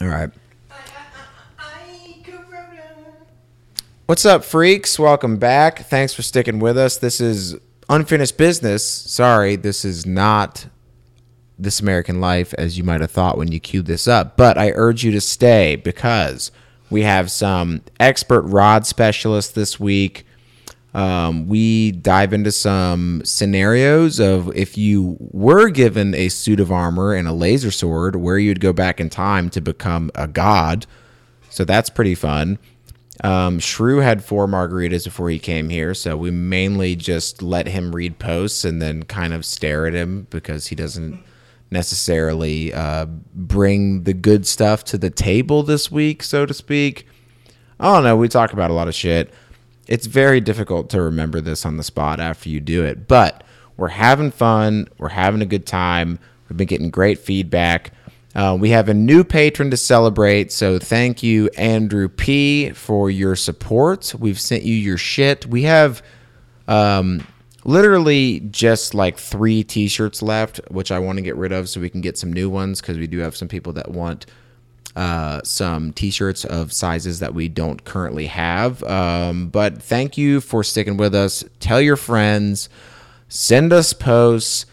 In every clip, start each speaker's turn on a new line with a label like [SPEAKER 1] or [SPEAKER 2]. [SPEAKER 1] All right. What's up, freaks? Welcome back. Thanks for sticking with us. This is unfinished business. Sorry, this is not this American life as you might have thought when you queued this up. But I urge you to stay because we have some expert rod specialists this week. Um, we dive into some scenarios of if you were given a suit of armor and a laser sword, where you'd go back in time to become a god. So that's pretty fun. Um, Shrew had four margaritas before he came here, so we mainly just let him read posts and then kind of stare at him because he doesn't necessarily uh, bring the good stuff to the table this week, so to speak. I don't know. We talk about a lot of shit. It's very difficult to remember this on the spot after you do it, but we're having fun. We're having a good time. We've been getting great feedback. Uh, we have a new patron to celebrate, so thank you, Andrew P, for your support. We've sent you your shit. We have um, literally just like three T-shirts left, which I want to get rid of so we can get some new ones because we do have some people that want uh, some T-shirts of sizes that we don't currently have. Um, but thank you for sticking with us. Tell your friends. Send us posts.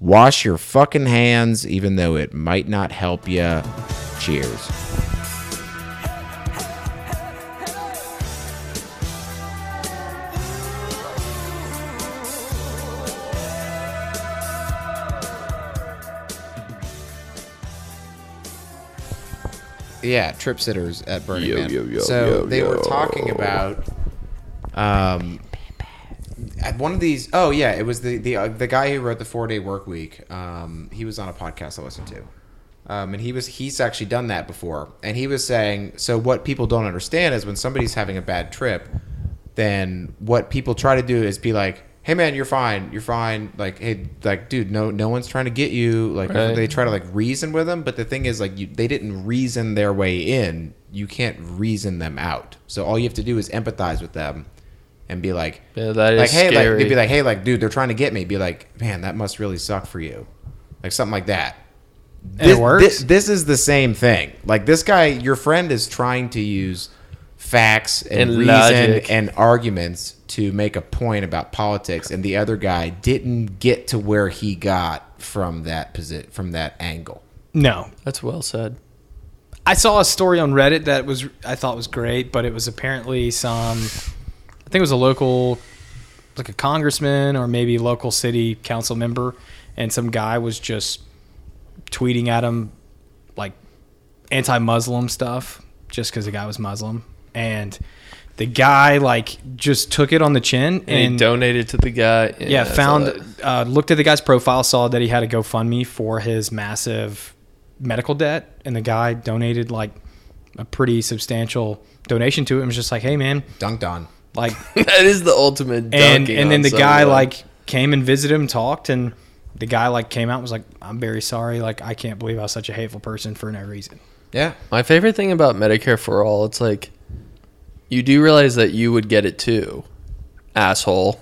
[SPEAKER 1] Wash your fucking hands, even though it might not help you. Cheers. Yeah, trip sitters at Burning
[SPEAKER 2] Yo,
[SPEAKER 1] Man.
[SPEAKER 2] yo, yo,
[SPEAKER 1] so
[SPEAKER 2] yo,
[SPEAKER 1] they were
[SPEAKER 2] yo.
[SPEAKER 1] talking about um, at one of these. Oh yeah, it was the the uh, the guy who wrote the four day work week. Um, he was on a podcast I listened to, um, and he was he's actually done that before, and he was saying so what people don't understand is when somebody's having a bad trip, then what people try to do is be like. Hey man, you're fine. You're fine. Like, hey, like, dude, no, no one's trying to get you. Like,
[SPEAKER 2] Right.
[SPEAKER 1] they try to like reason with them, but the thing is, like, you, they didn't reason their way in. You can't reason them out. So all you have to do is empathize with them, and be like,
[SPEAKER 2] Yeah, that is
[SPEAKER 1] like hey
[SPEAKER 2] scary.
[SPEAKER 1] like they'd be like hey like dude they're trying to get me be like man that must really suck for you like something like that
[SPEAKER 3] And it works?
[SPEAKER 1] this, this is the same thing like this guy your friend is trying to use facts and,
[SPEAKER 2] And
[SPEAKER 1] reason
[SPEAKER 2] logic.
[SPEAKER 1] and arguments to make a point about politics and the other guy didn't get to where he got from that posi- from that angle
[SPEAKER 3] No.
[SPEAKER 2] That's well said.
[SPEAKER 3] I saw a story on Reddit that was I thought was great, but it was apparently some I think it was a local like a congressman or maybe local city council member and some guy was just tweeting at him like anti-Muslim stuff just cuz the guy was Muslim and the guy like just took it on the chin
[SPEAKER 2] And, he donated to the guy.
[SPEAKER 3] yeah,
[SPEAKER 2] that's all
[SPEAKER 3] found
[SPEAKER 2] that-
[SPEAKER 3] uh, looked at the guy's profile, saw that he had a GoFundMe for his massive medical debt, and the guy donated like a pretty substantial donation to it. And was just like, "Hey, man,
[SPEAKER 1] dunked on
[SPEAKER 3] like,"
[SPEAKER 2] that is the ultimate.
[SPEAKER 3] and
[SPEAKER 2] dunking
[SPEAKER 3] and then
[SPEAKER 2] on
[SPEAKER 3] the guy
[SPEAKER 2] someone.
[SPEAKER 3] like came and visited him, talked, and the guy like came out and was like, "I'm very sorry, like I can't believe I was such a hateful person for no reason."
[SPEAKER 1] yeah
[SPEAKER 2] My favorite thing about Medicare for all, it's like you do realize that you would get it too, asshole.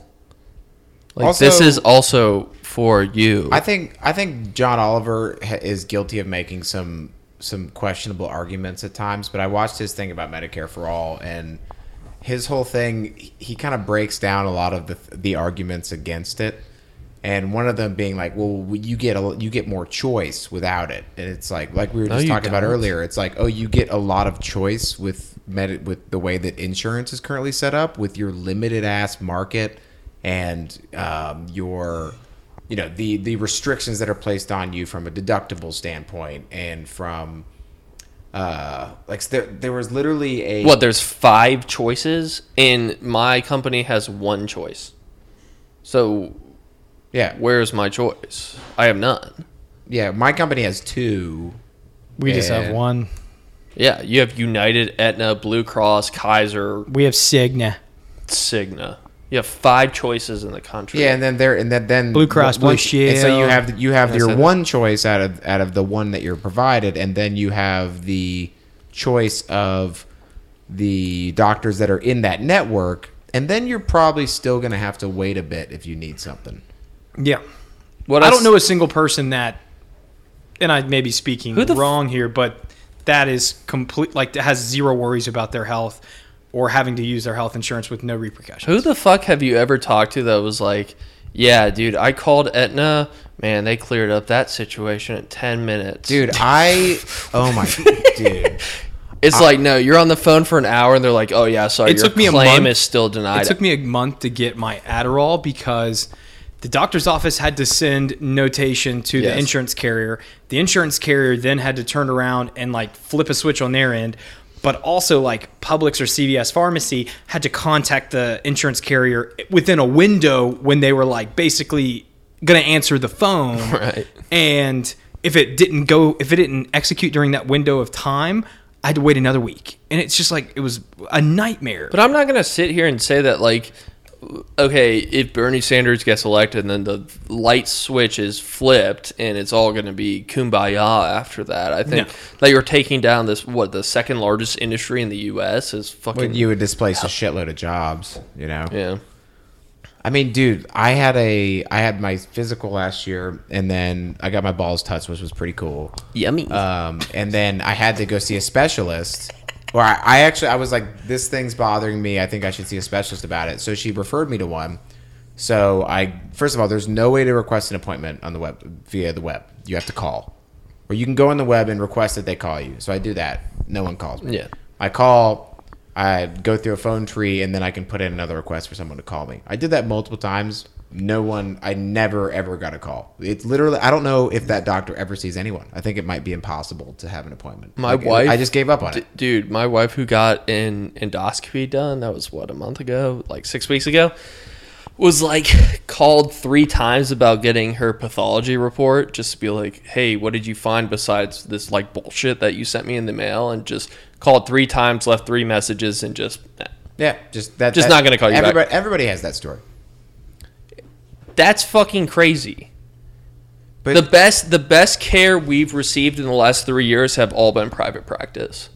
[SPEAKER 2] Like this
[SPEAKER 1] Also-
[SPEAKER 2] is also for you.
[SPEAKER 1] I think I think John Oliver ha- is guilty of making some some questionable arguments at times. But I watched his thing about Medicare for all, and his whole thing he- he kind of breaks down a lot of the the arguments against it. And one of them being like, "Well, you get a you get more choice without it," and it's like like we were just
[SPEAKER 2] you
[SPEAKER 1] talking about
[SPEAKER 2] don't.
[SPEAKER 1] earlier. It's like, oh, you get a lot of choice with med- with the way that insurance is currently set up, with your limited ass market and um, your you know the the restrictions that are placed on you from a deductible standpoint and from uh like there there was literally a
[SPEAKER 2] what? There's five choices, and my company has one choice. So
[SPEAKER 1] yeah
[SPEAKER 2] where's my choice? I have none.
[SPEAKER 1] yeah my company has two
[SPEAKER 3] We just have
[SPEAKER 1] Yeah.
[SPEAKER 3] one.
[SPEAKER 2] Yeah, you have United, Aetna, Blue Cross, Kaiser,
[SPEAKER 3] We have Cigna.
[SPEAKER 2] Cigna. You have five choices in the country.
[SPEAKER 1] yeah and then there and then then
[SPEAKER 3] Blue Cross Blue
[SPEAKER 1] once- and so you
[SPEAKER 3] Shield.
[SPEAKER 1] have you have
[SPEAKER 2] I
[SPEAKER 1] your
[SPEAKER 2] said
[SPEAKER 1] one choice out of out of the one that you're provided and then you have the choice of the doctors that are in that network and then you're probably still going to have to wait a bit if you need something
[SPEAKER 3] Yeah,
[SPEAKER 2] what
[SPEAKER 3] I
[SPEAKER 2] s-
[SPEAKER 3] don't know a single person that, and I may be speaking
[SPEAKER 2] Who the f-
[SPEAKER 3] wrong here, but that is complete like that has zero worries about their health or having to use their health insurance with no repercussions.
[SPEAKER 2] Who the fuck have you ever talked to that was like, yeah, dude, I called Etna. Man, they cleared up that situation in 10 minutes.
[SPEAKER 1] dude. I oh my dude.
[SPEAKER 2] It's like, no, you're on the phone for an hour and they're like, oh, yeah, sorry.
[SPEAKER 3] It
[SPEAKER 2] your
[SPEAKER 3] took me a
[SPEAKER 2] claim
[SPEAKER 3] month.
[SPEAKER 2] is still denied.
[SPEAKER 3] It took me a month to get my Adderall because the doctor's office had to send notation to the
[SPEAKER 2] Yes.
[SPEAKER 3] insurance carrier. The insurance carrier then had to turn around and like flip a switch on their end. But also, like Publix or CVS Pharmacy had to contact the insurance carrier within a window when they were like basically going to answer the phone.
[SPEAKER 2] Right.
[SPEAKER 3] And if it didn't go, if it didn't execute during that window of time, I had to wait another week. And it's just like, it was a nightmare.
[SPEAKER 2] But I'm not gonna sit here and say that like, okay, if Bernie Sanders gets elected, then the light switch is flipped and it's all gonna be kumbaya after that. I think
[SPEAKER 3] No.
[SPEAKER 2] that you're taking down this what the second largest industry in the U.S. is fucking
[SPEAKER 1] But you would displace a shitload of jobs, you know.
[SPEAKER 2] yeah.
[SPEAKER 1] I mean, dude, I had a I had my physical last year, and then I got my balls touched, which was pretty cool.
[SPEAKER 2] Yummy.
[SPEAKER 1] Um, and then I had to go see a specialist. Or I, I actually I was like, this thing's bothering me. I think I should see a specialist about it. So she referred me to one. So I first of all, there's no way to request an appointment on the web via the web. You have to call, or you can go on the web and request that they call you. So I do that. No one calls me.
[SPEAKER 2] Yeah.
[SPEAKER 1] I call, I go through a phone tree, and then I can put in another request for someone to call me. I did that multiple times. No one, I never ever got a call. It's literally, I don't know if that doctor ever sees anyone. I think it might be impossible to have an appointment.
[SPEAKER 2] My
[SPEAKER 1] Like, it-
[SPEAKER 2] wife-
[SPEAKER 1] I just gave up on
[SPEAKER 2] D-
[SPEAKER 1] it.
[SPEAKER 2] dude, my wife who got an endoscopy done, that was what, a month ago, like six weeks ago, was like called three times about getting her pathology report just to be like, hey, what did you find besides this like bullshit that you sent me in the mail? And just called three times, left three messages, and just
[SPEAKER 1] Yeah, just that.
[SPEAKER 2] Just
[SPEAKER 1] that-
[SPEAKER 2] not gonna call you back.
[SPEAKER 1] Everybody, everybody has that story.
[SPEAKER 2] that's fucking crazy.
[SPEAKER 1] But-
[SPEAKER 2] the best the best care we've received in the last three years have all been private practice.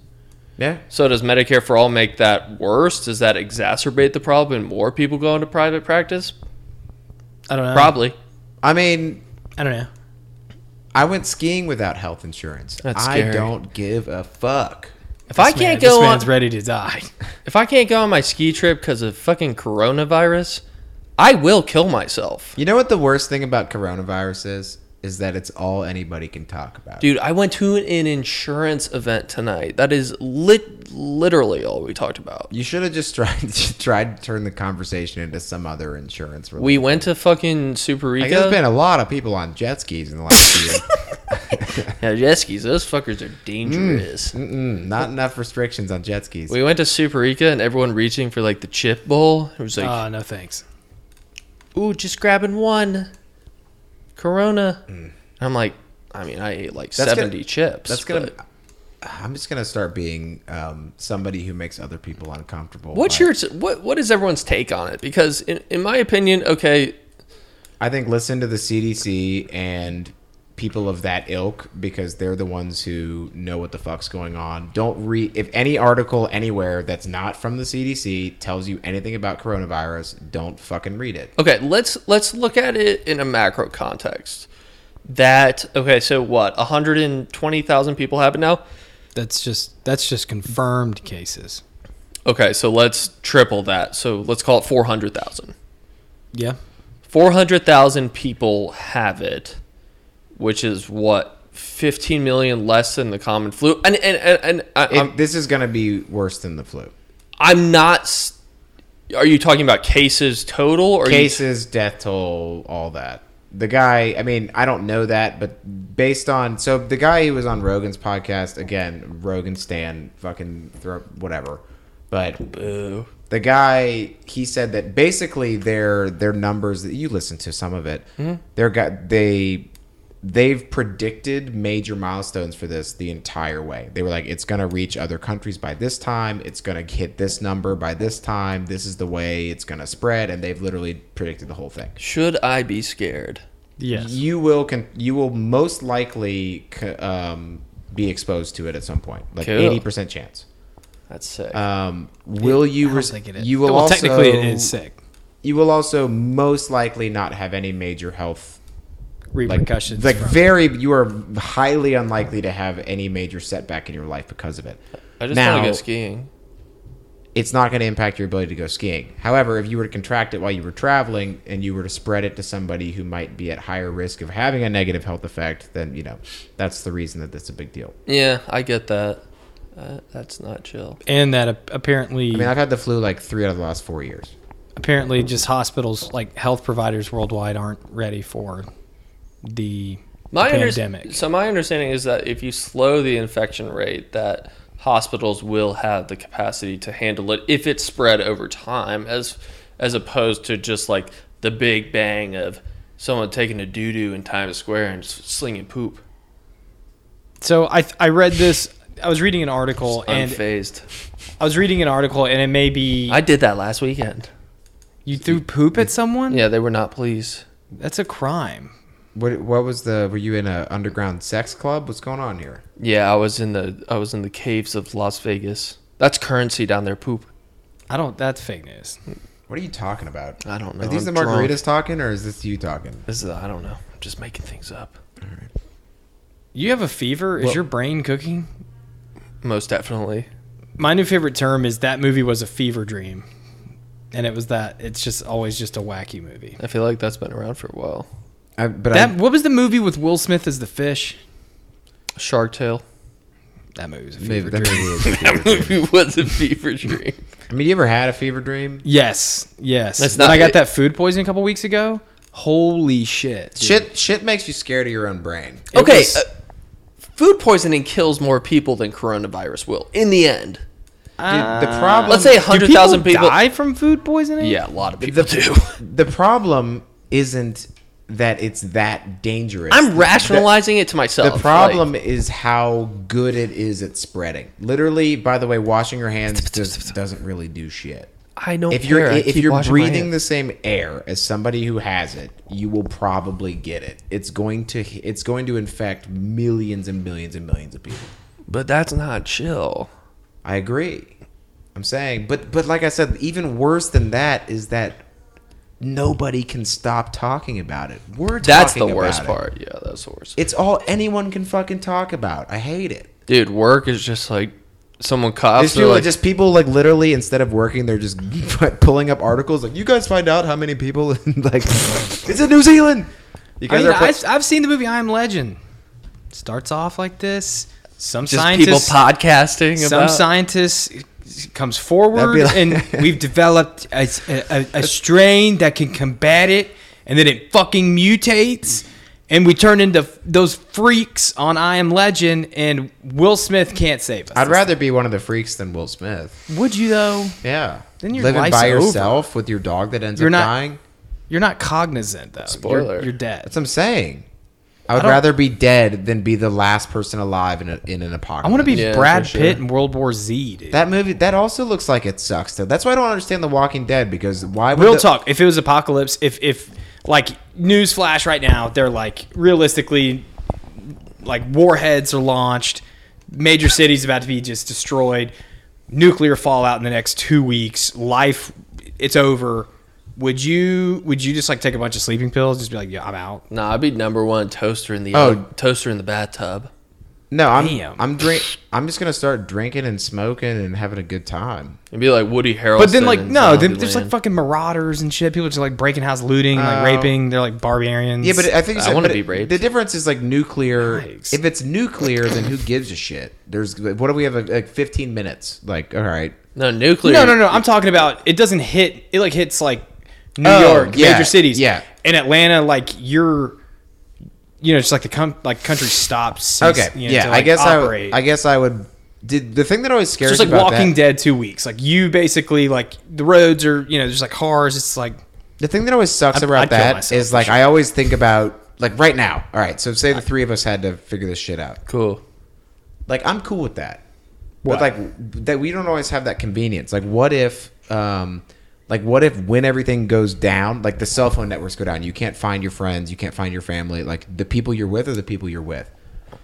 [SPEAKER 1] Yeah,
[SPEAKER 2] So does Medicare for all make that worse? Does that exacerbate the problem and more people go into private practice?
[SPEAKER 3] I don't know.
[SPEAKER 2] Probably.
[SPEAKER 1] I mean,
[SPEAKER 3] I don't know.
[SPEAKER 1] I went skiing without health insurance.
[SPEAKER 2] That's
[SPEAKER 1] I
[SPEAKER 2] scary.
[SPEAKER 1] don't give a fuck.
[SPEAKER 2] If I
[SPEAKER 3] This man-
[SPEAKER 2] can't go
[SPEAKER 3] this
[SPEAKER 2] on
[SPEAKER 3] man's ready to die.
[SPEAKER 2] if I can't go on my ski trip cuz of fucking coronavirus, I will kill myself.
[SPEAKER 1] You know what the worst thing about coronavirus is? Is that it's all anybody can talk about.
[SPEAKER 2] Dude, I went to an insurance event tonight. That is lit literally all we talked about.
[SPEAKER 1] You should have just tried tried to turn the conversation into some other insurance. related-
[SPEAKER 2] We went to fucking Super
[SPEAKER 1] Like, there's
[SPEAKER 2] Rica.
[SPEAKER 1] been a lot of people on jet skis in the last year.
[SPEAKER 2] Yeah, jet skis, those fuckers
[SPEAKER 3] Mm.
[SPEAKER 2] are dangerous.
[SPEAKER 1] Mm-mm, Hmm, not enough restrictions on jet skis.
[SPEAKER 2] We went to Super Rica and everyone reaching for like the chip bowl. It was like,
[SPEAKER 3] Oh, no thanks.
[SPEAKER 2] ooh, just grabbing one Corona. I'm like, I mean, I ate like
[SPEAKER 1] Mm. That's
[SPEAKER 2] 70
[SPEAKER 1] gonna-
[SPEAKER 2] chips.
[SPEAKER 1] That's gonna.
[SPEAKER 2] but-
[SPEAKER 1] I'm just gonna start being um, somebody who makes other people uncomfortable.
[SPEAKER 2] What's
[SPEAKER 1] by-
[SPEAKER 2] your what? What is everyone's take on it? Because in, in my opinion, okay,
[SPEAKER 1] I think listen to the CDC and people of that ilk because they're the ones who know what the fuck's going on. Don't read if any article anywhere that's not from the CDC tells you anything about coronavirus, don't fucking read it.
[SPEAKER 2] okay, let's let's look at it in a macro context. That okay, so what? 120,000 people have it now.
[SPEAKER 3] That's just that's just confirmed cases.
[SPEAKER 2] Okay, so let's triple that. So let's call it 400,000.
[SPEAKER 3] Yeah.
[SPEAKER 2] 400,000 people have it, which is what 15 million less than the common flu. And and and, and I,
[SPEAKER 1] It-
[SPEAKER 2] I'm
[SPEAKER 1] Um, this is going to be worse than the flu.
[SPEAKER 2] I'm not. s- Are you talking about cases total or you-
[SPEAKER 1] Cases, death toll, all that. The guy, I mean, I don't know that, but based on so the guy who was on Rogan's podcast again, Rogan Stan, fucking throw whatever, but
[SPEAKER 2] Boo.
[SPEAKER 1] the guy he said that basically their their numbers that you listen to some of it
[SPEAKER 3] Mm-hmm.
[SPEAKER 1] they're got they they've predicted major milestones for this the entire way they were like it's going to reach other countries by this time it's going to hit this number by this time this is the way it's going to spread and they've literally predicted the whole thing
[SPEAKER 2] Should I be scared?
[SPEAKER 3] Yes.
[SPEAKER 1] you will con- you will most likely co- um, be exposed to it at some point like
[SPEAKER 2] Cool.
[SPEAKER 1] 80% chance
[SPEAKER 2] That's sick.
[SPEAKER 1] um, will you
[SPEAKER 3] I don't
[SPEAKER 1] res-
[SPEAKER 3] think it is.
[SPEAKER 1] you will
[SPEAKER 3] well,
[SPEAKER 1] also
[SPEAKER 3] technically it is sick.
[SPEAKER 1] you will also most likely not have any major health
[SPEAKER 3] repercussions.
[SPEAKER 1] Like
[SPEAKER 3] from.
[SPEAKER 1] very, you are highly unlikely to have any major setback in your life because of it.
[SPEAKER 2] I just
[SPEAKER 1] now
[SPEAKER 2] want to go skiing.
[SPEAKER 1] it's not going to impact your ability to go skiing. However, if you were to contract it while you were traveling and you were to spread it to somebody who might be at higher risk of having a negative health effect, then you know that's the reason that that's a big deal.
[SPEAKER 2] Yeah, I get that. Uh, that's not chill.
[SPEAKER 3] and that ap- apparently
[SPEAKER 1] I mean, I've had the flu like three out of the last four years.
[SPEAKER 3] apparently just hospitals like health providers worldwide aren't ready for the
[SPEAKER 2] My under-
[SPEAKER 3] pandemic.
[SPEAKER 2] so my understanding is that if you slow the infection rate, that hospitals will have the capacity to handle it if it's spread over time, as as opposed to just like the big bang of someone taking a doo doo in Times Square and s- slinging poop,
[SPEAKER 3] so I th- I read this. I was reading an article and
[SPEAKER 2] unfazed.
[SPEAKER 3] I was reading an article and it may be
[SPEAKER 2] I did that last weekend.
[SPEAKER 3] you threw poop at someone.
[SPEAKER 2] Yeah, they were not pleased.
[SPEAKER 3] That's a crime.
[SPEAKER 1] What what was the? Were you in a underground sex club? What's going on here?
[SPEAKER 2] Yeah, I was in the I was in the caves of Las Vegas. That's currency down there. Poop.
[SPEAKER 3] I don't. That's fake news.
[SPEAKER 1] What are you talking about?
[SPEAKER 2] I don't know.
[SPEAKER 1] Are these
[SPEAKER 2] I'm
[SPEAKER 1] the
[SPEAKER 2] drunk.
[SPEAKER 1] margaritas talking, or is this you talking?
[SPEAKER 2] This is I don't know. I'm just making things up.
[SPEAKER 3] You have a fever. Is
[SPEAKER 2] Well-
[SPEAKER 3] your brain cooking?
[SPEAKER 2] Most definitely.
[SPEAKER 3] My new favorite term is that movie was a fever dream, and it was that. It's just always just a wacky movie.
[SPEAKER 2] I feel like that's been around for a while.
[SPEAKER 1] I, but
[SPEAKER 3] That
[SPEAKER 1] I,
[SPEAKER 3] what was the movie with Will Smith as the fish?
[SPEAKER 2] Shark Tale.
[SPEAKER 3] That movie was a
[SPEAKER 1] maybe,
[SPEAKER 3] fever
[SPEAKER 1] that
[SPEAKER 3] dream.
[SPEAKER 1] maybe is.
[SPEAKER 2] That movie was a fever dream.
[SPEAKER 1] I mean, you ever had a fever dream?
[SPEAKER 3] Yes, yes.
[SPEAKER 2] That's
[SPEAKER 3] when
[SPEAKER 2] not-
[SPEAKER 3] I got
[SPEAKER 2] it-
[SPEAKER 3] that food poisoning a couple weeks ago. Holy shit! dude.
[SPEAKER 1] Shit, shit makes you scared of your own brain.
[SPEAKER 3] It
[SPEAKER 2] okay,
[SPEAKER 3] was-
[SPEAKER 2] uh, food poisoning kills more people than coronavirus will in the end.
[SPEAKER 1] Dude, the problem.
[SPEAKER 2] Uh, Let's say
[SPEAKER 3] Uh, Do
[SPEAKER 2] 100,000 people,
[SPEAKER 3] die from food poisoning.
[SPEAKER 2] Yeah, a lot of people
[SPEAKER 1] The-
[SPEAKER 2] do.
[SPEAKER 1] The problem isn't that it's that dangerous.
[SPEAKER 2] I'm
[SPEAKER 1] rationalizing.
[SPEAKER 2] rationalizing it to myself.
[SPEAKER 1] The problem is how good it is at spreading. Literally, by the way, washing your hands does, doesn't really do shit.
[SPEAKER 2] Like, I don't
[SPEAKER 1] If you're
[SPEAKER 2] care. I
[SPEAKER 1] if
[SPEAKER 2] keep
[SPEAKER 1] you're
[SPEAKER 2] washing my
[SPEAKER 1] breathing
[SPEAKER 2] hands.
[SPEAKER 1] the same air as somebody who has it, you will probably get it. It's going to it's going to infect millions and millions and millions of people.
[SPEAKER 2] But that's not chill.
[SPEAKER 1] I agree. I'm saying, but but like I said, even worse than that is that nobody can stop talking about it. We're talking
[SPEAKER 2] That's the
[SPEAKER 1] about
[SPEAKER 2] worst
[SPEAKER 1] it.
[SPEAKER 2] part. Yeah, that's the worst.
[SPEAKER 1] It's all anyone can fucking talk about. I hate it.
[SPEAKER 2] Dude, work is just like someone coughs.
[SPEAKER 1] There's
[SPEAKER 2] they're
[SPEAKER 1] people
[SPEAKER 2] like,
[SPEAKER 1] just people like literally instead of working, they're just pulling up articles like you guys find out how many people in like it's in New Zealand. You
[SPEAKER 3] I
[SPEAKER 1] guys
[SPEAKER 3] mean,
[SPEAKER 1] are pla-
[SPEAKER 3] I've, I've seen the movie I Am Legend. Starts off like this. Some
[SPEAKER 2] just people
[SPEAKER 3] scientists,
[SPEAKER 2] podcasting
[SPEAKER 3] some
[SPEAKER 2] about.
[SPEAKER 3] scientists comes
[SPEAKER 1] That'd
[SPEAKER 3] forward
[SPEAKER 1] be like-
[SPEAKER 3] and we've developed a, a, a strain that can combat it, and then it fucking mutates, and we turn into f- those freaks on I Am Legend, and Will Smith can't save us.
[SPEAKER 1] I'd rather be one of the freaks than Will Smith.
[SPEAKER 3] Would you though?
[SPEAKER 1] Yeah,
[SPEAKER 3] Then your
[SPEAKER 1] living
[SPEAKER 3] life's
[SPEAKER 1] by
[SPEAKER 3] over.
[SPEAKER 1] yourself with your dog that ends
[SPEAKER 3] You're
[SPEAKER 1] up
[SPEAKER 3] not-
[SPEAKER 1] dying.
[SPEAKER 3] You're not cognizant though.
[SPEAKER 2] Spoiler.
[SPEAKER 3] You're, you're dead.
[SPEAKER 1] That's what I'm saying. I would
[SPEAKER 3] don't-
[SPEAKER 1] rather be dead than be the last person alive in, a, in an apocalypse.
[SPEAKER 3] I want to be
[SPEAKER 2] Yeah,
[SPEAKER 3] Brad
[SPEAKER 2] for sure.
[SPEAKER 3] Pitt in World War Z, dude.
[SPEAKER 1] that movie. That also looks like it sucks though. That's why I don't understand The Walking Dead because why would
[SPEAKER 3] Real
[SPEAKER 1] the-
[SPEAKER 3] talk. If it was apocalypse, if if like news flash right now, they're like realistically, like warheads are launched, major cities about to be just destroyed, nuclear fallout in the next two weeks, life, it's over. Would you would you just like take a bunch of sleeping pills, just be like, yeah, I'm out.
[SPEAKER 2] Nah, I'd be number one toaster in the uh,
[SPEAKER 1] Oh.
[SPEAKER 2] toaster in the bathtub.
[SPEAKER 1] No, I'm
[SPEAKER 3] Damn.
[SPEAKER 1] I'm drink. I'm just gonna start drinking and smoking and having a good time.
[SPEAKER 2] It'd be like Woody Harrelson.
[SPEAKER 3] But then like
[SPEAKER 2] in
[SPEAKER 3] no, then there's like
[SPEAKER 2] Zombieland.
[SPEAKER 3] fucking marauders and shit. People just like breaking house, looting,
[SPEAKER 1] Oh.
[SPEAKER 3] like raping. They're like barbarians.
[SPEAKER 1] Yeah, but I think
[SPEAKER 2] I
[SPEAKER 1] so-
[SPEAKER 2] wanna
[SPEAKER 1] but
[SPEAKER 2] be
[SPEAKER 1] it-
[SPEAKER 2] raped.
[SPEAKER 1] The difference is like nuclear.
[SPEAKER 3] Yikes.
[SPEAKER 1] If it's nuclear, then who gives a shit? There's what do we have? Like 15 minutes. Like all right,
[SPEAKER 2] no nuclear.
[SPEAKER 3] No, no, no. I'm talking about it doesn't hit. It like hits like New
[SPEAKER 1] Oh,
[SPEAKER 3] York,
[SPEAKER 1] yeah,
[SPEAKER 3] major cities.
[SPEAKER 1] yeah.
[SPEAKER 3] In Atlanta, like you're, you know, it's like the com- like country stops.
[SPEAKER 1] okay,
[SPEAKER 3] you know,
[SPEAKER 1] yeah.
[SPEAKER 3] to,
[SPEAKER 1] I
[SPEAKER 3] like,
[SPEAKER 1] guess I
[SPEAKER 3] operate.
[SPEAKER 1] would, I guess I would. Did the thing that always
[SPEAKER 3] It's
[SPEAKER 1] scares
[SPEAKER 3] just like
[SPEAKER 1] me about
[SPEAKER 3] Walking
[SPEAKER 1] that,
[SPEAKER 3] Dead two weeks. Like you basically like the roads are you know there's like cars. It's like
[SPEAKER 1] The thing that always sucks
[SPEAKER 3] I'd-
[SPEAKER 1] about
[SPEAKER 3] I'd kill
[SPEAKER 1] that
[SPEAKER 3] myself
[SPEAKER 1] is
[SPEAKER 3] for
[SPEAKER 1] like
[SPEAKER 3] sure.
[SPEAKER 1] I always think about like right now. All right, so say the three of us had to figure this shit out.
[SPEAKER 2] Cool.
[SPEAKER 1] Like I'm cool with that. But
[SPEAKER 3] What?
[SPEAKER 1] like that we don't always have that convenience. Like what if um like what if when everything goes down, like the cell phone networks go down, you can't find your friends, you can't find your family, like the people you're with are the people you're with.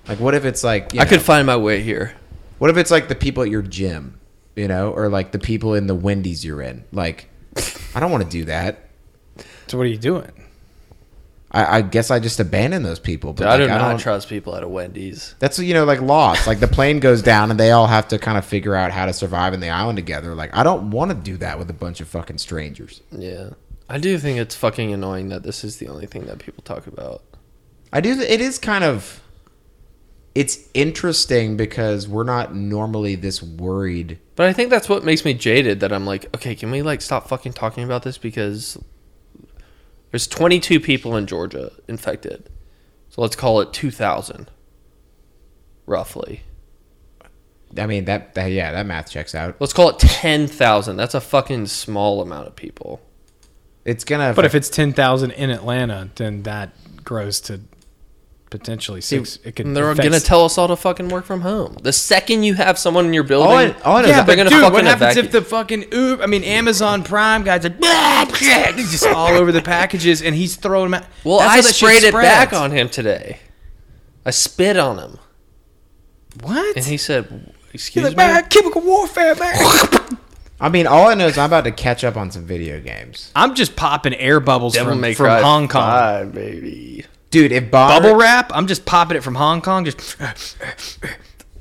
[SPEAKER 1] Like what if it's like you
[SPEAKER 2] I could
[SPEAKER 1] know,
[SPEAKER 2] find my way here.
[SPEAKER 1] what if it's like the people at your gym, you know, or like the people in the Wendy's you're in? Like I don't want to do that.
[SPEAKER 3] so what are you doing?
[SPEAKER 1] I- I, I guess I just abandoned those people. But
[SPEAKER 2] I do
[SPEAKER 1] like,
[SPEAKER 2] not
[SPEAKER 1] don't-
[SPEAKER 2] trust people at a Wendy's.
[SPEAKER 1] That's you know like lost. Like the plane goes down and they all have to kind of figure out how to survive in the island together. Like I don't want to do that with a bunch of fucking strangers.
[SPEAKER 2] Yeah. I do think it's fucking annoying that this is the only thing that people talk about.
[SPEAKER 1] I do. It is kind of. It's interesting because we're not normally this worried.
[SPEAKER 2] But I think that's what makes me jaded that I'm like, okay, can we like stop fucking talking about this because there's 22 people in Georgia infected. So let's call it 2000 roughly.
[SPEAKER 1] I mean that, that yeah that math checks out.
[SPEAKER 2] Let's call it 10,000. That's a fucking small amount of people.
[SPEAKER 1] It's gonna.
[SPEAKER 3] But if it's ten thousand in Atlanta, then that grows to potentially six. It could.
[SPEAKER 2] And they're
[SPEAKER 3] affect-
[SPEAKER 2] going to tell us all to fucking work from home. The second you have someone in your building,
[SPEAKER 1] all I, all I know
[SPEAKER 3] Yeah,
[SPEAKER 1] is that
[SPEAKER 2] they're gonna
[SPEAKER 3] but dude, what
[SPEAKER 2] fucking
[SPEAKER 3] happens
[SPEAKER 2] evacuate.
[SPEAKER 3] if the fucking Uber? I mean, Amazon Prime guys are just all over the packages, and he's throwing them out.
[SPEAKER 2] Well,
[SPEAKER 3] That's
[SPEAKER 2] I
[SPEAKER 3] how that shit
[SPEAKER 2] sprayed it back
[SPEAKER 3] spreads.
[SPEAKER 2] on him today. I spit on him,
[SPEAKER 3] What?
[SPEAKER 2] and he said, "Excuse
[SPEAKER 3] He's like,
[SPEAKER 2] me."
[SPEAKER 3] man, chemical warfare, man.
[SPEAKER 1] I mean all I know is I'm about to catch up on some video games,
[SPEAKER 3] I'm just popping air bubbles
[SPEAKER 2] Devil
[SPEAKER 3] from,
[SPEAKER 2] May
[SPEAKER 3] from
[SPEAKER 2] Cry
[SPEAKER 3] Hong Kong.
[SPEAKER 2] five, baby.
[SPEAKER 1] dude. If Bob
[SPEAKER 3] Bubble wrap? I'm just popping it from Hong Kong. Just
[SPEAKER 2] Does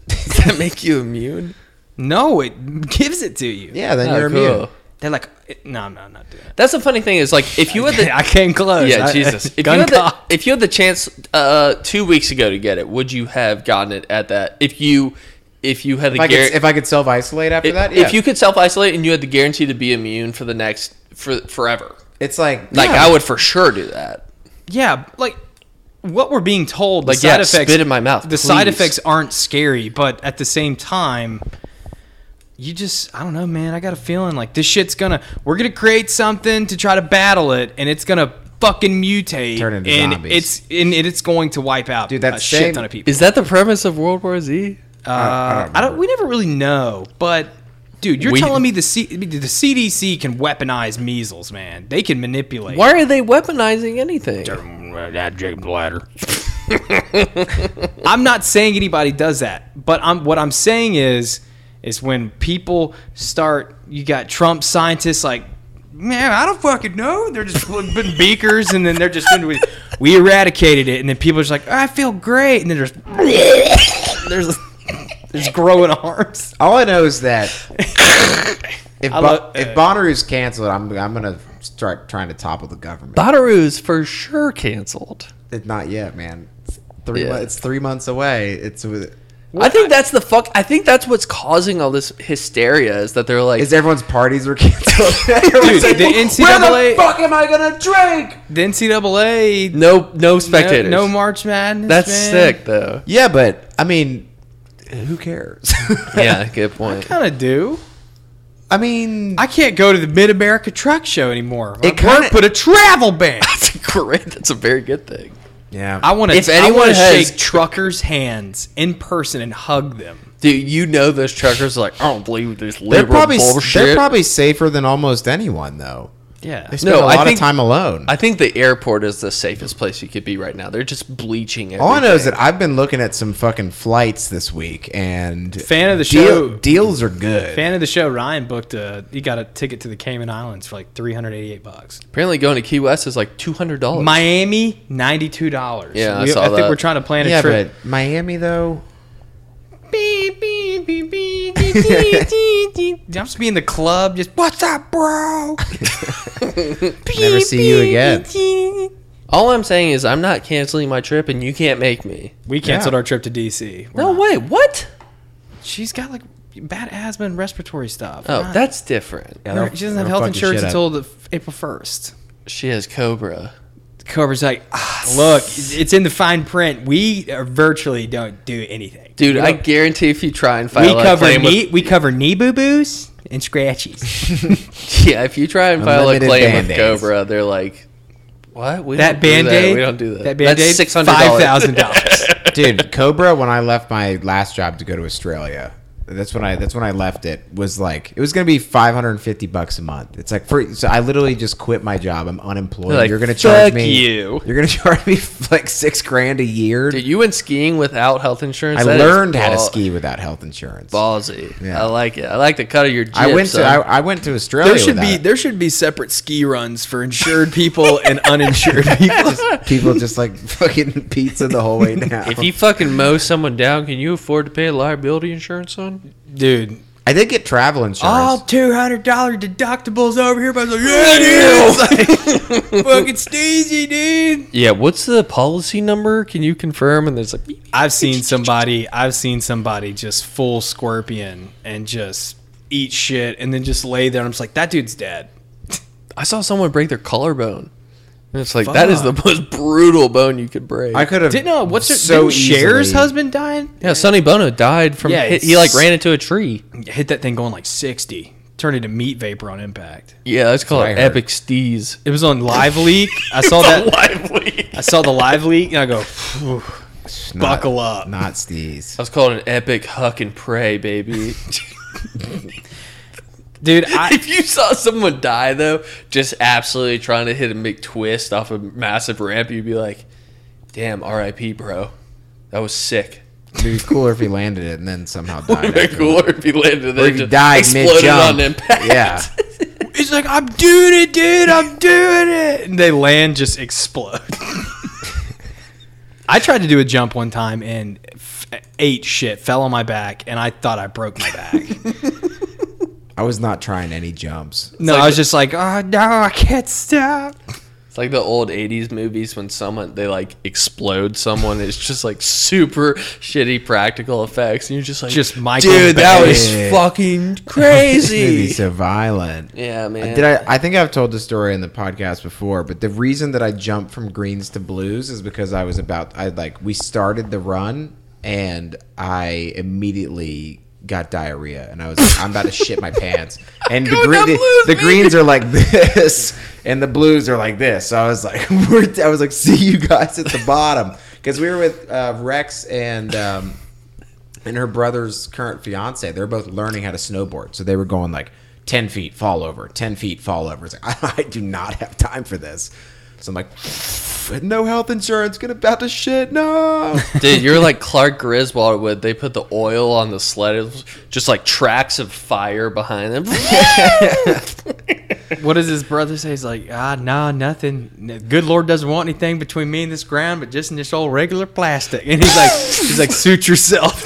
[SPEAKER 2] that make you immune?
[SPEAKER 3] no, it gives it to you.
[SPEAKER 1] yeah, then
[SPEAKER 2] Oh,
[SPEAKER 1] you're
[SPEAKER 2] cool.
[SPEAKER 1] immune.
[SPEAKER 3] They're like, no, I'm not, I'm not doing it.
[SPEAKER 2] That's the funny thing is like if you had the
[SPEAKER 3] I came close.
[SPEAKER 2] yeah
[SPEAKER 3] I-
[SPEAKER 2] Jesus if you
[SPEAKER 3] Gun
[SPEAKER 2] had the,
[SPEAKER 3] cock.
[SPEAKER 2] if you had the chance uh, two weeks ago to get it, would you have gotten it at that if you if you had the
[SPEAKER 1] If I
[SPEAKER 2] guar-
[SPEAKER 1] could, if I could self isolate after
[SPEAKER 2] if,
[SPEAKER 1] that, yeah.
[SPEAKER 2] if you could self isolate and you had the guarantee to be immune for the next for forever,
[SPEAKER 1] it's like
[SPEAKER 2] like
[SPEAKER 1] yeah.
[SPEAKER 2] I would for sure do that.
[SPEAKER 3] Yeah, like what we're being told.
[SPEAKER 2] Like,
[SPEAKER 3] the
[SPEAKER 2] yeah,
[SPEAKER 3] side effects,
[SPEAKER 2] spit in my mouth,
[SPEAKER 3] The side
[SPEAKER 2] please.
[SPEAKER 3] effects aren't scary, but at the same time, you just I don't know, man. I got a feeling like this shit's gonna we're gonna create something to try to battle it, and it's gonna fucking mutate,
[SPEAKER 1] Turn into
[SPEAKER 3] and
[SPEAKER 1] zombies.
[SPEAKER 3] it's and it- it's going to wipe out
[SPEAKER 1] Dude, that
[SPEAKER 3] a
[SPEAKER 1] same-
[SPEAKER 3] shit ton of people.
[SPEAKER 2] Is that the premise of World War Z?
[SPEAKER 3] Uh, I, don't, We never really know, but. Dude, you're
[SPEAKER 2] We-
[SPEAKER 3] telling me the C- the CDC can weaponize measles, man. They can manipulate.
[SPEAKER 2] Why are they weaponizing anything?
[SPEAKER 3] I'm not saying anybody does that, but I'm what I'm saying is is when people start you got Trump scientists like man, I don't fucking know. They're just putting beakers and then they're just we, we eradicated it and then people are just like, I feel great and then there's there's there's growing arms.
[SPEAKER 1] All I know is that if Bo-
[SPEAKER 3] love- uh,
[SPEAKER 1] if Bonnaroo's canceled, I'm I'm gonna start trying to topple the government.
[SPEAKER 2] Bonnaroo's for sure canceled.
[SPEAKER 1] It's not yet, man. It's three
[SPEAKER 2] Yeah.
[SPEAKER 1] mo- it's three months away. It's with-
[SPEAKER 2] I think that's the fuck. I think that's what's causing all this hysteria is that they're like,
[SPEAKER 1] is everyone's parties are canceled. Everyone's
[SPEAKER 3] the
[SPEAKER 1] "Well, Where
[SPEAKER 3] NCAA
[SPEAKER 1] the fuck am I gonna drink?
[SPEAKER 3] The NCAA no,
[SPEAKER 2] no, no spectators.
[SPEAKER 3] no March Madness.
[SPEAKER 2] that's
[SPEAKER 3] man.
[SPEAKER 2] sick though.
[SPEAKER 1] Yeah, but I mean, who cares?
[SPEAKER 2] Yeah, good point.
[SPEAKER 3] Kinda do.
[SPEAKER 1] I mean,
[SPEAKER 3] I can't go to the Mid America Truck Show anymore.
[SPEAKER 1] It
[SPEAKER 3] It
[SPEAKER 1] kinda-
[SPEAKER 3] work put a travel ban.
[SPEAKER 2] That's a great. That's a very good thing.
[SPEAKER 1] yeah.
[SPEAKER 3] I want to.
[SPEAKER 2] If
[SPEAKER 3] If
[SPEAKER 2] anyone
[SPEAKER 3] anyone
[SPEAKER 2] has-
[SPEAKER 3] shake truckers' hands in person and hug them,
[SPEAKER 2] Dude, you know those truckers are like, I don't believe this
[SPEAKER 1] they're
[SPEAKER 2] liberal
[SPEAKER 1] probably
[SPEAKER 2] bullshit.
[SPEAKER 1] they're probably safer than almost anyone though.
[SPEAKER 3] yeah,
[SPEAKER 1] They spend
[SPEAKER 2] No,
[SPEAKER 1] a
[SPEAKER 2] I
[SPEAKER 1] lot
[SPEAKER 2] think-
[SPEAKER 1] of time alone.
[SPEAKER 2] I think the airport is the safest place you could be right now. They're just bleaching.
[SPEAKER 1] All I know is
[SPEAKER 2] everything.
[SPEAKER 1] that I've been looking at some fucking flights this week, and
[SPEAKER 3] Fan of the
[SPEAKER 1] deal-
[SPEAKER 3] show.
[SPEAKER 1] deals are good.
[SPEAKER 3] fan of the show Ryan booked a. He got a ticket to the Cayman Islands for like three hundred eighty-eight bucks.
[SPEAKER 2] apparently going to Key West is like two hundred dollars.
[SPEAKER 3] Miami ninety-two dollars.
[SPEAKER 2] Yeah, I
[SPEAKER 3] we,
[SPEAKER 2] saw
[SPEAKER 3] think
[SPEAKER 2] that.
[SPEAKER 3] we're trying to plan a
[SPEAKER 1] yeah,
[SPEAKER 3] trip.
[SPEAKER 1] but Miami though,
[SPEAKER 3] Beep, beep, beep, beep, dee, dee, dee, dee. I'm just be in the club, just what's up, bro?
[SPEAKER 1] never see you again.
[SPEAKER 2] All I'm saying is I'm not canceling my trip, and you can't make me.
[SPEAKER 3] We canceled
[SPEAKER 1] Yeah.
[SPEAKER 3] our trip to DC. We're
[SPEAKER 2] No
[SPEAKER 3] not-
[SPEAKER 2] way. What?
[SPEAKER 3] she's got like bad asthma and respiratory stuff.
[SPEAKER 2] Oh,
[SPEAKER 3] We're not-
[SPEAKER 2] that's different.
[SPEAKER 1] Yeah,
[SPEAKER 3] she doesn't have
[SPEAKER 1] they'll
[SPEAKER 3] health
[SPEAKER 1] fuck your
[SPEAKER 3] insurance
[SPEAKER 1] shit up.
[SPEAKER 3] until the, April first.
[SPEAKER 2] She has Cobra.
[SPEAKER 3] Cobra's like, ah, look, it's in the fine print. We are virtually don't do anything,
[SPEAKER 2] Dude,
[SPEAKER 3] We
[SPEAKER 2] I
[SPEAKER 3] don't-
[SPEAKER 2] guarantee if you try and file
[SPEAKER 3] we
[SPEAKER 2] a
[SPEAKER 3] cover
[SPEAKER 2] claim with-
[SPEAKER 3] knee, we cover knee boo boos and scratchies.
[SPEAKER 2] yeah, if you try and file a
[SPEAKER 1] Unlimited
[SPEAKER 2] claim with
[SPEAKER 1] Band-Aids.
[SPEAKER 2] Cobra, they're like, what? We
[SPEAKER 3] that
[SPEAKER 2] don't do
[SPEAKER 3] band aid,
[SPEAKER 2] We don't do that.
[SPEAKER 3] That band aid,
[SPEAKER 2] That's
[SPEAKER 3] five
[SPEAKER 2] $600.
[SPEAKER 3] thousand dollars.
[SPEAKER 1] Dude, Cobra, when I left my last job to go to Australia, That's when I that's when I left it. Was like it was gonna be five hundred and fifty bucks a month. It's like for so I literally just quit my job. I'm unemployed.
[SPEAKER 2] They're like,
[SPEAKER 1] you're gonna charge
[SPEAKER 2] "Fuck
[SPEAKER 1] me
[SPEAKER 2] you."
[SPEAKER 1] are gonna charge me like six grand a year.
[SPEAKER 2] Dude, you went skiing without health insurance.
[SPEAKER 1] I
[SPEAKER 2] That is
[SPEAKER 1] learned how to
[SPEAKER 2] ball-
[SPEAKER 1] ski without health insurance.
[SPEAKER 2] Ballsy.
[SPEAKER 1] Yeah.
[SPEAKER 2] I like it. I like the cut of your. Jib,
[SPEAKER 1] I went to
[SPEAKER 2] son.
[SPEAKER 1] I, I went to Australia.
[SPEAKER 4] There should
[SPEAKER 1] without
[SPEAKER 4] be
[SPEAKER 1] it.
[SPEAKER 4] there should be separate ski runs for insured people and uninsured people.
[SPEAKER 1] people just like fucking pizza the whole way down.
[SPEAKER 2] if you fucking mow someone down, can you afford to pay liability insurance on?
[SPEAKER 3] dude.
[SPEAKER 1] I did get travel insurance.
[SPEAKER 3] Oh,
[SPEAKER 4] All two hundred dollar deductibles over here, but I was like, yeah, dude, it's like, fucking steezy, dude.
[SPEAKER 2] Yeah. What's the policy number? Can you confirm? And there's like,
[SPEAKER 3] I've seen somebody. I've seen somebody just full scorpion and just eat shit and then just lay there. And I'm just like, that dude's dead.
[SPEAKER 2] I saw someone break their collarbone. And it's like that is the most brutal bone you could break.
[SPEAKER 1] I could have.
[SPEAKER 3] Didn't know what's her,
[SPEAKER 1] so
[SPEAKER 3] didn't Cher's
[SPEAKER 1] easily-
[SPEAKER 3] husband died?
[SPEAKER 2] yeah, Sonny Bono died from
[SPEAKER 3] Yeah,
[SPEAKER 2] hit,
[SPEAKER 3] it's-
[SPEAKER 2] he like ran into a tree.
[SPEAKER 3] Hit that thing going like 60. Turned into meat vapor on impact.
[SPEAKER 2] Yeah, that's called
[SPEAKER 1] what I heard.
[SPEAKER 2] epic steez.
[SPEAKER 3] It was on Live Leak. I saw that.
[SPEAKER 2] lively.
[SPEAKER 3] I saw the Live Leak and I go, "Phew,
[SPEAKER 1] Not-
[SPEAKER 3] buckle up.
[SPEAKER 1] Not steez.
[SPEAKER 2] That's called an epic huck and pray, baby.
[SPEAKER 3] Dude, I,
[SPEAKER 2] if you saw someone die though, just absolutely trying to hit a McTwist off a massive ramp, you'd be like, "Damn, R.I.P., bro. That was sick."
[SPEAKER 1] It'd be cooler if he landed it and then somehow died.
[SPEAKER 2] It'd be
[SPEAKER 1] after.
[SPEAKER 2] cooler if he landed and
[SPEAKER 1] Or
[SPEAKER 2] then
[SPEAKER 1] if he
[SPEAKER 2] just
[SPEAKER 1] died
[SPEAKER 2] exploded
[SPEAKER 1] mid-jump.
[SPEAKER 2] on impact.
[SPEAKER 1] Yeah.
[SPEAKER 3] he's like, I'm doing it, dude. I'm doing it. And they land, just explode. I tried to do a jump one time and f- ate shit, fell on my back, and I thought I broke my back.
[SPEAKER 1] I was not trying any jumps.
[SPEAKER 3] No,
[SPEAKER 2] like
[SPEAKER 3] I was just like, oh no, I can't stop.
[SPEAKER 2] It's like the old '80s movies when someone they like explode someone. It's just like super shitty practical effects, and you're just like,
[SPEAKER 3] Just Michael
[SPEAKER 2] dude, that
[SPEAKER 3] Bay.
[SPEAKER 2] was fucking
[SPEAKER 1] Maybe
[SPEAKER 2] crazy."
[SPEAKER 1] so violent.
[SPEAKER 2] yeah, man.
[SPEAKER 1] Did I? I think I've told this story in the podcast before, but the reason that I jumped from greens to blues is because I was about. I like we started the run, and I immediately got diarrhea, and I was like, I'm about to shit my pants. And the,
[SPEAKER 2] Going
[SPEAKER 1] green,
[SPEAKER 2] down
[SPEAKER 1] the,
[SPEAKER 2] blues,
[SPEAKER 1] the
[SPEAKER 2] man.
[SPEAKER 1] greens are like this, and the blues are like this. So I was like, we're, I was like, see you guys at the bottom because we were with uh, Rex and. Um, and her brother's current fiance, they're both learning how to snowboard. So they were going like 10 feet, fall over, 10 feet, fall over. It's like, I, do not have time for this. So I'm like, no health insurance, get about to shit, no.
[SPEAKER 2] Dude, you're like Clark Griswold would they put the oil on the sled, it was just like tracks of fire behind them.
[SPEAKER 3] What does his brother say? He's like, ah, nah, nothing. The Good Lord doesn't want anything between me and this ground, but just in this old regular plastic. And he's like, he's like, suit yourself.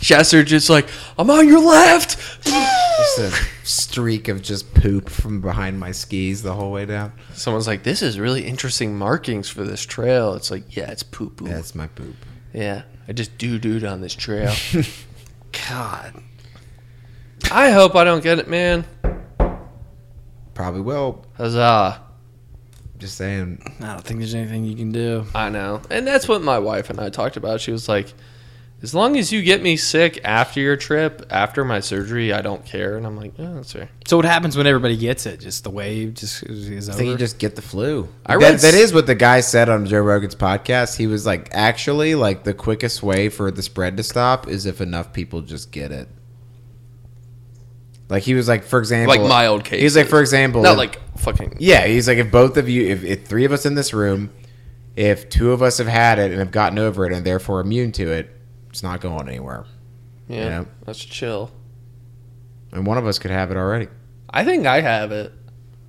[SPEAKER 2] Chester just like, I'm on your left.
[SPEAKER 1] just a streak of just poop from behind my skis the whole way down.
[SPEAKER 2] Someone's like, This is really interesting markings for this trail. It's like, yeah, it's poo poo.
[SPEAKER 1] That's my poop.
[SPEAKER 2] Yeah. I just do dude on this trail. God. I hope I don't get it, man.
[SPEAKER 1] Probably will.
[SPEAKER 2] Huzzah.
[SPEAKER 1] Just saying.
[SPEAKER 3] I don't think there's anything you can do.
[SPEAKER 2] I know. And that's what my wife and I talked about. She was like, as long as you get me sick after your trip, after my surgery, I don't care. And I'm like, oh, that's fair.
[SPEAKER 3] So what happens when everybody gets it? Just the wave just is, is
[SPEAKER 1] I think you
[SPEAKER 3] over.
[SPEAKER 1] just get the flu.
[SPEAKER 2] I read
[SPEAKER 1] that, that
[SPEAKER 2] s-
[SPEAKER 1] is what the guy said on Joe Rogan's podcast. He was like, actually, like the quickest way for the spread to stop is if enough people just get it. Like he was like, for example,
[SPEAKER 2] Like mild cases.
[SPEAKER 1] He's like, for example,
[SPEAKER 2] Not
[SPEAKER 1] if-
[SPEAKER 2] like fucking.
[SPEAKER 1] yeah. He's like, if both of you, if, if three of us in this room, if two of us have had it and have gotten over it and therefore immune to it, it's not going anywhere,
[SPEAKER 2] Yeah,
[SPEAKER 1] Yeah.
[SPEAKER 2] That's chill.
[SPEAKER 1] and one of us could have it already.
[SPEAKER 2] I think I have it.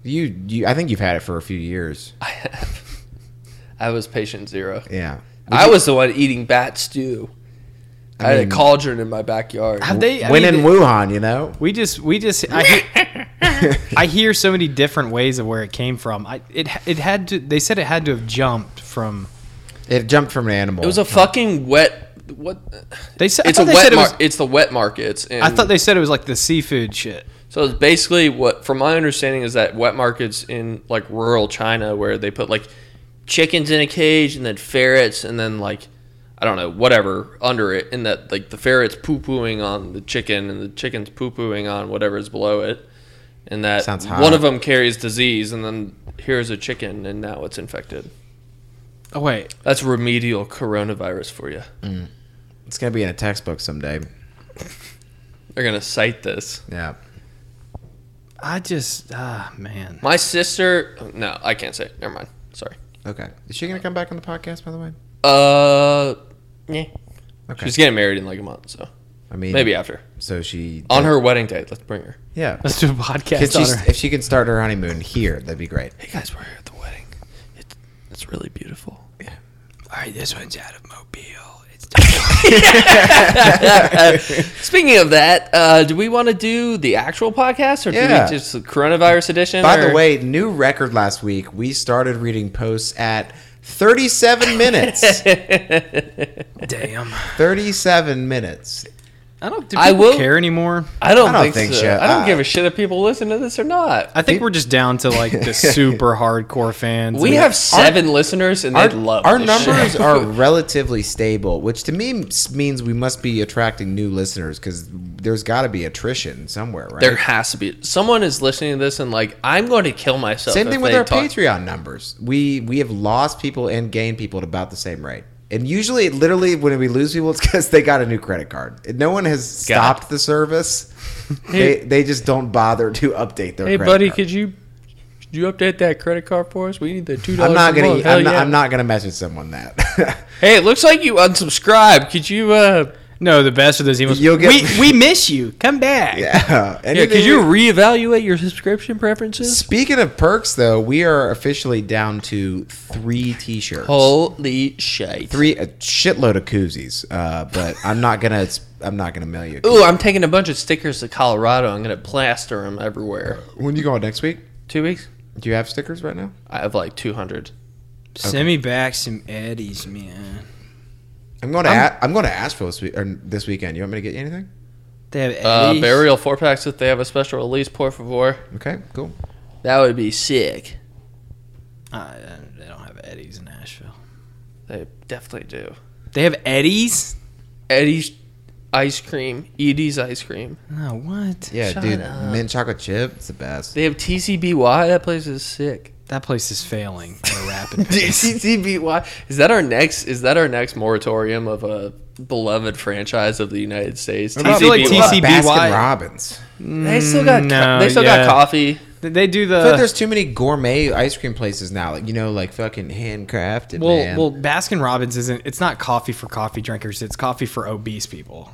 [SPEAKER 1] You, you, I think you've had it for a few years.
[SPEAKER 2] I have. I was patient zero.
[SPEAKER 1] Yeah.
[SPEAKER 2] I was the one eating bat stew. I, had
[SPEAKER 1] mean-
[SPEAKER 2] a cauldron in my backyard.
[SPEAKER 3] Have they? I
[SPEAKER 1] when
[SPEAKER 3] mean,
[SPEAKER 1] in Wuhan, you know.
[SPEAKER 3] we just we just I hear, I hear so many different ways of where it came from. I it it had to. They said it had to have jumped from.
[SPEAKER 1] It jumped from an animal.
[SPEAKER 2] It was a fucking wet. What?
[SPEAKER 3] They said I
[SPEAKER 2] It's a
[SPEAKER 3] thought they
[SPEAKER 2] wet.
[SPEAKER 3] said it
[SPEAKER 2] Mar-
[SPEAKER 3] was-
[SPEAKER 2] it's the wet markets. And
[SPEAKER 3] I thought they said it was like the seafood shit.
[SPEAKER 2] So it's basically what, from my understanding, is that wet markets in like rural China where they put like chickens in a cage and then ferrets and then like I don't know whatever under it, and that like the ferrets poo pooing on the chicken and the chicken's poo pooing on whatever is below it, and that
[SPEAKER 1] Sounds hot.
[SPEAKER 2] one of them carries disease, and then here's a chicken and now it's infected.
[SPEAKER 3] Oh wait,
[SPEAKER 2] That's remedial coronavirus for you.
[SPEAKER 1] It's gonna be in a textbook someday.
[SPEAKER 2] They're gonna cite this.
[SPEAKER 1] Yeah.
[SPEAKER 3] I just ah man.
[SPEAKER 2] My sister. No, I can't say. Never mind. Sorry.
[SPEAKER 1] Okay. Is she gonna come back on the podcast? By the way.
[SPEAKER 2] Uh, yeah.
[SPEAKER 1] Okay.
[SPEAKER 2] She's getting married in like a month, so
[SPEAKER 1] I mean,
[SPEAKER 2] maybe after
[SPEAKER 1] So she
[SPEAKER 2] on her wedding day. Let's bring her.
[SPEAKER 1] Yeah.
[SPEAKER 3] Let's do a
[SPEAKER 1] Can
[SPEAKER 3] podcast
[SPEAKER 1] she,
[SPEAKER 3] on her.
[SPEAKER 1] if she can start her honeymoon here, that'd be great.
[SPEAKER 2] Hey guys, we're here at the wedding. It's it's really beautiful.
[SPEAKER 3] All right, this one's out of Mobile. It's
[SPEAKER 2] Speaking of that, uh, do we want to do the actual podcast or
[SPEAKER 1] Yeah.
[SPEAKER 2] do we just the coronavirus edition?
[SPEAKER 1] By the
[SPEAKER 2] or-
[SPEAKER 1] way, new record last week. We started reading posts at 37 minutes.
[SPEAKER 3] damn.
[SPEAKER 1] 37 minutes.
[SPEAKER 3] I don't. Do people
[SPEAKER 2] I will-
[SPEAKER 3] care anymore.
[SPEAKER 2] I don't,
[SPEAKER 1] I don't
[SPEAKER 2] think,
[SPEAKER 1] think
[SPEAKER 2] so.
[SPEAKER 1] so.
[SPEAKER 2] I don't
[SPEAKER 1] Uh,
[SPEAKER 2] give a shit if people listen to this or not.
[SPEAKER 3] I think we're just down to like the super hardcore fans.
[SPEAKER 2] We
[SPEAKER 3] and-
[SPEAKER 2] have seven listeners and
[SPEAKER 1] Our,
[SPEAKER 2] they love
[SPEAKER 1] our
[SPEAKER 2] this
[SPEAKER 1] numbers
[SPEAKER 2] shit.
[SPEAKER 1] are relatively stable, which to me s- means we must be attracting new listeners because there's got to be attrition somewhere, right?
[SPEAKER 2] There has to be someone is listening to this and like I'm going to kill myself.
[SPEAKER 1] same
[SPEAKER 2] if
[SPEAKER 1] thing with
[SPEAKER 2] they
[SPEAKER 1] our
[SPEAKER 2] talk-
[SPEAKER 1] Patreon numbers. We we have lost people and gained people at about the same rate. And usually, literally, when we lose people, it's because they got a new credit card. No one has
[SPEAKER 2] God.
[SPEAKER 1] stopped the service. they, they just don't bother to update their.
[SPEAKER 2] Hey,
[SPEAKER 1] credit
[SPEAKER 2] buddy,
[SPEAKER 1] card.
[SPEAKER 2] could you could you update that credit card for us? We need the two dollars.
[SPEAKER 1] I'm not gonna. e, I'm,
[SPEAKER 2] Hell
[SPEAKER 1] not,
[SPEAKER 2] yeah.
[SPEAKER 1] I'm not gonna message someone that.
[SPEAKER 2] Hey, it looks like you unsubscribed. Could you? uh
[SPEAKER 3] no. The best of those emails.
[SPEAKER 1] You'll get-
[SPEAKER 3] we, we miss you. Come back.
[SPEAKER 1] yeah.
[SPEAKER 2] Yeah,
[SPEAKER 1] Anything
[SPEAKER 2] could
[SPEAKER 1] we-
[SPEAKER 2] you reevaluate your subscription preferences?
[SPEAKER 1] Speaking of perks, though, we are officially down to three T-shirts,
[SPEAKER 2] Holy shit!
[SPEAKER 1] three a shitload of koozies. Uh, but I'm not gonna. I'm not gonna mail you. a
[SPEAKER 2] Ooh, I'm taking a bunch of stickers to Colorado. I'm gonna plaster them everywhere.
[SPEAKER 1] koozie. When you going next week?
[SPEAKER 2] Two weeks?
[SPEAKER 1] Do you have stickers right now?
[SPEAKER 2] I have like 200.
[SPEAKER 3] Send me back some Eddies, man.
[SPEAKER 1] I'm going to. I'm, a- I'm going to Asheville this, week, or this weekend. You want me to get you anything?
[SPEAKER 3] They have Eddies.
[SPEAKER 2] Uh, burial four packs if they have a special release. Por favor,
[SPEAKER 1] Okay, cool.
[SPEAKER 2] that would be sick.
[SPEAKER 3] Uh, they don't have Eddies in Nashville.
[SPEAKER 2] They definitely do.
[SPEAKER 3] They have Eddies.
[SPEAKER 2] Eddie's ice cream. Edie's ice cream.
[SPEAKER 3] No, what?
[SPEAKER 1] Yeah,
[SPEAKER 2] Shut
[SPEAKER 1] dude,
[SPEAKER 2] up.
[SPEAKER 1] mint chocolate chip. It's the best.
[SPEAKER 2] They have TCBY. That place is sick.
[SPEAKER 3] That place is failing at a rapid pace.
[SPEAKER 2] TCBY. Is that our next? Is that our next moratorium of a beloved franchise of the United States?
[SPEAKER 3] about- I feel like
[SPEAKER 2] TCBY.
[SPEAKER 3] TC
[SPEAKER 1] Baskin
[SPEAKER 3] BY.
[SPEAKER 1] Robbins.
[SPEAKER 2] They still got.
[SPEAKER 3] Mm, No,
[SPEAKER 2] they still
[SPEAKER 3] yeah.
[SPEAKER 2] got coffee.
[SPEAKER 3] they do
[SPEAKER 1] I feel like
[SPEAKER 3] the
[SPEAKER 1] there's too many gourmet ice cream places now. Like you know, like fucking handcrafted.
[SPEAKER 3] well,
[SPEAKER 1] man.
[SPEAKER 3] well. Baskin Robbins isn't. It's not coffee for coffee drinkers. It's coffee for obese people.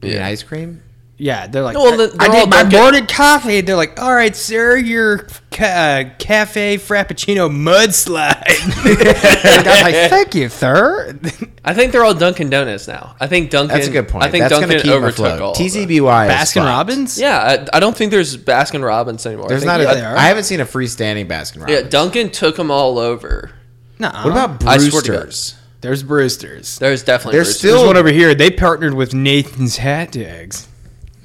[SPEAKER 1] You mean ice cream.
[SPEAKER 3] Yeah, they're like,
[SPEAKER 2] No, well, they're
[SPEAKER 3] I
[SPEAKER 2] all
[SPEAKER 3] did my
[SPEAKER 2] drinking-
[SPEAKER 3] morning coffee. They're like, all right, sir, your ca- uh, cafe frappuccino mudslide. and I'm like, thank you, sir.
[SPEAKER 2] I think they're all Dunkin' Donuts now. I think Dunkin'.
[SPEAKER 1] That's a good point.
[SPEAKER 2] I think
[SPEAKER 1] That's
[SPEAKER 2] Dunkin'
[SPEAKER 1] gonna keep
[SPEAKER 2] overtook all.
[SPEAKER 1] overflow.
[SPEAKER 2] of them.
[SPEAKER 1] TCBY. is
[SPEAKER 3] Baskin
[SPEAKER 1] fucked.
[SPEAKER 3] Robbins.
[SPEAKER 2] Yeah, I, I don't think there's Baskin Robbins anymore. I
[SPEAKER 1] There's
[SPEAKER 2] think-
[SPEAKER 1] not.
[SPEAKER 2] yeah,
[SPEAKER 1] A,
[SPEAKER 3] they are.
[SPEAKER 1] I haven't seen a freestanding Baskin Robbins.
[SPEAKER 2] yeah, Dunkin' took them all over.
[SPEAKER 3] No.
[SPEAKER 1] what about
[SPEAKER 2] I swear to God.
[SPEAKER 1] Brewsters?
[SPEAKER 3] There's Brewsters.
[SPEAKER 2] There's definitely.
[SPEAKER 1] There's
[SPEAKER 2] Brewsters.
[SPEAKER 1] still-
[SPEAKER 3] There's one over here. They partnered with Nathan's Hat Dogs.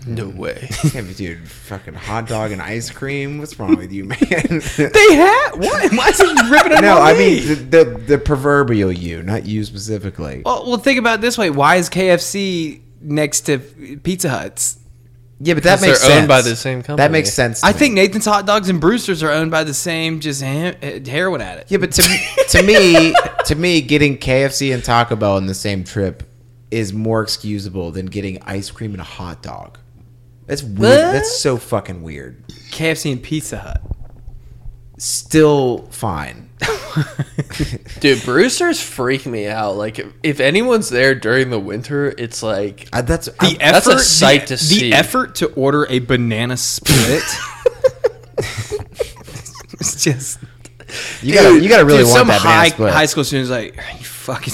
[SPEAKER 2] no way.
[SPEAKER 1] Yeah, but dude, fucking hot dog and ice cream. What's wrong with you, man?
[SPEAKER 3] They had what? Why is he ripping it?
[SPEAKER 1] no, I mean the, the the proverbial you, not you specifically.
[SPEAKER 3] well, well, think about it this way. Why is KFC next to Pizza Huts?
[SPEAKER 1] Yeah, but
[SPEAKER 2] Because
[SPEAKER 1] that makes
[SPEAKER 2] they're
[SPEAKER 1] sense.
[SPEAKER 2] owned by the same
[SPEAKER 1] That
[SPEAKER 2] company.
[SPEAKER 1] makes sense. to
[SPEAKER 3] I
[SPEAKER 1] me.
[SPEAKER 3] think Nathan's Hot Dogs and Brewsters are owned by the same just ha- heroin addict.
[SPEAKER 1] Yeah, but to to me, to me, getting KFC and Taco Bell in the same trip is more excusable than getting ice cream and a hot dog. That's weird.
[SPEAKER 3] What?
[SPEAKER 1] That's so fucking weird.
[SPEAKER 3] KFC and Pizza Hut.
[SPEAKER 1] Still fine.
[SPEAKER 2] Dude, Brewsters freak me out. Like, if, if anyone's there during the winter, it's like
[SPEAKER 1] I, that's
[SPEAKER 3] the
[SPEAKER 1] I,
[SPEAKER 2] That's
[SPEAKER 3] effort
[SPEAKER 2] a sight
[SPEAKER 3] the,
[SPEAKER 2] to see.
[SPEAKER 3] The effort to order a banana split. it's just
[SPEAKER 1] you gotta you gotta really
[SPEAKER 3] Dude,
[SPEAKER 1] want
[SPEAKER 3] some
[SPEAKER 1] that banana
[SPEAKER 3] high,
[SPEAKER 1] split.
[SPEAKER 3] high school students like, are you fucking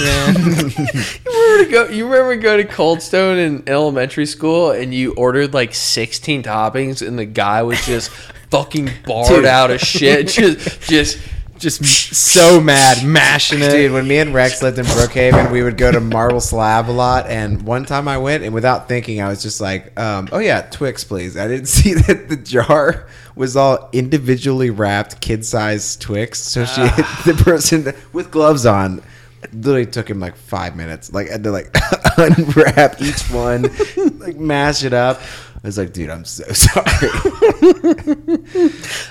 [SPEAKER 3] man?
[SPEAKER 2] you remember to go. You remember to go to Cold Stone in elementary school, and you ordered like sixteen toppings, and the guy was just fucking barred
[SPEAKER 1] Dude.
[SPEAKER 2] out of shit. Just, just,
[SPEAKER 3] just so mad, mashing it.
[SPEAKER 1] Dude, when me and Rex lived in Brookhaven, we would go to Marble Slab a lot. And one time I went, and without thinking, I was just like, um, "Oh yeah, Twix, please." I didn't see that the jar was all individually wrapped, kid-sized Twix. So she, the person with gloves on, literally took him like five minutes. Like I had to like unwrap each one, like mash it up. I was like, dude, I'm so sorry.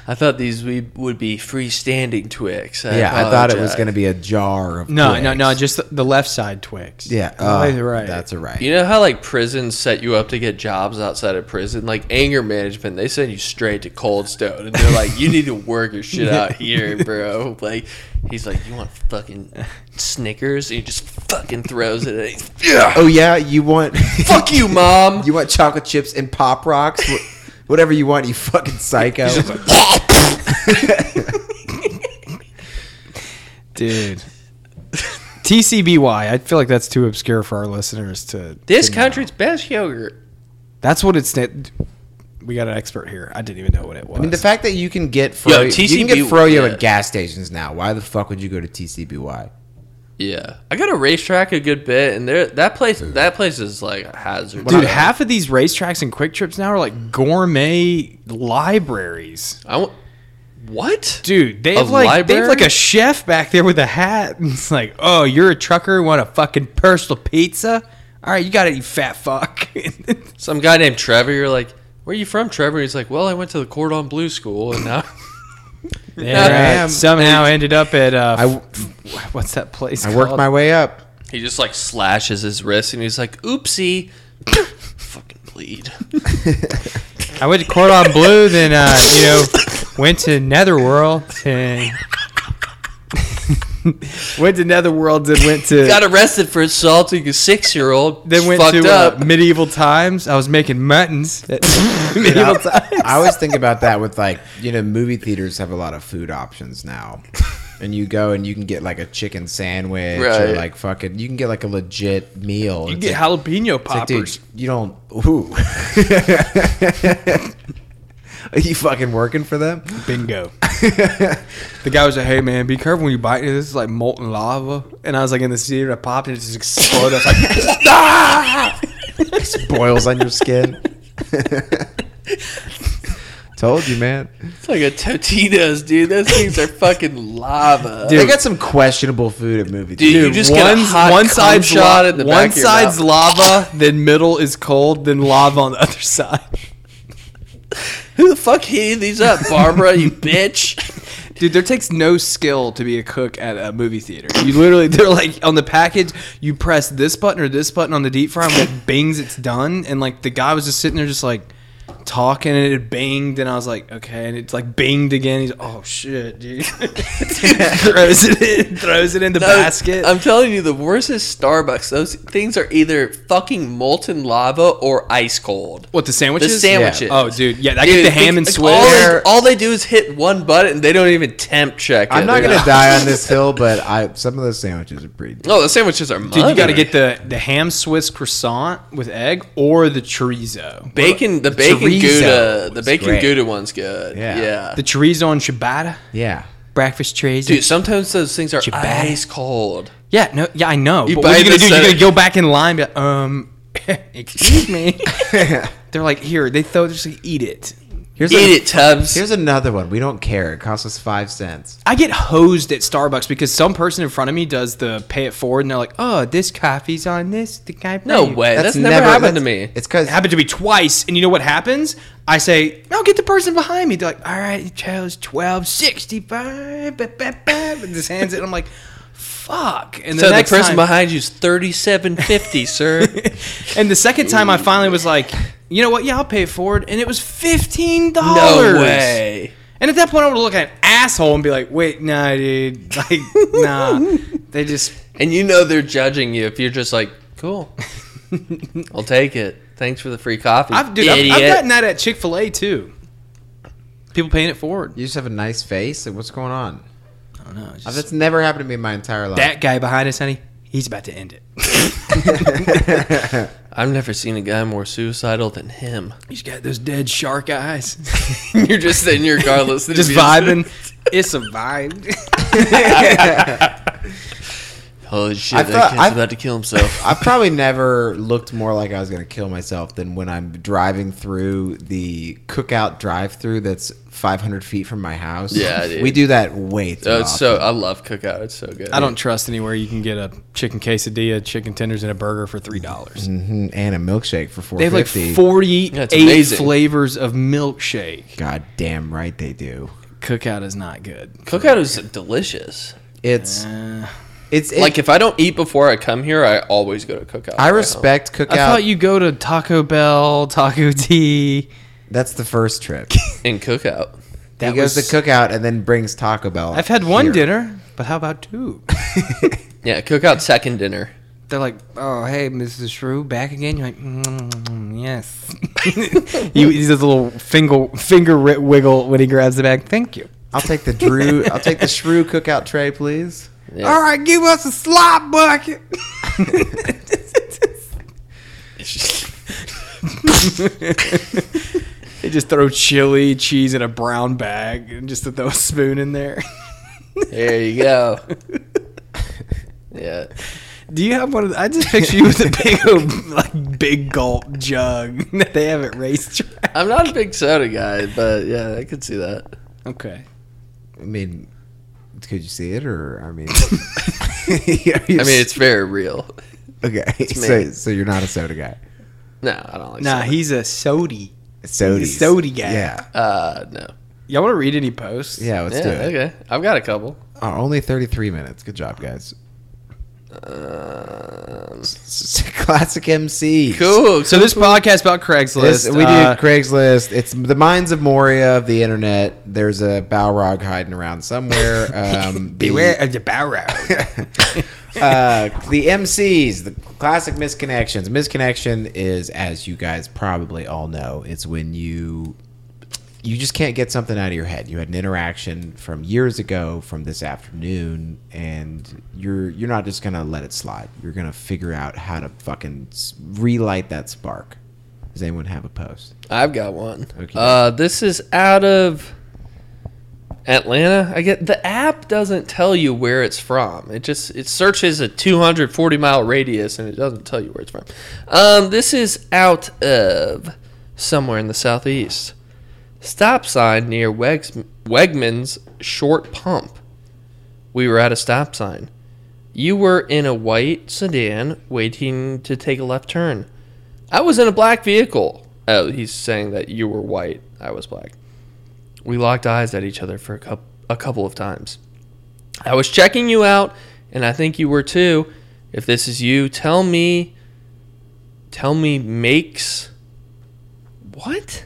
[SPEAKER 2] I thought these we would be freestanding Twix. I
[SPEAKER 1] yeah, I thought it was
[SPEAKER 2] apologize.
[SPEAKER 1] going to be a jar of
[SPEAKER 3] No,
[SPEAKER 1] Twix.
[SPEAKER 3] no, no. Just the, the left side Twix.
[SPEAKER 1] yeah,
[SPEAKER 3] Oh,
[SPEAKER 1] uh,
[SPEAKER 3] right.
[SPEAKER 1] That's a right.
[SPEAKER 2] You know how like prisons set you up to get jobs outside of prison? Like anger management, they send you straight to Cold Stone and they're like, You need to work your shit out here, bro. Like he's like, You want fucking Snickers? And he just fucking throws it at him. Yeah.
[SPEAKER 1] Oh yeah, you want
[SPEAKER 2] Fuck you, mom.
[SPEAKER 1] you want chocolate chips and pop rocks, Wh- whatever you want. You fucking psycho.
[SPEAKER 3] dude. TCBY. I feel like that's too obscure for our listeners to.
[SPEAKER 2] this
[SPEAKER 3] to know.
[SPEAKER 2] country's best yogurt.
[SPEAKER 3] That's what it's. We got an expert here. I didn't even know what it was.
[SPEAKER 1] I mean, the fact that you can get fro- you can get
[SPEAKER 2] TCB
[SPEAKER 1] froyo
[SPEAKER 2] yeah.
[SPEAKER 1] at gas stations now. Why the fuck would you go to TCBY?
[SPEAKER 2] Yeah. I got a racetrack a good bit and there that place that place is like a hazard.
[SPEAKER 3] Dude, half of these racetracks and quick trips now are like gourmet libraries.
[SPEAKER 2] I want what?
[SPEAKER 3] Dude, they
[SPEAKER 2] A
[SPEAKER 3] have like they have
[SPEAKER 2] library?
[SPEAKER 3] like a chef back there with a hat. And it's like, oh, you're a trucker, want a fucking personal pizza? All right, you got to eat fat fuck.
[SPEAKER 2] Some guy named Trevor, you're like, Where are you from, Trevor? He's like, Well, I went to the Cordon Bleu school and now
[SPEAKER 3] Yeah,
[SPEAKER 1] am.
[SPEAKER 3] somehow ended up at uh,
[SPEAKER 1] I w-
[SPEAKER 3] f- what's that place?
[SPEAKER 1] I worked
[SPEAKER 3] called?
[SPEAKER 1] my way up.
[SPEAKER 2] He just like slashes his wrist and he's like, oopsie. Fucking bleed.
[SPEAKER 3] I went to Cordon Bleu, then uh, you know, went to Netherworld and went to Netherworld, then went to
[SPEAKER 2] Got arrested for assaulting a six year old.
[SPEAKER 3] Then went
[SPEAKER 2] fucked
[SPEAKER 3] to uh,
[SPEAKER 2] up.
[SPEAKER 3] medieval times. I was making muttons. At medieval times.
[SPEAKER 1] I always think about that with like you know movie theaters have a lot of food options now, and you go and you can get like a chicken sandwich or
[SPEAKER 2] Right.
[SPEAKER 1] like fucking you can get like a legit meal.
[SPEAKER 3] You
[SPEAKER 1] It's
[SPEAKER 3] get
[SPEAKER 1] like,
[SPEAKER 3] jalapeno
[SPEAKER 1] it's like,
[SPEAKER 3] poppers.
[SPEAKER 1] dude, you don't. Ooh. Are you fucking working for them?
[SPEAKER 3] Bingo. the guy was like, "Hey man, be careful when you bite into this. It's like molten lava." And I was like in the theater, I popped and it just exploded. I was like,
[SPEAKER 1] Boils on your skin. Told you, man.
[SPEAKER 2] It's like a Totino's, dude. Those things are fucking lava.
[SPEAKER 1] Dude, they got some questionable food at movie
[SPEAKER 2] Dude,
[SPEAKER 1] theaters.
[SPEAKER 2] you just get a hot
[SPEAKER 3] one
[SPEAKER 2] cum
[SPEAKER 3] side's
[SPEAKER 2] shot
[SPEAKER 3] la-
[SPEAKER 2] in the
[SPEAKER 3] one
[SPEAKER 2] back of your
[SPEAKER 3] side's
[SPEAKER 2] mouth.
[SPEAKER 3] lava, then middle is cold, then lava on the other side.
[SPEAKER 2] Who the fuck heated these up, Barbara, you bitch?
[SPEAKER 3] Dude, there takes no skill to be a cook at a movie theater. You literally, they're like on the package, you press this button or this button on the deep fryer, and it bings, it's done. And like the guy was just sitting there, just like talking, and it banged. And I was like, okay, and it's like binged again. He's, oh shit, dude. throws it in, throws it in the
[SPEAKER 2] No,
[SPEAKER 3] basket.
[SPEAKER 2] I'm telling you, the worst is Starbucks. Those things are either fucking molten lava or ice cold.
[SPEAKER 3] what the sandwiches?
[SPEAKER 2] The sandwiches.
[SPEAKER 3] Oh, dude, yeah, I
[SPEAKER 2] Dude,
[SPEAKER 3] get the ham and
[SPEAKER 2] like, All they,
[SPEAKER 3] Swiss.
[SPEAKER 2] all they do is hit one button and they don't even temp check.
[SPEAKER 1] I'm
[SPEAKER 2] it.
[SPEAKER 1] not
[SPEAKER 2] They're
[SPEAKER 1] gonna die on this hill, but I some of those sandwiches are pretty.
[SPEAKER 2] No, Oh, the sandwiches are.
[SPEAKER 3] Dude, you got to
[SPEAKER 2] mother.
[SPEAKER 3] get the the ham Swiss croissant with egg or the chorizo.
[SPEAKER 2] bacon. The bacon
[SPEAKER 1] chorizo
[SPEAKER 2] gouda. The
[SPEAKER 1] is
[SPEAKER 2] bacon
[SPEAKER 1] great.
[SPEAKER 2] gouda one's good.
[SPEAKER 1] Yeah.
[SPEAKER 2] Yeah.
[SPEAKER 3] The chorizo and ciabatta.
[SPEAKER 1] Yeah.
[SPEAKER 3] breakfast trays.
[SPEAKER 2] Dude, sometimes those things are
[SPEAKER 3] Ciabatta.
[SPEAKER 2] ice cold.
[SPEAKER 3] yeah, no, yeah, I know.
[SPEAKER 2] You
[SPEAKER 3] but what are
[SPEAKER 2] buy
[SPEAKER 3] you gonna
[SPEAKER 2] the
[SPEAKER 3] do? You're
[SPEAKER 2] set-
[SPEAKER 3] gonna go back in line. and be like, um, excuse me. They're like, here. They throw. Just like, eat it.
[SPEAKER 1] Here's
[SPEAKER 2] Eat
[SPEAKER 1] a-
[SPEAKER 2] it, Tubbs.
[SPEAKER 1] Here's another one. We don't care. It costs us five cents.
[SPEAKER 3] I get hosed at Starbucks because some person in front of me does the pay it forward, and they're like, oh, this coffee's on this. The guy.
[SPEAKER 2] no
[SPEAKER 3] paid."
[SPEAKER 2] way. That's, never, happened to me.
[SPEAKER 1] that's- It's because
[SPEAKER 3] It happened to me twice, and you know what happens? I say, no, get the person behind me. They're like, all right, you chose twelve sixty five, and just hands it. I'm like, fuck. And
[SPEAKER 2] So the,
[SPEAKER 3] next
[SPEAKER 2] person
[SPEAKER 3] time-
[SPEAKER 2] behind you's thirty-seven fifty, sir.
[SPEAKER 3] and the second time I finally was like, you know what? Yeah, I'll pay it forward. And it was $15.
[SPEAKER 2] No way.
[SPEAKER 3] And at that point, I would look at an asshole and be like, wait, nah, dude. Like, nah. They just,
[SPEAKER 2] And you know they're judging you if you're just like, cool, I'll take it. Thanks for the free coffee,
[SPEAKER 3] I've, dude, I've,
[SPEAKER 2] idiot.
[SPEAKER 3] I've gotten that at Chick fil A too. People paying it forward.
[SPEAKER 1] you just have a nice face. Like, What's going on?
[SPEAKER 3] I don't know. it's
[SPEAKER 1] Uh,
[SPEAKER 3] just-
[SPEAKER 1] That's never happened to me in my entire life.
[SPEAKER 3] that guy behind us, honey, he's about to end it.
[SPEAKER 2] I've never seen a guy more suicidal than him.
[SPEAKER 3] He's got those dead shark eyes.
[SPEAKER 2] You're just in your car listening.
[SPEAKER 3] just
[SPEAKER 2] to music.
[SPEAKER 3] vibing. it's a vibe.
[SPEAKER 2] oh shit,
[SPEAKER 1] I
[SPEAKER 2] that
[SPEAKER 1] thought-
[SPEAKER 2] kid's
[SPEAKER 1] I-
[SPEAKER 2] about to kill himself.
[SPEAKER 1] I've probably never looked more like I was going to kill myself than when I'm driving through the cookout drive-through that's 500 feet from my house.
[SPEAKER 2] Yeah, dude.
[SPEAKER 1] we do that way too
[SPEAKER 2] oh, it's so
[SPEAKER 1] often.
[SPEAKER 2] I love cookout. It's so good.
[SPEAKER 3] I don't trust anywhere you can get a chicken quesadilla, chicken tenders, and a burger for three dollars.
[SPEAKER 1] Mhm, and a milkshake for
[SPEAKER 3] They have like
[SPEAKER 1] 450.
[SPEAKER 3] forty-eight
[SPEAKER 2] That's amazing.
[SPEAKER 3] flavors of milkshake.
[SPEAKER 1] God damn right they do.
[SPEAKER 3] Cookout is not good.
[SPEAKER 2] Cookout is delicious.
[SPEAKER 1] It's
[SPEAKER 3] Uh,
[SPEAKER 1] it's it-
[SPEAKER 2] like if I don't eat before I come here, I always go to cookout.
[SPEAKER 1] I
[SPEAKER 2] right
[SPEAKER 1] respect cookout.
[SPEAKER 3] I thought you go to Taco Bell, Taco T.
[SPEAKER 1] that's the first trip.
[SPEAKER 2] now. in cookout.
[SPEAKER 1] he goes to cookout and then brings Taco Bell.
[SPEAKER 3] I've had one
[SPEAKER 1] here.
[SPEAKER 3] dinner, but how about two?
[SPEAKER 2] Yeah, cookout second dinner.
[SPEAKER 3] They're like, "Oh, hey, Mrs. Shrew, back again." You're like, mm, "Yes." he, he does a little finger finger ri- wiggle when he grabs the bag. Thank you.
[SPEAKER 1] I'll take the Drew. I'll take the Shrew cookout tray, please.
[SPEAKER 2] Yeah.
[SPEAKER 3] All right, give us a slop bucket. they just throw chili, cheese in a brown bag, and just to throw a spoon in there.
[SPEAKER 2] There you go. Yeah.
[SPEAKER 3] Do you have one of? The, I just picture you with a big, old, like big gulp jug that they have at racetrack.
[SPEAKER 2] I'm not a big soda guy, but yeah, I could see that.
[SPEAKER 3] Okay.
[SPEAKER 1] I mean, could you see it or I mean?
[SPEAKER 2] I mean, it's very real.
[SPEAKER 1] okay. So,
[SPEAKER 2] me.
[SPEAKER 1] so you're not a soda guy.
[SPEAKER 2] No, I don't like
[SPEAKER 3] Nah,
[SPEAKER 2] soda.
[SPEAKER 3] he's a sody.
[SPEAKER 1] Soda.
[SPEAKER 3] He's a sody guy.
[SPEAKER 1] Yeah.
[SPEAKER 2] Uh, no.
[SPEAKER 3] Y'all want to read any posts?
[SPEAKER 1] Yeah. Let's
[SPEAKER 2] yeah,
[SPEAKER 1] do it.
[SPEAKER 2] okay. I've got a couple.
[SPEAKER 1] Oh, only 33 minutes. Good job, guys.
[SPEAKER 2] Um,
[SPEAKER 1] S- s- Classic MC.
[SPEAKER 2] cool.
[SPEAKER 3] So this podcast about Craigslist.
[SPEAKER 1] This, we
[SPEAKER 3] uh,
[SPEAKER 1] do Craigslist. It's the minds of Moria of the internet. There's a Balrog hiding around somewhere. Um, the-
[SPEAKER 3] of the bow row.
[SPEAKER 1] uh, the MCs, the classic misconnections. Misconnection is, as you guys probably all know, it's when you you just can't get something out of your head. You had an interaction from years ago, from this afternoon, and you're you're not just gonna let it slide. You're gonna figure out how to fucking s- relight that spark. Does anyone have a post?
[SPEAKER 2] I've got one.
[SPEAKER 1] Okay.
[SPEAKER 2] Uh, this is out of Atlanta. I get the app doesn't tell you where it's from. It just it searches a 240 mile radius and it doesn't tell you where it's from. Um, this is out of somewhere in the southeast. Stop sign near Wegs- Wegmans short pump. We were at a stop sign. You were in a white sedan waiting to take a left turn. I was in a black vehicle. Oh, he's saying that you were white. I was black. We locked eyes at each other for a, coup a couple of times. I was checking you out, and I think you were too. If this is you, tell me. Tell me makes. What?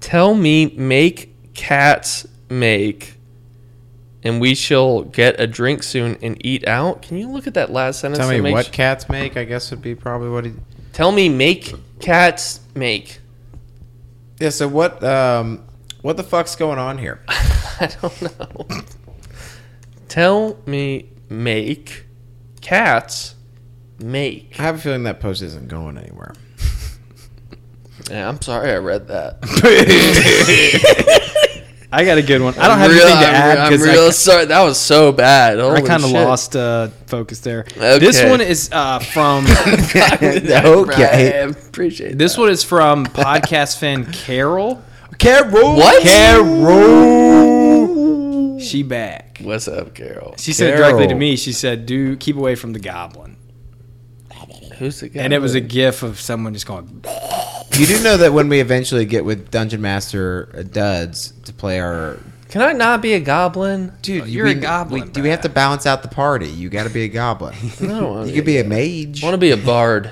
[SPEAKER 2] Tell me make cats make. And we shall get a drink soon and eat out. Can you look at that last sentence?
[SPEAKER 1] Tell
[SPEAKER 2] and
[SPEAKER 1] me
[SPEAKER 2] make
[SPEAKER 1] what
[SPEAKER 2] su-
[SPEAKER 1] cats make. I guess would be probably what. He,
[SPEAKER 2] Tell me make cats make.
[SPEAKER 1] yeah. So what? Um, what the fuck's going on here?
[SPEAKER 2] I don't know. Tell me make cats make.
[SPEAKER 1] I have a feeling that post isn't going anywhere.
[SPEAKER 2] Yeah, I'm sorry I read that.
[SPEAKER 3] I got a good one. I don't have
[SPEAKER 2] I'm
[SPEAKER 3] anything to
[SPEAKER 2] I'm
[SPEAKER 3] add
[SPEAKER 2] I'm
[SPEAKER 3] because
[SPEAKER 2] real sorry. That was so bad.
[SPEAKER 3] I,
[SPEAKER 2] Holy
[SPEAKER 3] kind of
[SPEAKER 2] shit.
[SPEAKER 3] lost uh, focus there. This
[SPEAKER 2] Okay.
[SPEAKER 3] one is uh, from
[SPEAKER 2] okay. I
[SPEAKER 1] Okay.
[SPEAKER 2] appreciate
[SPEAKER 3] this one is from podcast fan Carol.
[SPEAKER 1] Carol.
[SPEAKER 2] What?
[SPEAKER 1] Carol.
[SPEAKER 3] She back.
[SPEAKER 2] that. What's up, Carol?
[SPEAKER 3] She said
[SPEAKER 1] Carol.
[SPEAKER 3] directly to me. She said, "Do keep away from the goblin."
[SPEAKER 2] Who's the guy?
[SPEAKER 3] And it was a gif of someone just going.
[SPEAKER 1] You do know that when we eventually get with Dungeon Master uh, Duds to play our
[SPEAKER 2] Can I not be a goblin?
[SPEAKER 1] dude,
[SPEAKER 3] you're a goblin,
[SPEAKER 1] do we have to balance out the party? You got to be a goblin.
[SPEAKER 2] No,
[SPEAKER 1] you could be a mage.
[SPEAKER 2] Want to be a bard?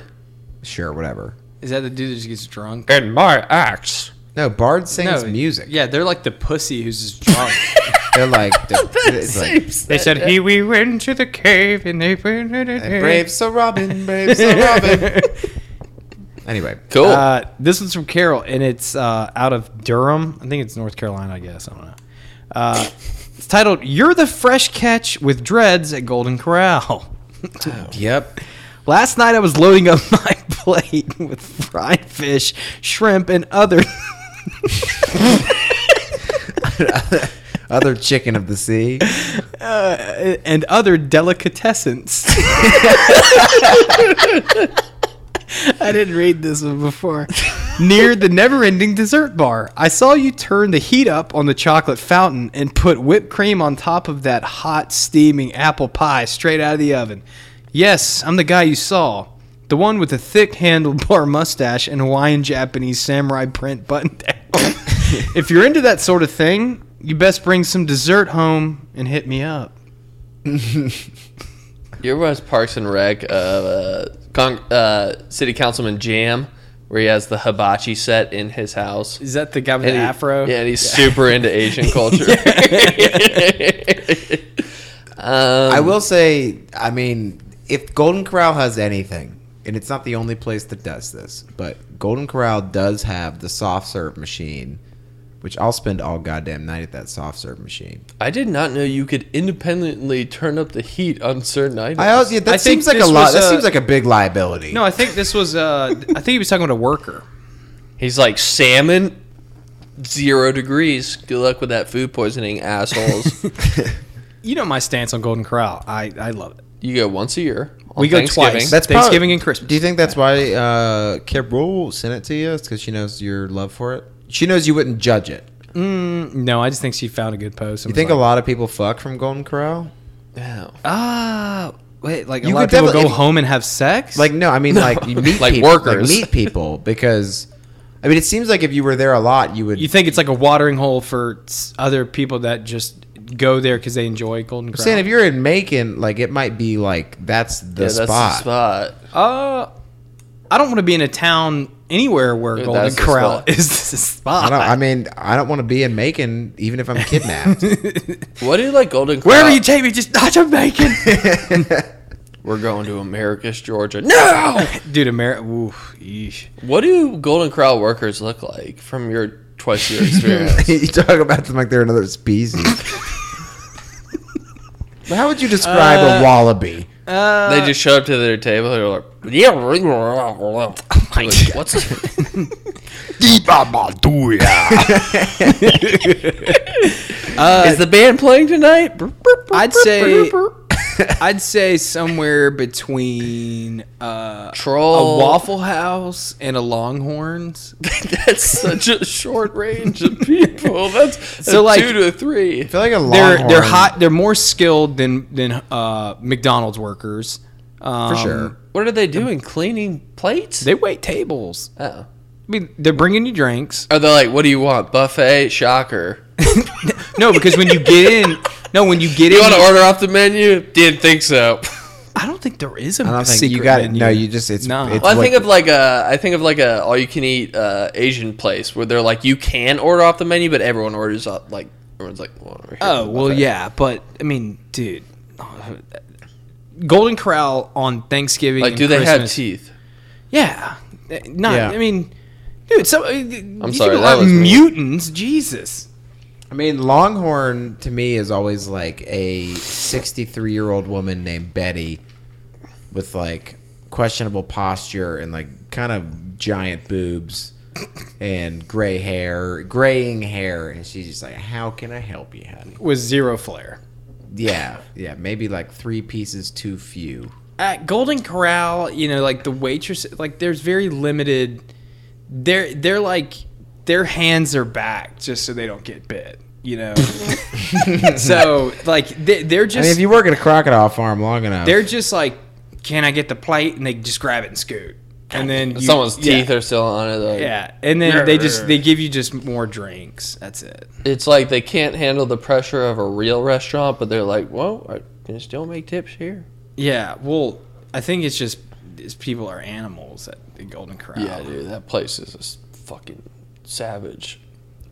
[SPEAKER 1] Sure, whatever.
[SPEAKER 3] Is that the dude that just gets drunk?
[SPEAKER 2] And my axe.
[SPEAKER 1] No, Bard sings music.
[SPEAKER 3] Yeah, they're like the pussy who's just drunk.
[SPEAKER 1] They're like, it's like,
[SPEAKER 3] they said, "He we went to the cave and they went to the
[SPEAKER 1] brave Sir Robin, brave Sir Robin. anyway,
[SPEAKER 2] Cool.
[SPEAKER 3] Uh, this one's from Carol, and it's uh, out of Durham. I think it's North Carolina, I guess. I don't know. Uh, it's titled You're the Fresh Catch with Dreads at Golden Corral.
[SPEAKER 1] yep.
[SPEAKER 3] Last night I was loading up my plate with fried fish, shrimp, and other.
[SPEAKER 1] Other chicken of the sea.
[SPEAKER 3] Uh, and other delicatessens. I didn't read this one before. Near the never ending dessert bar, I saw you turn the heat up on the chocolate fountain and put whipped cream on top of that hot, steaming apple pie straight out of the oven. Yes, I'm the guy you saw. The one with the thick handlebar mustache and Hawaiian Japanese samurai print button down. if you're into that sort of thing, you best bring some dessert home and hit me up.
[SPEAKER 2] You ever watch Parks and Rec? Uh, uh, Cong- uh, City Councilman Jam, where he has the hibachi set in his house.
[SPEAKER 3] Is that the guy with
[SPEAKER 2] And
[SPEAKER 3] the
[SPEAKER 2] he-
[SPEAKER 3] afro?
[SPEAKER 2] Yeah, and he's super into Asian culture. Um,
[SPEAKER 1] I will say, I mean, if Golden Corral has anything, and it's not the only place that does this, but Golden Corral does have the soft serve machine, which I'll spend all goddamn night at that soft serve machine.
[SPEAKER 2] I did not know you could independently turn up the heat on certain items.
[SPEAKER 1] I also, yeah, that
[SPEAKER 3] I think
[SPEAKER 1] seems like a
[SPEAKER 3] this
[SPEAKER 1] lot.
[SPEAKER 3] was
[SPEAKER 1] That
[SPEAKER 3] a-
[SPEAKER 1] seems like a big liability.
[SPEAKER 3] No, I think this was. Uh, I think he was talking about a worker.
[SPEAKER 2] He's like salmon, zero degrees. Good luck with that food poisoning, assholes.
[SPEAKER 3] You know my stance on Golden Corral. I, I love it.
[SPEAKER 2] you go once a year. On
[SPEAKER 3] We go
[SPEAKER 2] Thanksgiving.
[SPEAKER 3] twice.
[SPEAKER 1] That's
[SPEAKER 3] Thanksgiving
[SPEAKER 1] probably-
[SPEAKER 3] and Christmas.
[SPEAKER 1] Do you think that's why uh, Kim Rule sent it to you? It's because she knows your love for it. She knows you wouldn't judge it.
[SPEAKER 3] No, I just think she found a good post.
[SPEAKER 1] You think a lot of people fuck from Golden Corral?
[SPEAKER 2] Wow.
[SPEAKER 3] Ah, wait, like a
[SPEAKER 1] You
[SPEAKER 3] lot of
[SPEAKER 1] could
[SPEAKER 3] people
[SPEAKER 1] definitely-
[SPEAKER 3] go
[SPEAKER 1] if you-
[SPEAKER 3] home and have sex.
[SPEAKER 1] Like no, I mean like you meet
[SPEAKER 2] Like
[SPEAKER 1] people,
[SPEAKER 2] workers.
[SPEAKER 1] like meet people because I mean it seems like if you were there a lot, you would.
[SPEAKER 3] you think it's like a watering hole for s- other people that just go there because they enjoy Golden
[SPEAKER 1] I'm
[SPEAKER 3] Corral.
[SPEAKER 1] saying if you're in Macon, like it might be like that's the
[SPEAKER 2] Yeah, that's
[SPEAKER 1] spot.
[SPEAKER 2] the spot.
[SPEAKER 3] uh, I don't want to be in a town anywhere where
[SPEAKER 2] Yeah,
[SPEAKER 3] Golden
[SPEAKER 2] that's the
[SPEAKER 3] Corral
[SPEAKER 2] spot.
[SPEAKER 3] is the spot.
[SPEAKER 1] I don't. I mean, I don't want to be in Macon even if I'm kidnapped.
[SPEAKER 2] What do you like Golden Corral?
[SPEAKER 3] Wherever you take me, just not Jamaican.
[SPEAKER 2] We're going to Americus, Georgia. No!
[SPEAKER 3] Oh, Dude, America. Oof, yeesh.
[SPEAKER 2] what do Golden Corral workers look like from your twice year experience?
[SPEAKER 1] you talk about them like they're another species. But how would you describe a wallaby?
[SPEAKER 2] they just show up to their table and they're like, yeah, like, what's it? Uh, Is the band playing tonight?
[SPEAKER 3] I'd say I'd say somewhere between uh,
[SPEAKER 2] Troll.
[SPEAKER 1] Oh.
[SPEAKER 3] a Waffle House and a Longhorns.
[SPEAKER 2] That's such a short range of people. That's a
[SPEAKER 3] So, like-
[SPEAKER 2] two to a three.
[SPEAKER 1] I feel like a
[SPEAKER 3] They're
[SPEAKER 1] longhorn.
[SPEAKER 3] they're hot. They're more skilled than than uh, McDonald's workers. Um,
[SPEAKER 1] for sure.
[SPEAKER 2] What are they doing? Cleaning plates?
[SPEAKER 3] They wait tables.
[SPEAKER 2] oh.
[SPEAKER 3] I mean, they're bringing you drinks.
[SPEAKER 2] Are they like, what do you want? Buffet? Shocker.
[SPEAKER 3] No, because when you get in, no, when you get
[SPEAKER 2] You
[SPEAKER 3] in,
[SPEAKER 2] want to order off the menu? Didn't think so.
[SPEAKER 3] I don't think there is a
[SPEAKER 1] I don't think
[SPEAKER 3] secret
[SPEAKER 1] you got it.
[SPEAKER 3] menu.
[SPEAKER 1] No, you just it's.
[SPEAKER 3] No.
[SPEAKER 1] it's
[SPEAKER 2] Well, I
[SPEAKER 1] what-
[SPEAKER 2] think of like a, I think of like a all you can eat uh, Asian place where they're like you can order off the menu, but everyone orders off like everyone's like. Well, we're here for
[SPEAKER 3] Oh
[SPEAKER 2] the
[SPEAKER 3] well,
[SPEAKER 2] buffet."
[SPEAKER 3] yeah, but I mean, dude, Golden Corral on Thanksgiving.
[SPEAKER 2] Like,
[SPEAKER 3] and
[SPEAKER 2] do they have
[SPEAKER 3] Christmas-
[SPEAKER 2] teeth?
[SPEAKER 3] Yeah, Uh, not.
[SPEAKER 1] Yeah.
[SPEAKER 3] I mean, dude, so eh, I'm
[SPEAKER 2] sorry, that
[SPEAKER 3] about
[SPEAKER 2] was me.
[SPEAKER 3] mutants. Jesus,
[SPEAKER 1] I mean, Longhorn to me is always like a 63 year old woman named Betty with like questionable posture and like kind of giant boobs and gray hair, graying hair. And she's just like, How can I help you, honey?
[SPEAKER 3] with zero flair.
[SPEAKER 1] Yeah, yeah, maybe like three pieces too few.
[SPEAKER 3] At Golden Corral, you know, like the waitress, like there's very limited. They're they're like their hands are back just so they don't get bit. You know, so like they, they're
[SPEAKER 1] I
[SPEAKER 3] just
[SPEAKER 1] mean, if you work at a crocodile farm long enough,
[SPEAKER 3] They're just like, can I get the plate? And they just grab it and scoot. And then you-
[SPEAKER 2] Someone's
[SPEAKER 3] yeah,
[SPEAKER 2] teeth are still on it. Like,
[SPEAKER 3] yeah, and then they just they give you just more drinks. That's it.
[SPEAKER 2] It's like they can't handle the pressure of a real restaurant, but they're like, well, I can still make tips here.
[SPEAKER 3] Yeah. Well, I think it's just is people are animals at the Golden Corral.
[SPEAKER 2] Yeah, dude, that place is just fucking savage.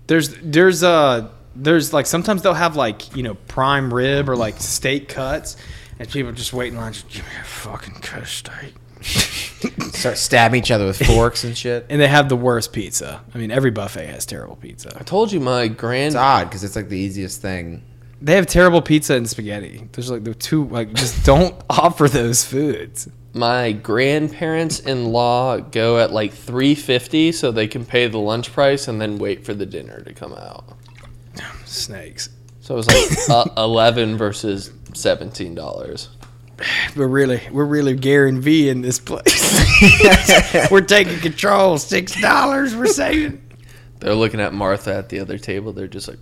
[SPEAKER 3] There's there's uh there's like sometimes they'll have like you know prime rib or like steak cuts, and people are just waiting line. Just give me a fucking cut steak.
[SPEAKER 1] start stabbing each other with forks and shit.
[SPEAKER 3] And they have the worst pizza. I mean, every buffet has terrible pizza.
[SPEAKER 2] I told you my grand.
[SPEAKER 1] It's odd because it's like the easiest thing.
[SPEAKER 3] They have terrible pizza and spaghetti. There's like the two like just don't offer those foods.
[SPEAKER 2] my grandparents in law go at like 350 so they can pay the lunch price and then wait for the dinner to come out
[SPEAKER 3] Snakes.
[SPEAKER 2] So it was like uh, eleven versus seventeen dollars.
[SPEAKER 3] We're really, we're really Gary V in this place. we're taking control. Six dollars we're saving.
[SPEAKER 2] They're looking at Martha at the other table. They're just like,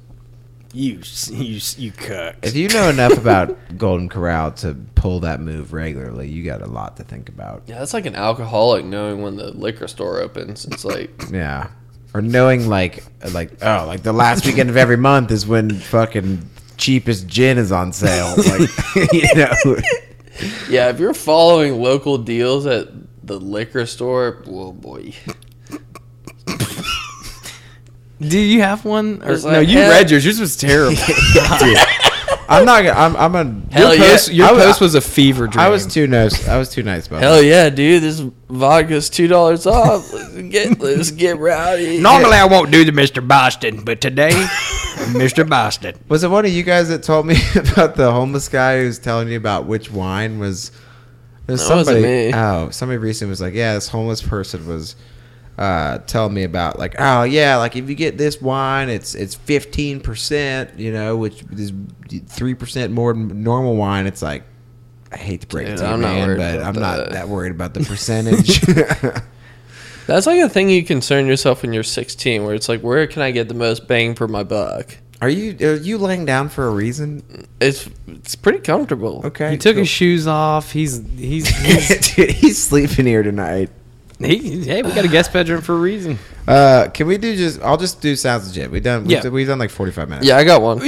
[SPEAKER 3] You, you, you cucks.
[SPEAKER 1] If you know enough about Golden Corral to pull that move regularly, you got a lot to think about.
[SPEAKER 2] yeah, that's like an alcoholic knowing when the liquor store opens. It's like,
[SPEAKER 1] Yeah. Or knowing like like oh like the last weekend of every month is when fucking cheapest gin is on sale. Like you know.
[SPEAKER 2] yeah, if you're following local deals at the liquor store, oh boy.
[SPEAKER 3] Do you have one? Or,
[SPEAKER 2] It's
[SPEAKER 3] no,
[SPEAKER 2] like,
[SPEAKER 3] you
[SPEAKER 2] hell-
[SPEAKER 3] read yours. Yours was terrible.
[SPEAKER 1] Dude, I'm not gonna I'm I'm a
[SPEAKER 2] Hell
[SPEAKER 3] your
[SPEAKER 2] yeah.
[SPEAKER 3] post, your
[SPEAKER 1] I was-
[SPEAKER 3] post was a fever dream.
[SPEAKER 1] I was too nice I was too nice about
[SPEAKER 2] Hell yeah, dude! This vodka's two dollars off. Let's get let's get rowdy.
[SPEAKER 3] Normally, I won't do the Mr. Boston, but today, Mr. Boston.
[SPEAKER 1] that. Was it one of you guys that told me about the homeless guy who's telling you about which wine was there's
[SPEAKER 2] That wasn't
[SPEAKER 1] somebody
[SPEAKER 2] me.
[SPEAKER 1] oh somebody recently was like yeah this homeless person was uh telling me about like oh yeah like if you get this wine it's it's 15% you know which is 3% more than normal wine it's like I hate to break it
[SPEAKER 2] Dude,
[SPEAKER 1] to you,
[SPEAKER 2] I'm not
[SPEAKER 1] man,
[SPEAKER 2] worried
[SPEAKER 1] but
[SPEAKER 2] about
[SPEAKER 1] I'm not
[SPEAKER 2] that.
[SPEAKER 1] that worried about the percentage.
[SPEAKER 2] That's like a thing you concern yourself when you're 16, where it's like, where can I get the most bang for my buck?
[SPEAKER 1] are you are you laying down for a reason?
[SPEAKER 2] It's it's pretty comfortable.
[SPEAKER 1] Okay,
[SPEAKER 3] He took
[SPEAKER 1] cool.
[SPEAKER 3] his shoes off. He's he's, he's
[SPEAKER 1] Dude, he's sleeping here tonight.
[SPEAKER 3] he, hey, we got a guest bedroom for a reason.
[SPEAKER 1] Uh, can we do just? I'll just do sounds legit. We done.
[SPEAKER 3] Yeah.
[SPEAKER 1] We've, we've done like forty five minutes.
[SPEAKER 2] Yeah, I got one.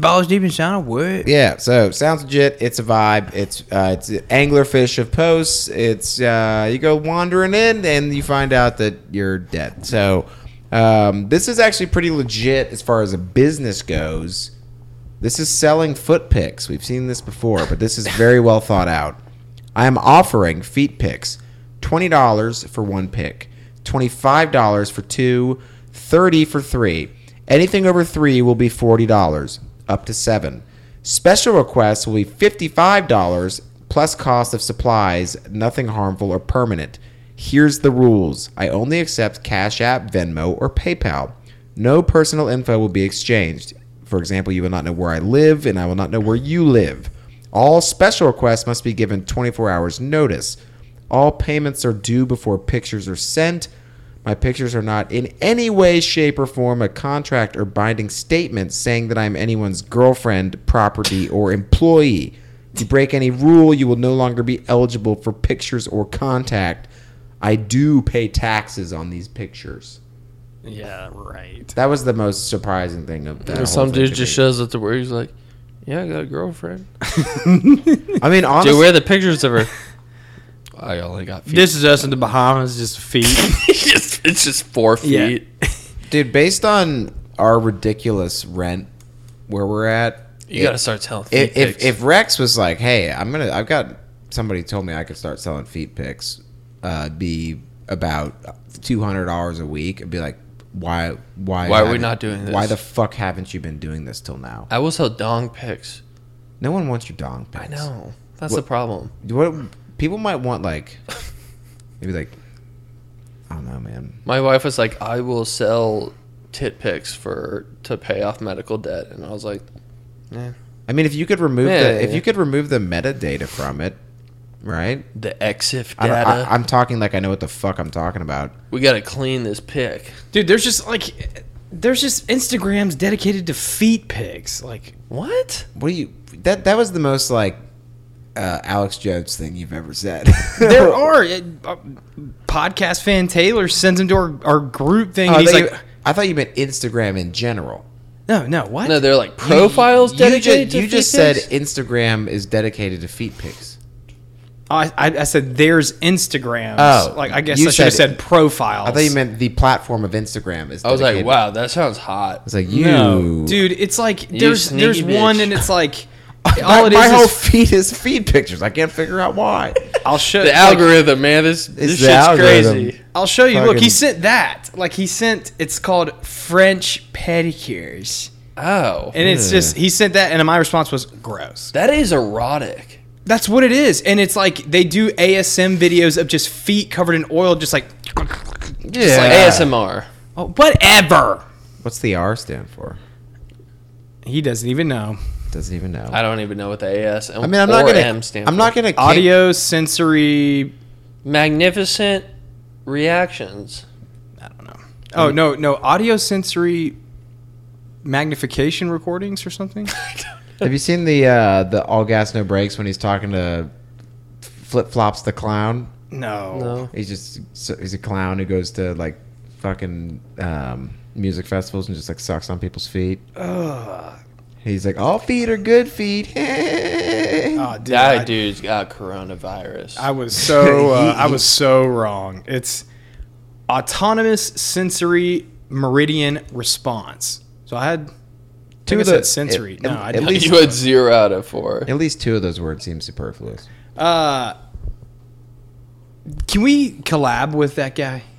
[SPEAKER 4] Balls deep inside of what?
[SPEAKER 1] Yeah. So sounds legit. It's a vibe. It's uh, it's anglerfish of posts. It's uh, you go wandering in and you find out that you're dead. So um, this is actually pretty legit as far as a business goes. This is selling foot pics. We've seen this before, but this is very well thought out. I am offering feet pics. Twenty dollars for one pick, twenty-five dollars for two, thirty for three. Anything over three will be forty dollars, up to seven. Special requests will be fifty-five dollars plus cost of supplies, nothing harmful or permanent. Here's the rules. I only accept Cash App, Venmo, or PayPal. No personal info will be exchanged. For example, you will not know where I live, and I will not know where you live. All special requests must be given 24 hours notice. All payments are due before pictures are sent. My pictures are not in any way, shape, or form a contract or binding statement saying that I am anyone's girlfriend, property, or employee. If you break any rule, you will no longer be eligible for pictures or contact. I do pay taxes on these pictures.
[SPEAKER 3] Yeah, right.
[SPEAKER 1] That was the most surprising thing of that. whole
[SPEAKER 2] Some
[SPEAKER 1] thing
[SPEAKER 2] dude
[SPEAKER 1] to
[SPEAKER 2] just
[SPEAKER 1] me.
[SPEAKER 2] shows up to where he's like, yeah, I got a girlfriend.
[SPEAKER 1] I mean, honestly,
[SPEAKER 2] Dude, where are the pictures of her? I only got feet.
[SPEAKER 3] This is us in the Bahamas, just feet.
[SPEAKER 2] it's, just, it's just four
[SPEAKER 3] Yeah.
[SPEAKER 2] feet.
[SPEAKER 1] dude based on our ridiculous rent where we're at
[SPEAKER 2] You
[SPEAKER 1] it-
[SPEAKER 2] got to start telling feet
[SPEAKER 1] if, if
[SPEAKER 2] pics.
[SPEAKER 1] if rex was like hey i'm gonna i've got somebody told me i could start selling feet pics uh be about $200 a week and be like why
[SPEAKER 2] Why are
[SPEAKER 1] why
[SPEAKER 2] we
[SPEAKER 1] haven't-
[SPEAKER 2] not doing this?
[SPEAKER 1] why the fuck haven't you been doing this till now
[SPEAKER 2] I will sell dong pics.
[SPEAKER 1] no one wants your dong pics
[SPEAKER 2] I know. That's
[SPEAKER 1] What-
[SPEAKER 2] the problem.
[SPEAKER 1] what people might want like maybe like i don't know man
[SPEAKER 2] My wife was like, I will sell tit pics for to pay off medical debt. And I was like, eh.
[SPEAKER 1] i mean if you could remove
[SPEAKER 2] Yeah,
[SPEAKER 1] the
[SPEAKER 2] yeah,
[SPEAKER 1] if
[SPEAKER 2] yeah.
[SPEAKER 1] you could remove the metadata from it right
[SPEAKER 2] the EXIF
[SPEAKER 1] I,
[SPEAKER 2] data.
[SPEAKER 1] don't- I, I'm talking like I know what the fuck I'm talking about.
[SPEAKER 2] we got to clean this pic.
[SPEAKER 3] Dude, there's just like, there's just Instagrams dedicated to feet pigs. Like,
[SPEAKER 2] What?
[SPEAKER 1] What do you? That that was the most like uh, Alex Jones thing you've ever said.
[SPEAKER 3] there are uh, uh, podcast fan Taylor sends him to our, our group thing.
[SPEAKER 1] Oh, I,
[SPEAKER 3] and he's
[SPEAKER 1] thought
[SPEAKER 3] like,
[SPEAKER 1] you, I thought you meant Instagram in general.
[SPEAKER 3] no, no, what?
[SPEAKER 2] No, they're like profiles
[SPEAKER 1] you,
[SPEAKER 2] dedicated to
[SPEAKER 1] ju- you
[SPEAKER 2] feet
[SPEAKER 1] just said
[SPEAKER 2] pics?
[SPEAKER 1] Instagram is dedicated to feet pics.
[SPEAKER 3] Oh, I, I, I said there's Instagrams.
[SPEAKER 1] Oh,
[SPEAKER 3] like I guess
[SPEAKER 1] you
[SPEAKER 3] I should have
[SPEAKER 1] said-
[SPEAKER 3] said profiles.
[SPEAKER 1] I thought you meant the platform of Instagram is.
[SPEAKER 2] I was like,
[SPEAKER 1] dedicated-
[SPEAKER 2] wow, that sounds hot.
[SPEAKER 1] It's like you,
[SPEAKER 3] No, dude, it's like there's
[SPEAKER 2] sneaky
[SPEAKER 3] there's one
[SPEAKER 2] bitch.
[SPEAKER 3] and it's like
[SPEAKER 1] My,
[SPEAKER 3] all it is.
[SPEAKER 1] my
[SPEAKER 3] is-
[SPEAKER 1] whole feed is feed pictures. I can't figure out why.
[SPEAKER 3] I'll show
[SPEAKER 2] The
[SPEAKER 3] like,
[SPEAKER 2] algorithm, man. This this
[SPEAKER 1] the
[SPEAKER 2] shit's
[SPEAKER 1] algorithm.
[SPEAKER 2] crazy.
[SPEAKER 3] I'll show you. Look,
[SPEAKER 1] Fucking-
[SPEAKER 3] he sent that. Like he sent. It's called French pedicures,
[SPEAKER 2] Oh,
[SPEAKER 3] and it's just he sent that, and my response was gross.
[SPEAKER 2] that is erotic.
[SPEAKER 3] That's what it is, and it's like they do ASM videos of just feet covered in oil, just like
[SPEAKER 2] It's
[SPEAKER 1] Yeah.
[SPEAKER 2] like ASMR.
[SPEAKER 3] oh, whatever.
[SPEAKER 1] What's the R stand for?
[SPEAKER 3] He doesn't even know.
[SPEAKER 1] Doesn't even know.
[SPEAKER 2] I don't even know what the AS.
[SPEAKER 1] I mean, I'm not
[SPEAKER 2] or
[SPEAKER 1] gonna.
[SPEAKER 2] M stand
[SPEAKER 1] I'm not
[SPEAKER 2] for.
[SPEAKER 1] gonna. kink-
[SPEAKER 3] Audio sensory.
[SPEAKER 2] Magnificent reactions.
[SPEAKER 3] I don't know. Oh no, no audio sensory magnification recordings or something.
[SPEAKER 1] Have you seen the uh, the all gas no brakes when he's talking to Flip Flops the clown?
[SPEAKER 3] No.
[SPEAKER 2] No.
[SPEAKER 1] He's just so- he's a clown who goes to like fucking um, music festivals and just like sucks on people's feet. He's like, all feet are good feet.
[SPEAKER 3] Oh, dude,
[SPEAKER 2] That
[SPEAKER 3] I,
[SPEAKER 2] dude's got coronavirus.
[SPEAKER 3] I was so
[SPEAKER 1] He-
[SPEAKER 3] uh, I
[SPEAKER 1] he-
[SPEAKER 3] was so wrong. It's autonomous sensory meridian response. So I had two
[SPEAKER 1] of
[SPEAKER 3] of
[SPEAKER 1] the-
[SPEAKER 3] said sensory.
[SPEAKER 1] at-
[SPEAKER 3] no,
[SPEAKER 1] at-
[SPEAKER 3] I
[SPEAKER 1] at
[SPEAKER 3] didn't.
[SPEAKER 1] least-
[SPEAKER 2] you had zero out of four.
[SPEAKER 1] At least two of those words seem superfluous.
[SPEAKER 3] Uh, can we collab with that guy?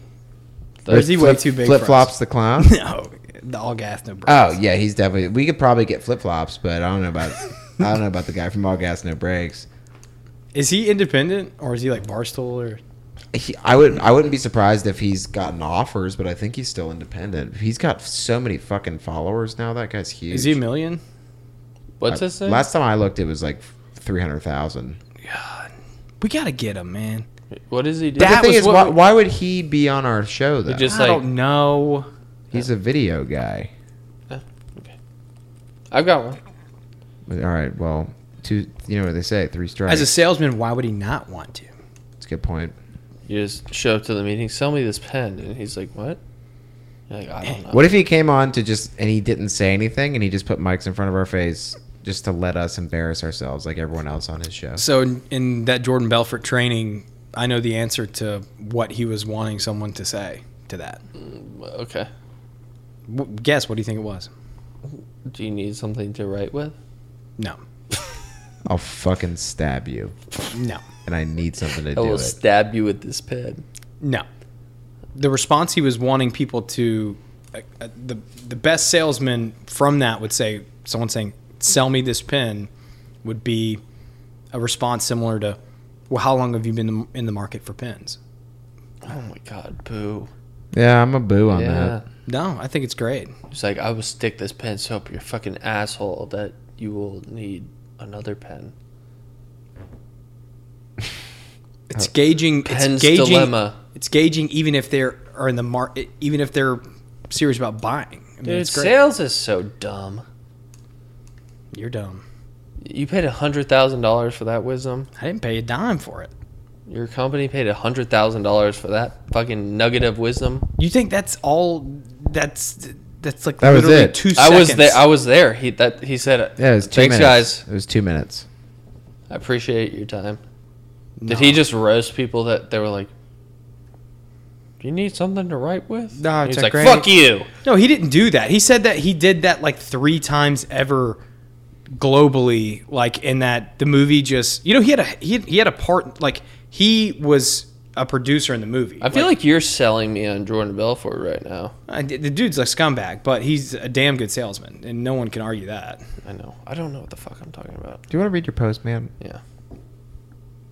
[SPEAKER 3] Or is he way too big?
[SPEAKER 1] Flip
[SPEAKER 3] for us?
[SPEAKER 1] Flops the clown.
[SPEAKER 3] No, the all gas no brakes.
[SPEAKER 1] Oh yeah, he's definitely. We could probably get flip flops, but I don't know about. I don't know about the guy from All Gas No Brakes.
[SPEAKER 3] Is he independent or is he like Barstool or?
[SPEAKER 1] He, I would. I wouldn't be surprised if he's gotten offers, but I think he's still independent. He's got so many fucking followers now. That guy's huge. Uh,
[SPEAKER 3] Is he a million?
[SPEAKER 2] What's his name?
[SPEAKER 1] Last time I looked, it was like three hundred thousand.
[SPEAKER 3] We gotta get him, man.
[SPEAKER 2] What does he do?
[SPEAKER 1] The
[SPEAKER 3] That-
[SPEAKER 1] thing
[SPEAKER 3] was
[SPEAKER 1] is,
[SPEAKER 3] what
[SPEAKER 1] why,
[SPEAKER 3] we-
[SPEAKER 1] why would he be on our show though?
[SPEAKER 2] just- It's
[SPEAKER 3] I
[SPEAKER 2] like-
[SPEAKER 3] don't know.
[SPEAKER 1] he's a video guy.
[SPEAKER 2] I've got one.
[SPEAKER 1] All right. Well, two. You know what they say? Three strikes.
[SPEAKER 3] As a salesman, why would he not want to?
[SPEAKER 1] That's a good point.
[SPEAKER 2] You just show up to the meeting. Sell me this pen, and he's like, "What?" You're like, I don't know.
[SPEAKER 1] What if he came on to just and he didn't say anything and he just put mics in front of our face just to let us embarrass ourselves like everyone else on his show?
[SPEAKER 3] So in, in that Jordan Belfort training, I know the answer to what he was wanting someone to say to that.
[SPEAKER 2] Okay.
[SPEAKER 3] W- guess what do you think it was?
[SPEAKER 2] Do you need something to write with?
[SPEAKER 3] No,
[SPEAKER 1] I'll fucking stab you
[SPEAKER 3] no,
[SPEAKER 1] and I need something to
[SPEAKER 2] I
[SPEAKER 1] do
[SPEAKER 2] will
[SPEAKER 1] it.
[SPEAKER 2] stab you with this pen.
[SPEAKER 3] no. The response he was wanting people to, uh, uh, the the best salesman from that would say someone saying, "Sell me this pen," would be a response similar to, "Well, how long have you been in the market for pens?"
[SPEAKER 2] Oh my god, boo!
[SPEAKER 1] Yeah, I'm a boo on
[SPEAKER 2] Yeah.
[SPEAKER 1] that.
[SPEAKER 3] No, I think it's great.
[SPEAKER 2] He's like, I will stick this pen so up your fucking asshole that you will need another pen.
[SPEAKER 3] It's gauging. It's
[SPEAKER 2] Penn's
[SPEAKER 3] gauging,
[SPEAKER 2] dilemma.
[SPEAKER 3] It's gauging even if they're are in the market, even if they're serious about buying. I mean,
[SPEAKER 2] Dude,
[SPEAKER 3] it's great.
[SPEAKER 2] sales is so dumb.
[SPEAKER 3] You're dumb.
[SPEAKER 2] You paid hundred thousand dollars for that wisdom.
[SPEAKER 3] I didn't pay a dime for it.
[SPEAKER 2] Your company paid hundred thousand dollars for that fucking nugget of wisdom.
[SPEAKER 3] You think that's all? That's that's like
[SPEAKER 1] That was
[SPEAKER 3] literally
[SPEAKER 1] it.
[SPEAKER 3] two
[SPEAKER 2] I
[SPEAKER 3] seconds.
[SPEAKER 2] was there. I was there. He that he said.
[SPEAKER 1] Yeah, it was two
[SPEAKER 2] Thanks,
[SPEAKER 1] minutes.
[SPEAKER 2] guys.
[SPEAKER 1] It was two minutes.
[SPEAKER 2] I appreciate your time. Did he just roast people that they were like, "Do you need something to write with?"
[SPEAKER 3] No,
[SPEAKER 2] And
[SPEAKER 3] it's
[SPEAKER 2] he's
[SPEAKER 3] a
[SPEAKER 2] like,
[SPEAKER 3] great-
[SPEAKER 2] "Fuck you."
[SPEAKER 3] no, he didn't do that. He said that he did that like three times ever globally like in that the movie just you know he had a he, he had a part like he was a producer in the movie
[SPEAKER 2] I feel like, you're selling me on Jordan Belfort right now.
[SPEAKER 3] I, the the dude's a scumbag, but he's a damn good salesman, and no one can argue that.
[SPEAKER 2] I know. I don't know what the fuck I'm talking about.
[SPEAKER 1] Do you want to read your post, man?
[SPEAKER 2] Yeah.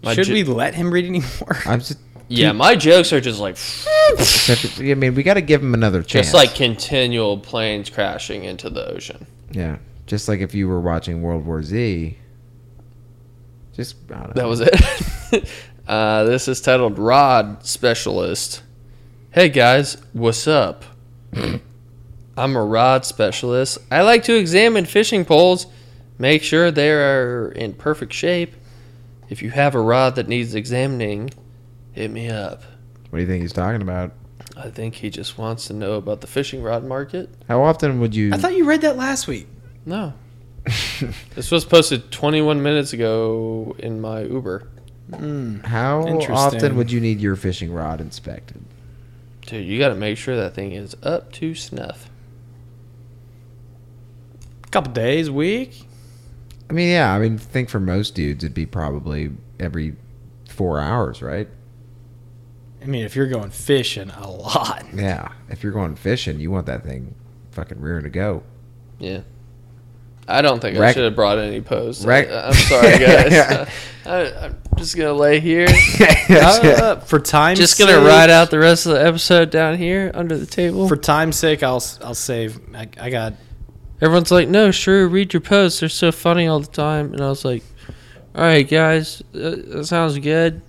[SPEAKER 2] My
[SPEAKER 3] Should
[SPEAKER 2] jo-
[SPEAKER 3] we let him read anymore?
[SPEAKER 1] I'm just.
[SPEAKER 2] Yeah, my jokes are just like,
[SPEAKER 1] except- I mean, we got to give him another chance.
[SPEAKER 2] just like continual planes crashing into the ocean.
[SPEAKER 1] yeah, just like if you were watching World War Z. Just I don't know.
[SPEAKER 2] That was it. uh, this is titled Rod Specialist. Hey guys, what's up? I'm a rod specialist. I like to examine fishing poles, make sure they are in perfect shape. If you have a rod that needs examining, hit me up.
[SPEAKER 1] What do you think he's talking about?
[SPEAKER 2] I think he just wants to know about the fishing rod market.
[SPEAKER 1] How often would you?
[SPEAKER 3] I thought you read that last week.
[SPEAKER 2] No. this was posted 21 minutes ago in my Uber.
[SPEAKER 1] how often
[SPEAKER 3] Interesting.
[SPEAKER 1] would you need your fishing rod inspected?
[SPEAKER 2] Dude, you got to make sure that thing is up to snuff.
[SPEAKER 3] Couple days, week.
[SPEAKER 1] I mean, yeah. I mean, think for most dudes, it'd be probably every four hours, right?
[SPEAKER 3] I mean, if you're going fishing a lot,
[SPEAKER 1] Yeah. If you're going fishing, you want that thing fucking rearing to go.
[SPEAKER 2] Yeah. I don't think I
[SPEAKER 1] Rec-
[SPEAKER 2] should have brought any posts.
[SPEAKER 1] Rec-
[SPEAKER 2] I, am sorry, guys. I, I'm just going to lay here.
[SPEAKER 1] Oh,
[SPEAKER 3] uh, for time,
[SPEAKER 2] just going to ride out the rest of the episode down here under the table.
[SPEAKER 3] For time's sake, I'll s- I'll save. I, I got
[SPEAKER 2] everyone's like, "No, sure, read your posts. They're so funny all the time." And I was like, "All right, guys, that, that sounds good."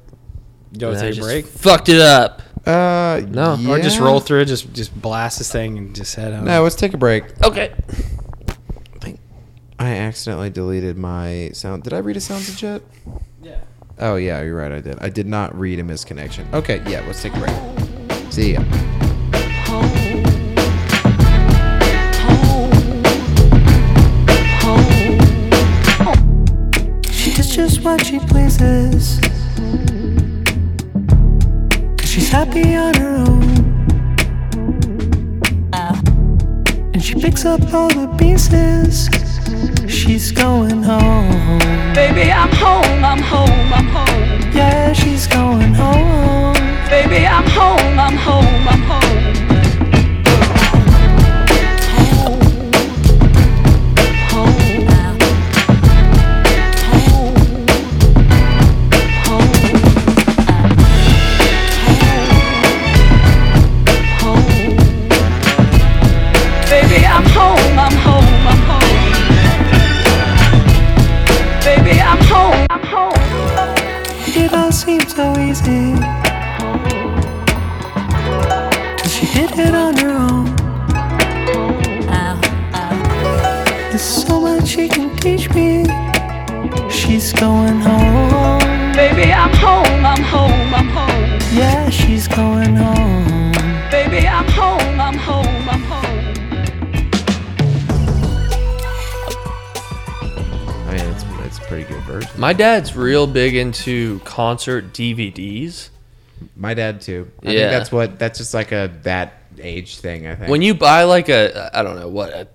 [SPEAKER 3] You
[SPEAKER 2] And
[SPEAKER 3] want
[SPEAKER 2] I
[SPEAKER 3] to take a
[SPEAKER 2] just
[SPEAKER 3] break?
[SPEAKER 2] Fucked it up.
[SPEAKER 1] Uh,
[SPEAKER 2] No,
[SPEAKER 3] Or just
[SPEAKER 1] yeah.
[SPEAKER 3] roll through, just just blast this thing and just head home.
[SPEAKER 1] No, let's take a break.
[SPEAKER 2] Okay.
[SPEAKER 1] I accidentally deleted my sound. Did I read a sound to jet?
[SPEAKER 3] Yeah.
[SPEAKER 1] Oh yeah, you're right. I did. I did not read a misconnection. Okay, yeah. Let's take a break. See ya.
[SPEAKER 5] She does just what she pleases. Cause she's happy on her own. And she picks up all the pieces. She's going home.
[SPEAKER 6] Baby, I'm home, I'm home, I'm home.
[SPEAKER 5] Yeah, she's going home.
[SPEAKER 6] Baby, I'm home, I'm home, I'm home. Baby, I'm home, I'm home, I'm home. Baby, I'm home, I'm home.
[SPEAKER 5] It all seemed so easy. Till she did it on her own. There's so much she can teach me. She's going home.
[SPEAKER 6] Baby, I'm home, I'm home, I'm home.
[SPEAKER 5] Yeah, she's going home.
[SPEAKER 6] Baby, I'm home, I'm home, I'm home.
[SPEAKER 1] I mean, it's it's a pretty good version.
[SPEAKER 2] My dad's real big into concert DVDs.
[SPEAKER 1] My dad too. I
[SPEAKER 2] Yeah.
[SPEAKER 1] think that's what. That's just like a that age thing. I think.
[SPEAKER 2] When you buy like a I don't know what a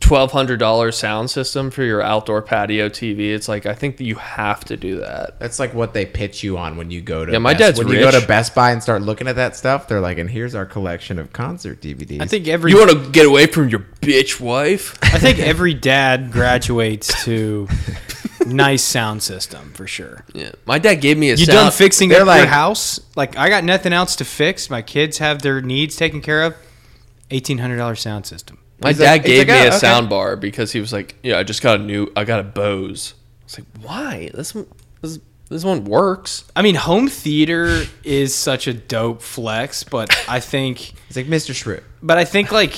[SPEAKER 2] twelve hundred dollar sound system for your outdoor patio TV, it's like I think that you have to do that.
[SPEAKER 1] that's like what they pitch you on when you go to
[SPEAKER 2] Yeah, my
[SPEAKER 1] Best-
[SPEAKER 2] dad's
[SPEAKER 1] when you go
[SPEAKER 2] rich.
[SPEAKER 1] to Best Buy and start looking at that stuff. They're like, and here's our collection of concert DVDs.
[SPEAKER 3] I think every
[SPEAKER 2] You want to get away from your bitch wife?
[SPEAKER 3] I think every dad graduates to nice sound system for sure.
[SPEAKER 2] Yeah. My dad gave me a
[SPEAKER 3] You
[SPEAKER 2] sound.
[SPEAKER 3] done fixing
[SPEAKER 1] they're
[SPEAKER 3] up your
[SPEAKER 1] like-
[SPEAKER 3] house? Like I got nothing else to fix. My kids have their needs taken care of. Eighteen hundred dollar sound system.
[SPEAKER 2] My
[SPEAKER 1] He's
[SPEAKER 2] dad
[SPEAKER 1] like- he's
[SPEAKER 2] gave
[SPEAKER 1] like,
[SPEAKER 2] me
[SPEAKER 1] "Oh,
[SPEAKER 2] a
[SPEAKER 1] okay."
[SPEAKER 2] sound bar because he was like, "Yeah, I just got a new. I got a Bose." I was like, "Why? This one, this, this one works."
[SPEAKER 3] I mean, home theater is such a dope flex, but I think,
[SPEAKER 1] it's like Mr. Shrew.
[SPEAKER 3] but I think like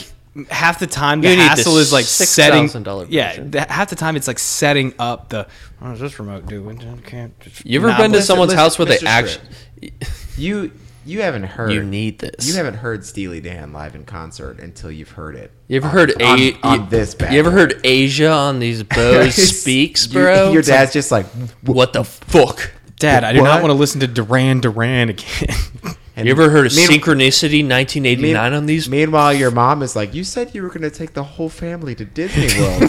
[SPEAKER 3] half the time the
[SPEAKER 2] You need the
[SPEAKER 3] hassle is like setting.
[SPEAKER 2] $6,000
[SPEAKER 3] Yeah,
[SPEAKER 2] version.
[SPEAKER 3] the, half the time it's like setting up the. What does this remote do? It can't.
[SPEAKER 2] You ever
[SPEAKER 3] Nah,
[SPEAKER 2] been to
[SPEAKER 3] listen,
[SPEAKER 2] someone's
[SPEAKER 1] listen,
[SPEAKER 2] house where they
[SPEAKER 1] Mr.
[SPEAKER 2] actually?
[SPEAKER 1] You you haven't heard.
[SPEAKER 2] You need this.
[SPEAKER 1] You haven't heard Steely Dan live in concert until you've heard it.
[SPEAKER 2] You ever
[SPEAKER 1] on-
[SPEAKER 2] heard
[SPEAKER 1] on,
[SPEAKER 2] a-
[SPEAKER 1] on
[SPEAKER 2] you,
[SPEAKER 1] this? Bad
[SPEAKER 2] You ever heard Asia on these Bose speaks, bro?
[SPEAKER 1] your
[SPEAKER 2] It's like,
[SPEAKER 1] dad's just like,
[SPEAKER 2] what the fuck?
[SPEAKER 3] Dad, I do
[SPEAKER 1] What?
[SPEAKER 3] not want to listen to Duran Duran again.
[SPEAKER 1] and
[SPEAKER 2] You ever heard of
[SPEAKER 1] mean-
[SPEAKER 2] Synchronicity 1989 on these?
[SPEAKER 1] Meanwhile, your mom is like, "You said you were going to take the whole family to Disney World." and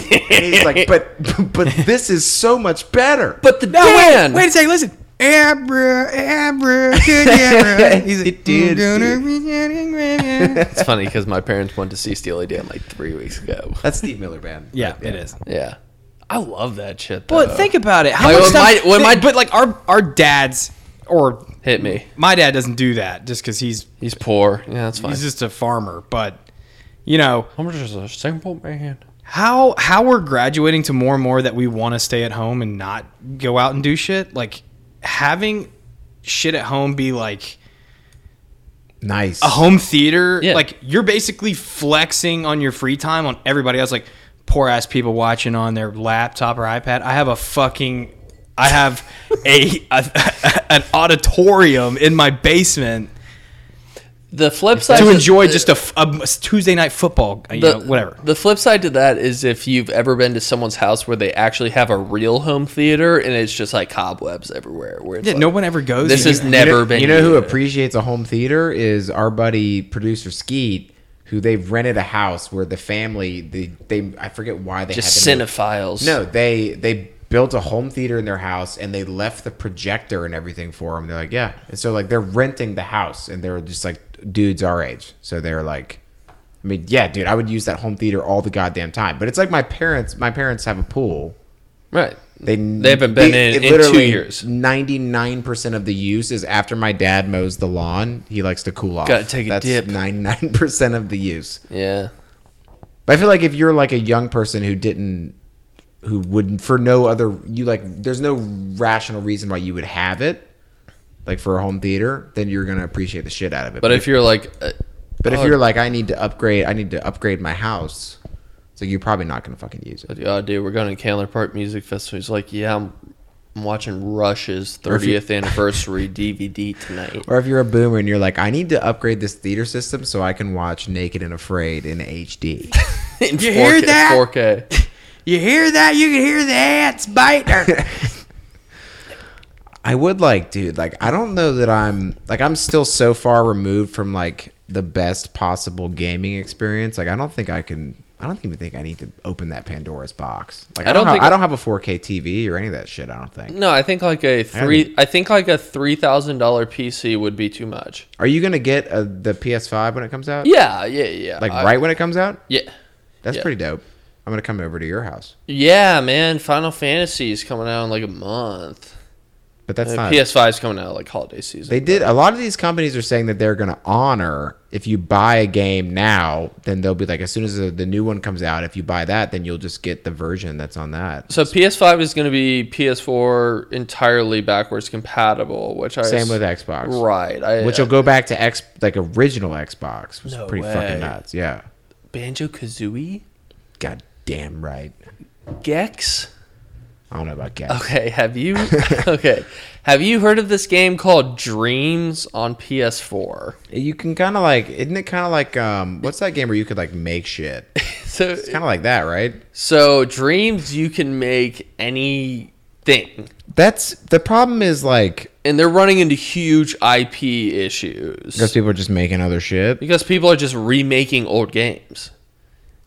[SPEAKER 1] he's like, "But, but this is so much better."
[SPEAKER 2] but the
[SPEAKER 3] No,
[SPEAKER 2] band.
[SPEAKER 3] wait, wait a second, listen. Abra, abra, good abra. He's like,
[SPEAKER 1] "Mm,
[SPEAKER 3] "Mm,
[SPEAKER 1] Dude,
[SPEAKER 2] It's funny because my parents went to see Steely Dan like three weeks ago.
[SPEAKER 1] That's Steve Miller Band.
[SPEAKER 3] yeah, it is.
[SPEAKER 2] Yeah, I love that shit. Though.
[SPEAKER 3] But think about it. How
[SPEAKER 2] Like,
[SPEAKER 3] much
[SPEAKER 2] when my-
[SPEAKER 3] time-
[SPEAKER 2] when my-
[SPEAKER 3] but like our our dads or
[SPEAKER 2] hit me.
[SPEAKER 3] my dad doesn't do that just because he's
[SPEAKER 2] He's poor. Yeah, that's fine.
[SPEAKER 3] he's just a farmer. But you know
[SPEAKER 2] I'm just a simple man.
[SPEAKER 3] how how we're graduating to more and more that we want to stay at home and not go out and do shit. Like having shit at home be like
[SPEAKER 1] Nice.
[SPEAKER 3] a home theater
[SPEAKER 2] Yeah.
[SPEAKER 3] like you're basically flexing on your free time on everybody else like poor ass people watching on their laptop or ipad i have a fucking i have a, a an auditorium in my basement
[SPEAKER 2] The flip side
[SPEAKER 3] to enjoy just a, f- a m- tuesday night football uh, you know, whatever
[SPEAKER 2] The flip side to that is if you've ever been to someone's house where they actually have a real home theater and it's just like cobwebs everywhere. Where it's
[SPEAKER 3] yeah,
[SPEAKER 2] like,
[SPEAKER 3] no one ever goes
[SPEAKER 2] This
[SPEAKER 3] there.
[SPEAKER 2] is
[SPEAKER 1] You know-
[SPEAKER 2] never been.
[SPEAKER 1] You know who
[SPEAKER 2] used.
[SPEAKER 1] appreciates a home theater is our buddy producer Skeet, who they've rented a house where the family they, they I forget why they
[SPEAKER 2] just
[SPEAKER 1] had to move.
[SPEAKER 2] cinephiles.
[SPEAKER 1] No, they they built a home theater in their house and they left the projector and everything for them. They're like, yeah, and so like they're renting the house and they're just like dudes our age. So they're like, I mean, yeah, dude, I would use that home theater all the goddamn time. But it's like my parents. My parents have a pool.
[SPEAKER 2] right.
[SPEAKER 1] They,
[SPEAKER 2] They haven't been in- in two years.
[SPEAKER 1] Ninety nine percent of the use is after my dad mows the lawn. He likes to cool off.
[SPEAKER 2] Gotta take a
[SPEAKER 1] That's
[SPEAKER 2] dip.
[SPEAKER 1] Ninety nine percent of the use.
[SPEAKER 2] Yeah.
[SPEAKER 1] But I feel like if you're like a young person who didn't, who would for no other, you like, there's no rational reason why you would have it, like for a home theater, then you're gonna appreciate the shit out of it.
[SPEAKER 2] But if you're like, uh,
[SPEAKER 1] but if
[SPEAKER 2] oh,
[SPEAKER 1] you're like, I need to upgrade, I need to upgrade my house, it's like you're probably not gonna fucking use it.
[SPEAKER 2] oh, dude, we're going to Candler Park Music Festival. He's like, yeah, I'm, I'm watching Rush's
[SPEAKER 1] if you-
[SPEAKER 2] 30th anniversary DVD tonight.
[SPEAKER 1] Or if you're a boomer and you're like, I need to upgrade this theater system so I can watch Naked and Afraid in HD.
[SPEAKER 2] In
[SPEAKER 4] You hear
[SPEAKER 2] 4K,
[SPEAKER 4] that?
[SPEAKER 2] 4K.
[SPEAKER 4] You hear that? You can hear the ants bite her.
[SPEAKER 1] I would like, dude, like I don't know that I'm like I'm still so far removed from like the best possible gaming experience. Like I don't think I can I don't even think I need to open that Pandora's box. Like I don't, think I don't have a 4K TV or any of that shit, I don't think.
[SPEAKER 2] No, I think like a three. I think like a three thousand dollar PC would be too much.
[SPEAKER 1] Are you going to get uh the PS5 when it comes out?
[SPEAKER 2] Yeah, yeah, yeah.
[SPEAKER 1] Like
[SPEAKER 2] I-
[SPEAKER 1] right when it comes out?
[SPEAKER 2] Yeah,
[SPEAKER 1] That's
[SPEAKER 2] yeah.
[SPEAKER 1] pretty dope. I'm going to come over to your house.
[SPEAKER 2] yeah, man. Final Fantasy is coming out in like a month.
[SPEAKER 1] But that's not
[SPEAKER 2] PS5 is coming out like holiday season.
[SPEAKER 1] They did. A lot of these companies are saying that they're going to honor if you buy a game now, then they'll be like, as soon as the, the new one comes out, if you buy that, then you'll just get the version that's on that.
[SPEAKER 2] So PS5 is going to be PS4 entirely backwards compatible, which I
[SPEAKER 1] Same
[SPEAKER 2] s-
[SPEAKER 1] with Xbox,
[SPEAKER 2] Right, I,
[SPEAKER 1] Which will go back to X like original Xbox, which
[SPEAKER 2] No
[SPEAKER 1] is pretty
[SPEAKER 2] way.
[SPEAKER 1] fucking nuts. Yeah,
[SPEAKER 2] Banjo Kazooie,
[SPEAKER 1] god damn right.
[SPEAKER 2] Gex.
[SPEAKER 1] I don't know about Cat.
[SPEAKER 2] Okay, have you? okay, have you heard of this game called Dreams on PS4?
[SPEAKER 1] You can kind of like, isn't it kind of like um, what's that game where you could like make shit? It's
[SPEAKER 2] So
[SPEAKER 1] kind of like that, right?
[SPEAKER 2] So dreams you can make anything.
[SPEAKER 1] That's the problem is like
[SPEAKER 2] And they're running into huge IP issues.
[SPEAKER 1] because people are just making other shit.
[SPEAKER 2] because people are just remaking old games.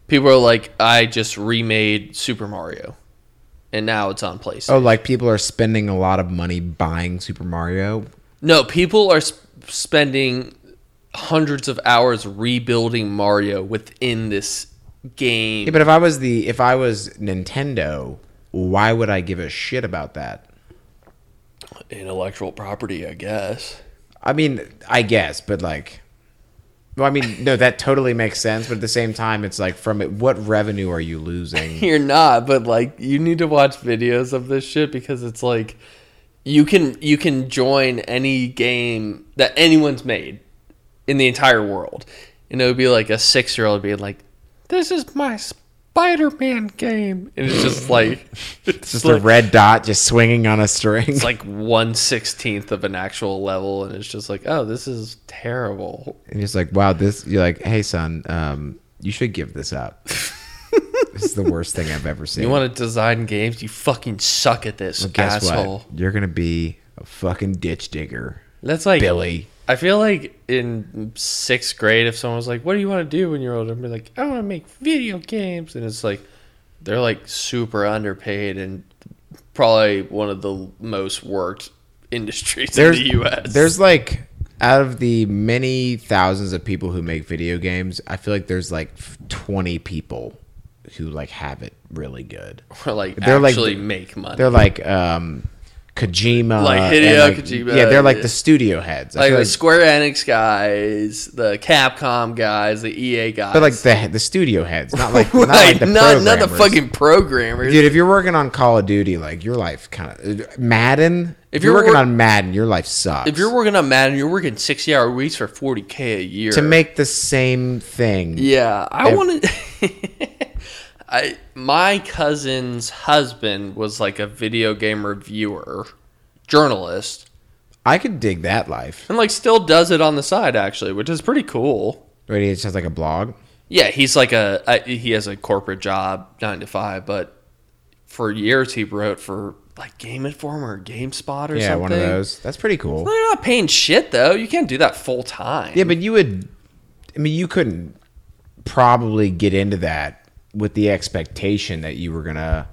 [SPEAKER 2] People are like, I just remade Super Mario. And now it's on PlayStation.
[SPEAKER 1] Oh, like people are spending a lot of money buying Super Mario.
[SPEAKER 2] No, people are sp- spending hundreds of hours rebuilding Mario within this game.
[SPEAKER 1] Yeah, but if I was the if I was Nintendo, why would I give a shit about that?
[SPEAKER 2] Intellectual property, I guess.
[SPEAKER 1] I mean, I guess, but like well, I mean, no, that totally makes sense, but at the same time, it's like from it, what revenue are you losing?
[SPEAKER 2] You're not, but like you need to watch videos of this shit because it's like you can you can join any game that anyone's made in the entire world. And it would be like a six year old being like, This is my Spider Man game and it's just like it's
[SPEAKER 1] Just
[SPEAKER 2] like,
[SPEAKER 1] a red dot just swinging on a string.
[SPEAKER 2] it's like one sixteenth of an actual level and it's just like, Oh, this is terrible.
[SPEAKER 1] and it's like, wow, this you're like, "Hey son, um you should give this up." this is the worst thing I've ever seen.
[SPEAKER 2] You wanna design games, you fucking suck at this,
[SPEAKER 1] Guess
[SPEAKER 2] asshole.
[SPEAKER 1] what? You're going to be a fucking ditch digger.
[SPEAKER 2] That's like
[SPEAKER 1] Billy.
[SPEAKER 2] I feel like in sixth grade, if someone was like, "What do you want to do when you're older?" I'd be like, "I want to make video games," and it's like they're like super underpaid and probably one of the most worked industries in the U.S.
[SPEAKER 1] There's like out of the many thousands of people who make video games, I feel like there's like f- 20 people who like have it really good.
[SPEAKER 2] Or, like
[SPEAKER 1] they're like-
[SPEAKER 2] actually make money.
[SPEAKER 1] They're like um Kojima,
[SPEAKER 2] Like
[SPEAKER 1] and,
[SPEAKER 2] Hideo
[SPEAKER 1] like-
[SPEAKER 2] Kojima,
[SPEAKER 1] Yeah, they're like
[SPEAKER 2] yeah.
[SPEAKER 1] the studio heads. I
[SPEAKER 2] like
[SPEAKER 1] feel
[SPEAKER 2] the Square Enix guys, the Capcom guys, the EA guys.
[SPEAKER 1] but like the the studio heads, not like not like
[SPEAKER 2] Right,
[SPEAKER 1] the
[SPEAKER 2] not, not the
[SPEAKER 1] programmers.
[SPEAKER 2] fucking programmers.
[SPEAKER 1] Dude, if you're working on Call of Duty, like your life kind of Madden. If you're,
[SPEAKER 2] you're
[SPEAKER 1] working
[SPEAKER 2] wor-
[SPEAKER 1] on Madden, your life sucks.
[SPEAKER 2] if you're working on Madden, you're working sixty hour weeks for forty k a year
[SPEAKER 1] to make the same thing,
[SPEAKER 2] Yeah, I
[SPEAKER 1] Ev-
[SPEAKER 2] want to. I my cousin's husband was like a video game reviewer, journalist,
[SPEAKER 1] I could dig that life.
[SPEAKER 2] and like still does it on the side actually, which is pretty cool.
[SPEAKER 1] Wait, it sounds like a blog.
[SPEAKER 2] Yeah, he's like a I, he has a corporate job nine to five, but for years he wrote for like Game Informer, GameSpot, or
[SPEAKER 1] Yeah,
[SPEAKER 2] something.
[SPEAKER 1] one of those. That's pretty cool.
[SPEAKER 2] They're not paying shit though. You can't do that full time.
[SPEAKER 1] Yeah, but you would. I mean, you couldn't probably get into that with the expectation that you were gonna.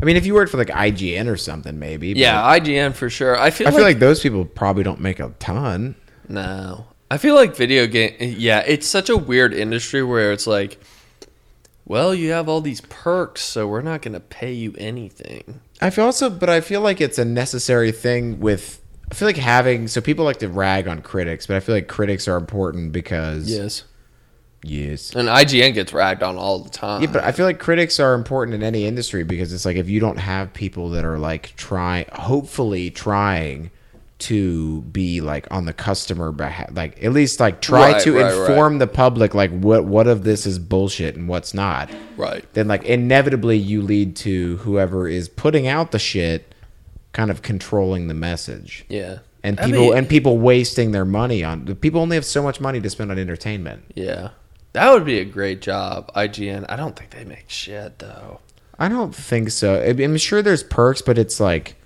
[SPEAKER 1] I mean, if you worked for like IGN or something, maybe. but
[SPEAKER 2] yeah, IGN for sure. I feel
[SPEAKER 1] I feel
[SPEAKER 2] like
[SPEAKER 1] like those people probably don't make a ton.
[SPEAKER 2] No. I feel like video game yeah, it's such a weird industry where it's like well, you have all these perks, so we're not going to pay you anything.
[SPEAKER 1] I feel also, but I feel like it's a necessary thing with. I feel like having so people like to rag on critics, but I feel like critics are important because Yes.
[SPEAKER 2] And IGN gets ragged on all the time.
[SPEAKER 1] Yeah, but I feel like critics are important in any industry because it's like if you don't have people that are like try, hopefully trying to be like on the customer behalf, like at least like try
[SPEAKER 2] Right,
[SPEAKER 1] to
[SPEAKER 2] right, right.
[SPEAKER 1] inform the public like what what of this is bullshit and what's not.
[SPEAKER 2] right.
[SPEAKER 1] Then like inevitably you lead to whoever is putting out the shit kind of controlling the message.
[SPEAKER 2] Yeah.
[SPEAKER 1] And
[SPEAKER 2] I
[SPEAKER 1] people
[SPEAKER 2] mean-
[SPEAKER 1] and people wasting their money on the people only have so much money to spend on entertainment.
[SPEAKER 2] Yeah. That would be a great job, IGN. I don't think they make shit though.
[SPEAKER 1] I don't think so. I- I'm sure there's perks, but it's like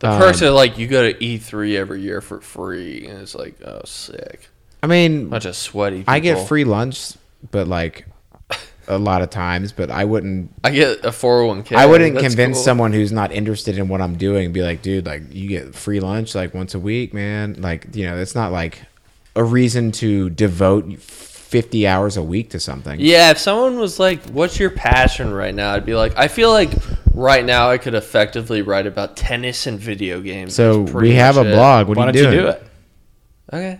[SPEAKER 2] The
[SPEAKER 1] Um,
[SPEAKER 2] perks are like you go to E3 every year for free, and it's like, oh, sick.
[SPEAKER 1] I mean,
[SPEAKER 2] Bunch of sweaty. People.
[SPEAKER 1] I get free lunch, but like a lot of times, but I wouldn't.
[SPEAKER 2] I get a four hundred one k.
[SPEAKER 1] I wouldn't convince someone who's not interested in what I'm doing and be like, dude, like you get free lunch like once a week, man. Like you know, that's not like a reason to devote 50 hours a week to something.
[SPEAKER 2] Yeah, if someone was like, "What's your passion right now?" I'd be like, "I feel like right now I could effectively write about tennis and video games."
[SPEAKER 1] So
[SPEAKER 2] That's pretty
[SPEAKER 1] we have a
[SPEAKER 2] much it.
[SPEAKER 1] blog. What
[SPEAKER 3] Why
[SPEAKER 1] are
[SPEAKER 3] don't
[SPEAKER 1] you
[SPEAKER 3] you
[SPEAKER 1] doing?
[SPEAKER 3] do it?
[SPEAKER 2] Okay.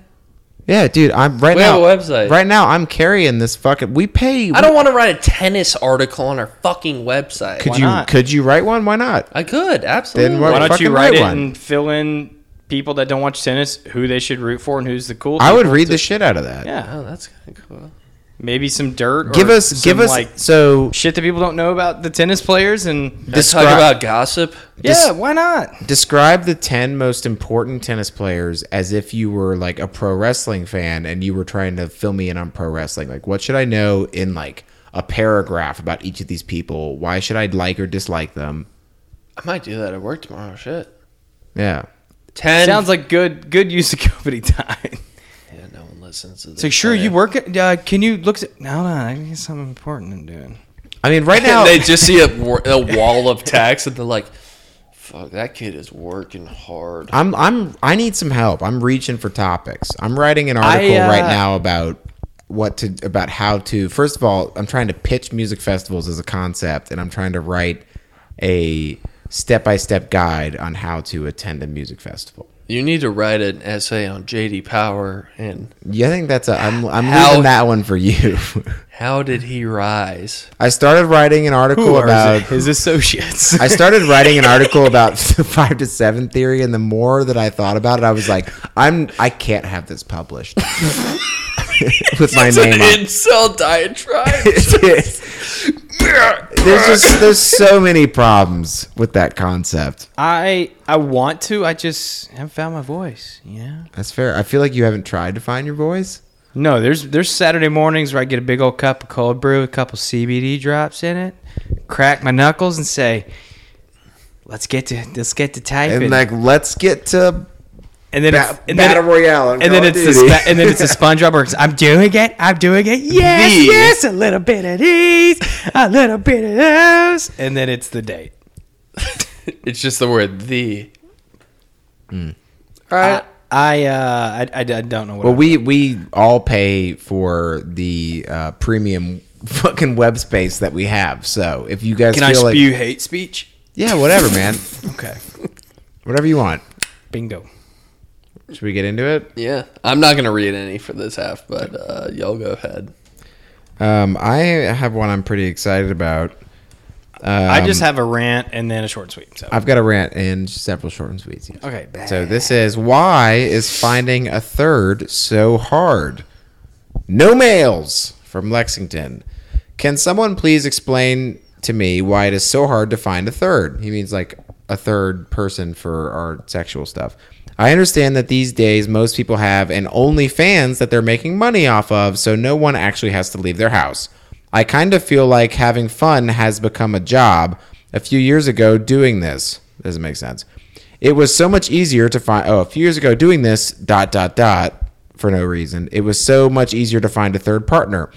[SPEAKER 1] Yeah, dude. I'm right
[SPEAKER 2] We have
[SPEAKER 1] now.
[SPEAKER 2] a website.
[SPEAKER 1] Right now, I'm carrying this fucking. We pay.
[SPEAKER 2] I don't want to write a tennis article on our fucking website.
[SPEAKER 1] Could
[SPEAKER 3] Why
[SPEAKER 1] you?
[SPEAKER 3] not?
[SPEAKER 1] Could you write one? Why not?
[SPEAKER 2] I could absolutely.
[SPEAKER 1] Then why-
[SPEAKER 3] Why don't
[SPEAKER 1] fucking
[SPEAKER 3] you write
[SPEAKER 1] right
[SPEAKER 3] it
[SPEAKER 1] one.
[SPEAKER 3] and fill in people that don't watch tennis who they should root for and who's the cool?
[SPEAKER 1] I would
[SPEAKER 3] people
[SPEAKER 1] read
[SPEAKER 3] to-
[SPEAKER 1] the shit out of that.
[SPEAKER 3] Yeah,
[SPEAKER 2] Oh, that's kind of cool.
[SPEAKER 3] maybe some dirt.
[SPEAKER 1] Give
[SPEAKER 3] or
[SPEAKER 1] us. Give
[SPEAKER 3] some,
[SPEAKER 1] us.
[SPEAKER 3] like
[SPEAKER 1] so
[SPEAKER 3] shit that people don't know about the tennis players and.
[SPEAKER 2] Let's talk
[SPEAKER 1] Descri-
[SPEAKER 2] about gossip.
[SPEAKER 3] Yeah, why not?
[SPEAKER 1] Describe the 10 most important tennis players as if you were like a pro wrestling fan and you were trying to fill me in on pro wrestling. Like, what should I know in like a paragraph about each of these people? Why should I like or dislike them?
[SPEAKER 2] I might do that at work tomorrow. Shit.
[SPEAKER 1] Yeah.
[SPEAKER 2] Ten.
[SPEAKER 3] Sounds like good good use of company time.
[SPEAKER 2] Yeah, no one listens to this.
[SPEAKER 3] It's like, sure,
[SPEAKER 2] shit.
[SPEAKER 3] you work. At, uh, can you look? At, no, no, I think it's something important I'm doing.
[SPEAKER 1] I mean, right now,
[SPEAKER 2] they just see a, wor- a wall of text and they're like, "Fuck, that kid is working hard."
[SPEAKER 1] I'm, I'm, I need some help. I'm reaching for topics. I'm writing an article
[SPEAKER 3] uh,
[SPEAKER 1] right now about what to, about how to, first of all, I'm trying to pitch music festivals as a concept and I'm trying to write a step by step guide on how to attend a music festival.
[SPEAKER 2] You need to write an essay on JD Power and
[SPEAKER 1] Yeah, I think that's a. I'm I'm
[SPEAKER 2] How-
[SPEAKER 1] leaving that one for you.
[SPEAKER 2] how did he rise?
[SPEAKER 1] I started writing an article
[SPEAKER 3] Who are
[SPEAKER 1] about.
[SPEAKER 3] his associates?
[SPEAKER 1] I started writing an article about the five to seven theory, and the more that I thought about it, I was like, I'm I can't have this published with my name on.
[SPEAKER 2] incel diatribe.
[SPEAKER 1] It is. there's just there's so many problems with that concept.
[SPEAKER 3] I I want to. I just haven't found my voice. Yeah.
[SPEAKER 1] That's fair. I feel like you haven't tried to find your voice.
[SPEAKER 3] No, there's there's Saturday mornings where I get a big old cup of cold brew, a couple CBD drops in it, crack my knuckles, and say, "Let's get to let's get to typing."
[SPEAKER 1] And like, let's get to
[SPEAKER 3] and then
[SPEAKER 1] ba-
[SPEAKER 3] it's- and then
[SPEAKER 1] battle
[SPEAKER 3] it-
[SPEAKER 1] royale.
[SPEAKER 3] and then it's the spa- and then it's a SpongeBob where it's, I'm doing it, I'm doing it, yes,
[SPEAKER 2] These.
[SPEAKER 3] yes, a little bit of these, a little bit of those, and then it's the date.
[SPEAKER 2] it's just the word the. All right.
[SPEAKER 3] I uh I, I, I don't know what.
[SPEAKER 1] Well,
[SPEAKER 3] I'm-
[SPEAKER 1] we we all pay for the uh, premium fucking web space that we have. So if you guys
[SPEAKER 3] can I
[SPEAKER 1] feel like
[SPEAKER 3] spew hate speech?
[SPEAKER 1] yeah, whatever, man,
[SPEAKER 3] Okay,
[SPEAKER 1] whatever you want.
[SPEAKER 3] bingo.
[SPEAKER 1] Should we get into it?
[SPEAKER 2] yeah, I'm not gonna read any for this half, but uh, y'all go ahead.
[SPEAKER 1] Um, I have one I'm pretty excited about.
[SPEAKER 3] I just have a rant and then a short sweep. So
[SPEAKER 1] I've got a rant and several short and sweet. yeah.
[SPEAKER 3] okay,
[SPEAKER 1] So this is why is finding a third so hard? No males from Lexington. Can someone please explain to me why it is so hard to find a third? He means like a third person for our sexual stuff. I understand that these days most people have an OnlyFans that they're making money off of, so no one actually has to leave their house. I kind of feel like having fun has become a job a few years ago doing this. Doesn't make sense. It was so much easier to find. Oh, a few years ago doing this, dot, dot, dot, for no reason. It was so much easier to find a third partner.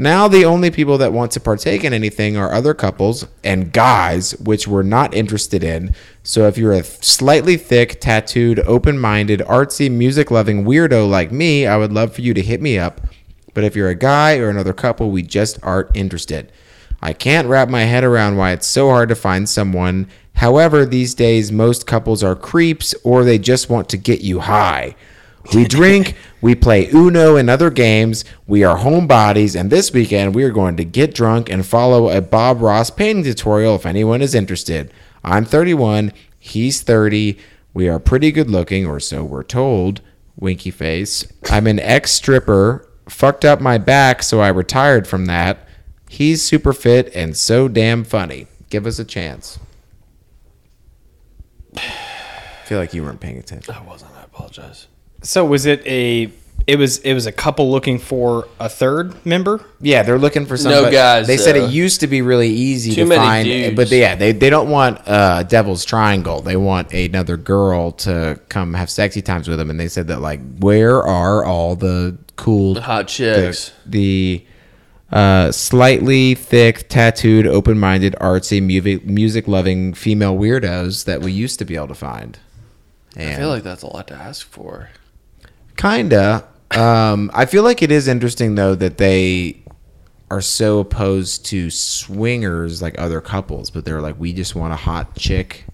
[SPEAKER 1] Now, the only people that want to partake in anything are other couples and guys, which we're not interested in. So, if you're a slightly thick, tattooed, open minded, artsy, music loving weirdo like me, I would love for you to hit me up. But if you're a guy or another couple, we just aren't interested. I can't wrap my head around why it's so hard to find someone. However, these days most couples are creeps or they just want to get you high. We drink, we play Uno and other games, we are homebodies, and this weekend we are going to get drunk and follow a Bob Ross painting tutorial if anyone is interested. I'm 31, he's 30, we are pretty good looking, or so we're told. Winky face. I'm an ex stripper, fucked up my back, so I retired from that. He's super fit and so damn funny. Give us a chance. I feel like you weren't paying attention.
[SPEAKER 2] I wasn't. I apologize.
[SPEAKER 3] So was it a? It was it was a couple looking for a third member.
[SPEAKER 1] Yeah, they're looking for somebody.
[SPEAKER 2] guys,
[SPEAKER 1] They said
[SPEAKER 2] though.
[SPEAKER 1] it used to be really easy
[SPEAKER 2] Too
[SPEAKER 1] to
[SPEAKER 2] many
[SPEAKER 1] find,
[SPEAKER 2] dudes.
[SPEAKER 1] but they- yeah, they they don't want uh, Devil's Triangle. They want another girl to come have sexy times with them. And they said that like, where are all the cool
[SPEAKER 2] The hot chicks.
[SPEAKER 1] uh, the uh, slightly thick, tattooed, open-minded, artsy, music music-loving female weirdos that we used to be able to find. And
[SPEAKER 2] I feel like that's a lot to ask for.
[SPEAKER 1] Kinda. Um, I feel like it is interesting though that they are so opposed to swingers like other couples, but they're like, we just want a hot chick.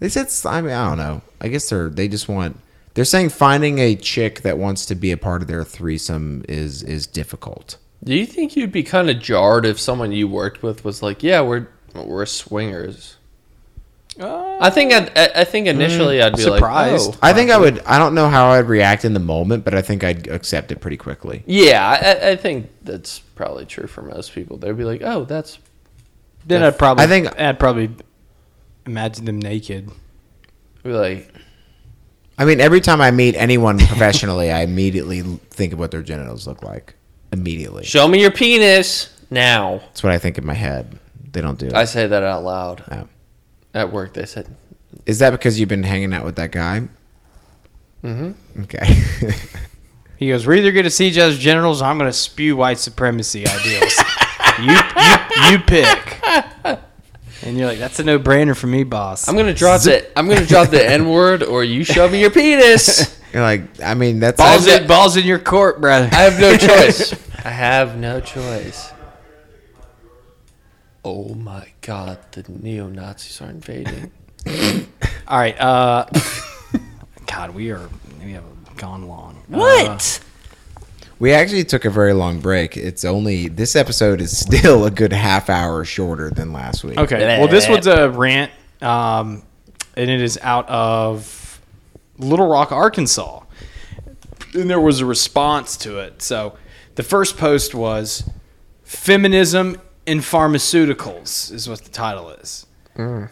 [SPEAKER 1] They said, s- I mean, I don't know. I guess they're they just want. They're saying finding a chick that wants to be a part of their threesome is is difficult.
[SPEAKER 2] Do you think you'd be kind of jarred if someone you worked with was like, "Yeah, we're we're swingers"? I think I'd, I I think initially I'd be
[SPEAKER 3] surprised.
[SPEAKER 2] like, "Oh,
[SPEAKER 1] I think I would. I don't know how I'd react in the moment, but I think I'd accept it pretty quickly.
[SPEAKER 2] yeah." I- I, I think that's probably true for most people. They'd be like, "Oh, that's
[SPEAKER 3] Then I'd probably.
[SPEAKER 1] I think-
[SPEAKER 3] I'd probably imagine them naked.
[SPEAKER 2] be like
[SPEAKER 1] I mean, every time I meet anyone professionally, I immediately think of what their genitals look like. Immediately.
[SPEAKER 2] show me your penis now."
[SPEAKER 1] That's what I think in my head. They don't do it.
[SPEAKER 2] I say that out loud
[SPEAKER 1] No.
[SPEAKER 2] at work. They said,
[SPEAKER 1] Is that because you've been hanging out with that guy? Mm-hmm. Okay.
[SPEAKER 3] He goes, "We're either going to see each other's genitals, or I'm going to spew white supremacy ideals. you, you, you pick." And you're like, "That's a no-brainer for me, boss."
[SPEAKER 2] "I'm gonna drop the I'm gonna drop the N word, or you show me your penis."
[SPEAKER 1] You're like, I mean, that's
[SPEAKER 3] balls,
[SPEAKER 2] I've
[SPEAKER 3] in, balls in your court, brother.
[SPEAKER 2] I have no choice. I have no choice. Oh my god, the neo Nazis are invading.
[SPEAKER 3] All right. Uh, God, we are we have gone long.
[SPEAKER 2] What?
[SPEAKER 1] we actually took a very long break. It's only this episode is still a good half hour shorter than last week.
[SPEAKER 3] Okay. Well, this one's a rant, um, and it is out of Little Rock, Arkansas. And there was a response to it. So the first post was Feminism in Pharmaceuticals, is what the title is.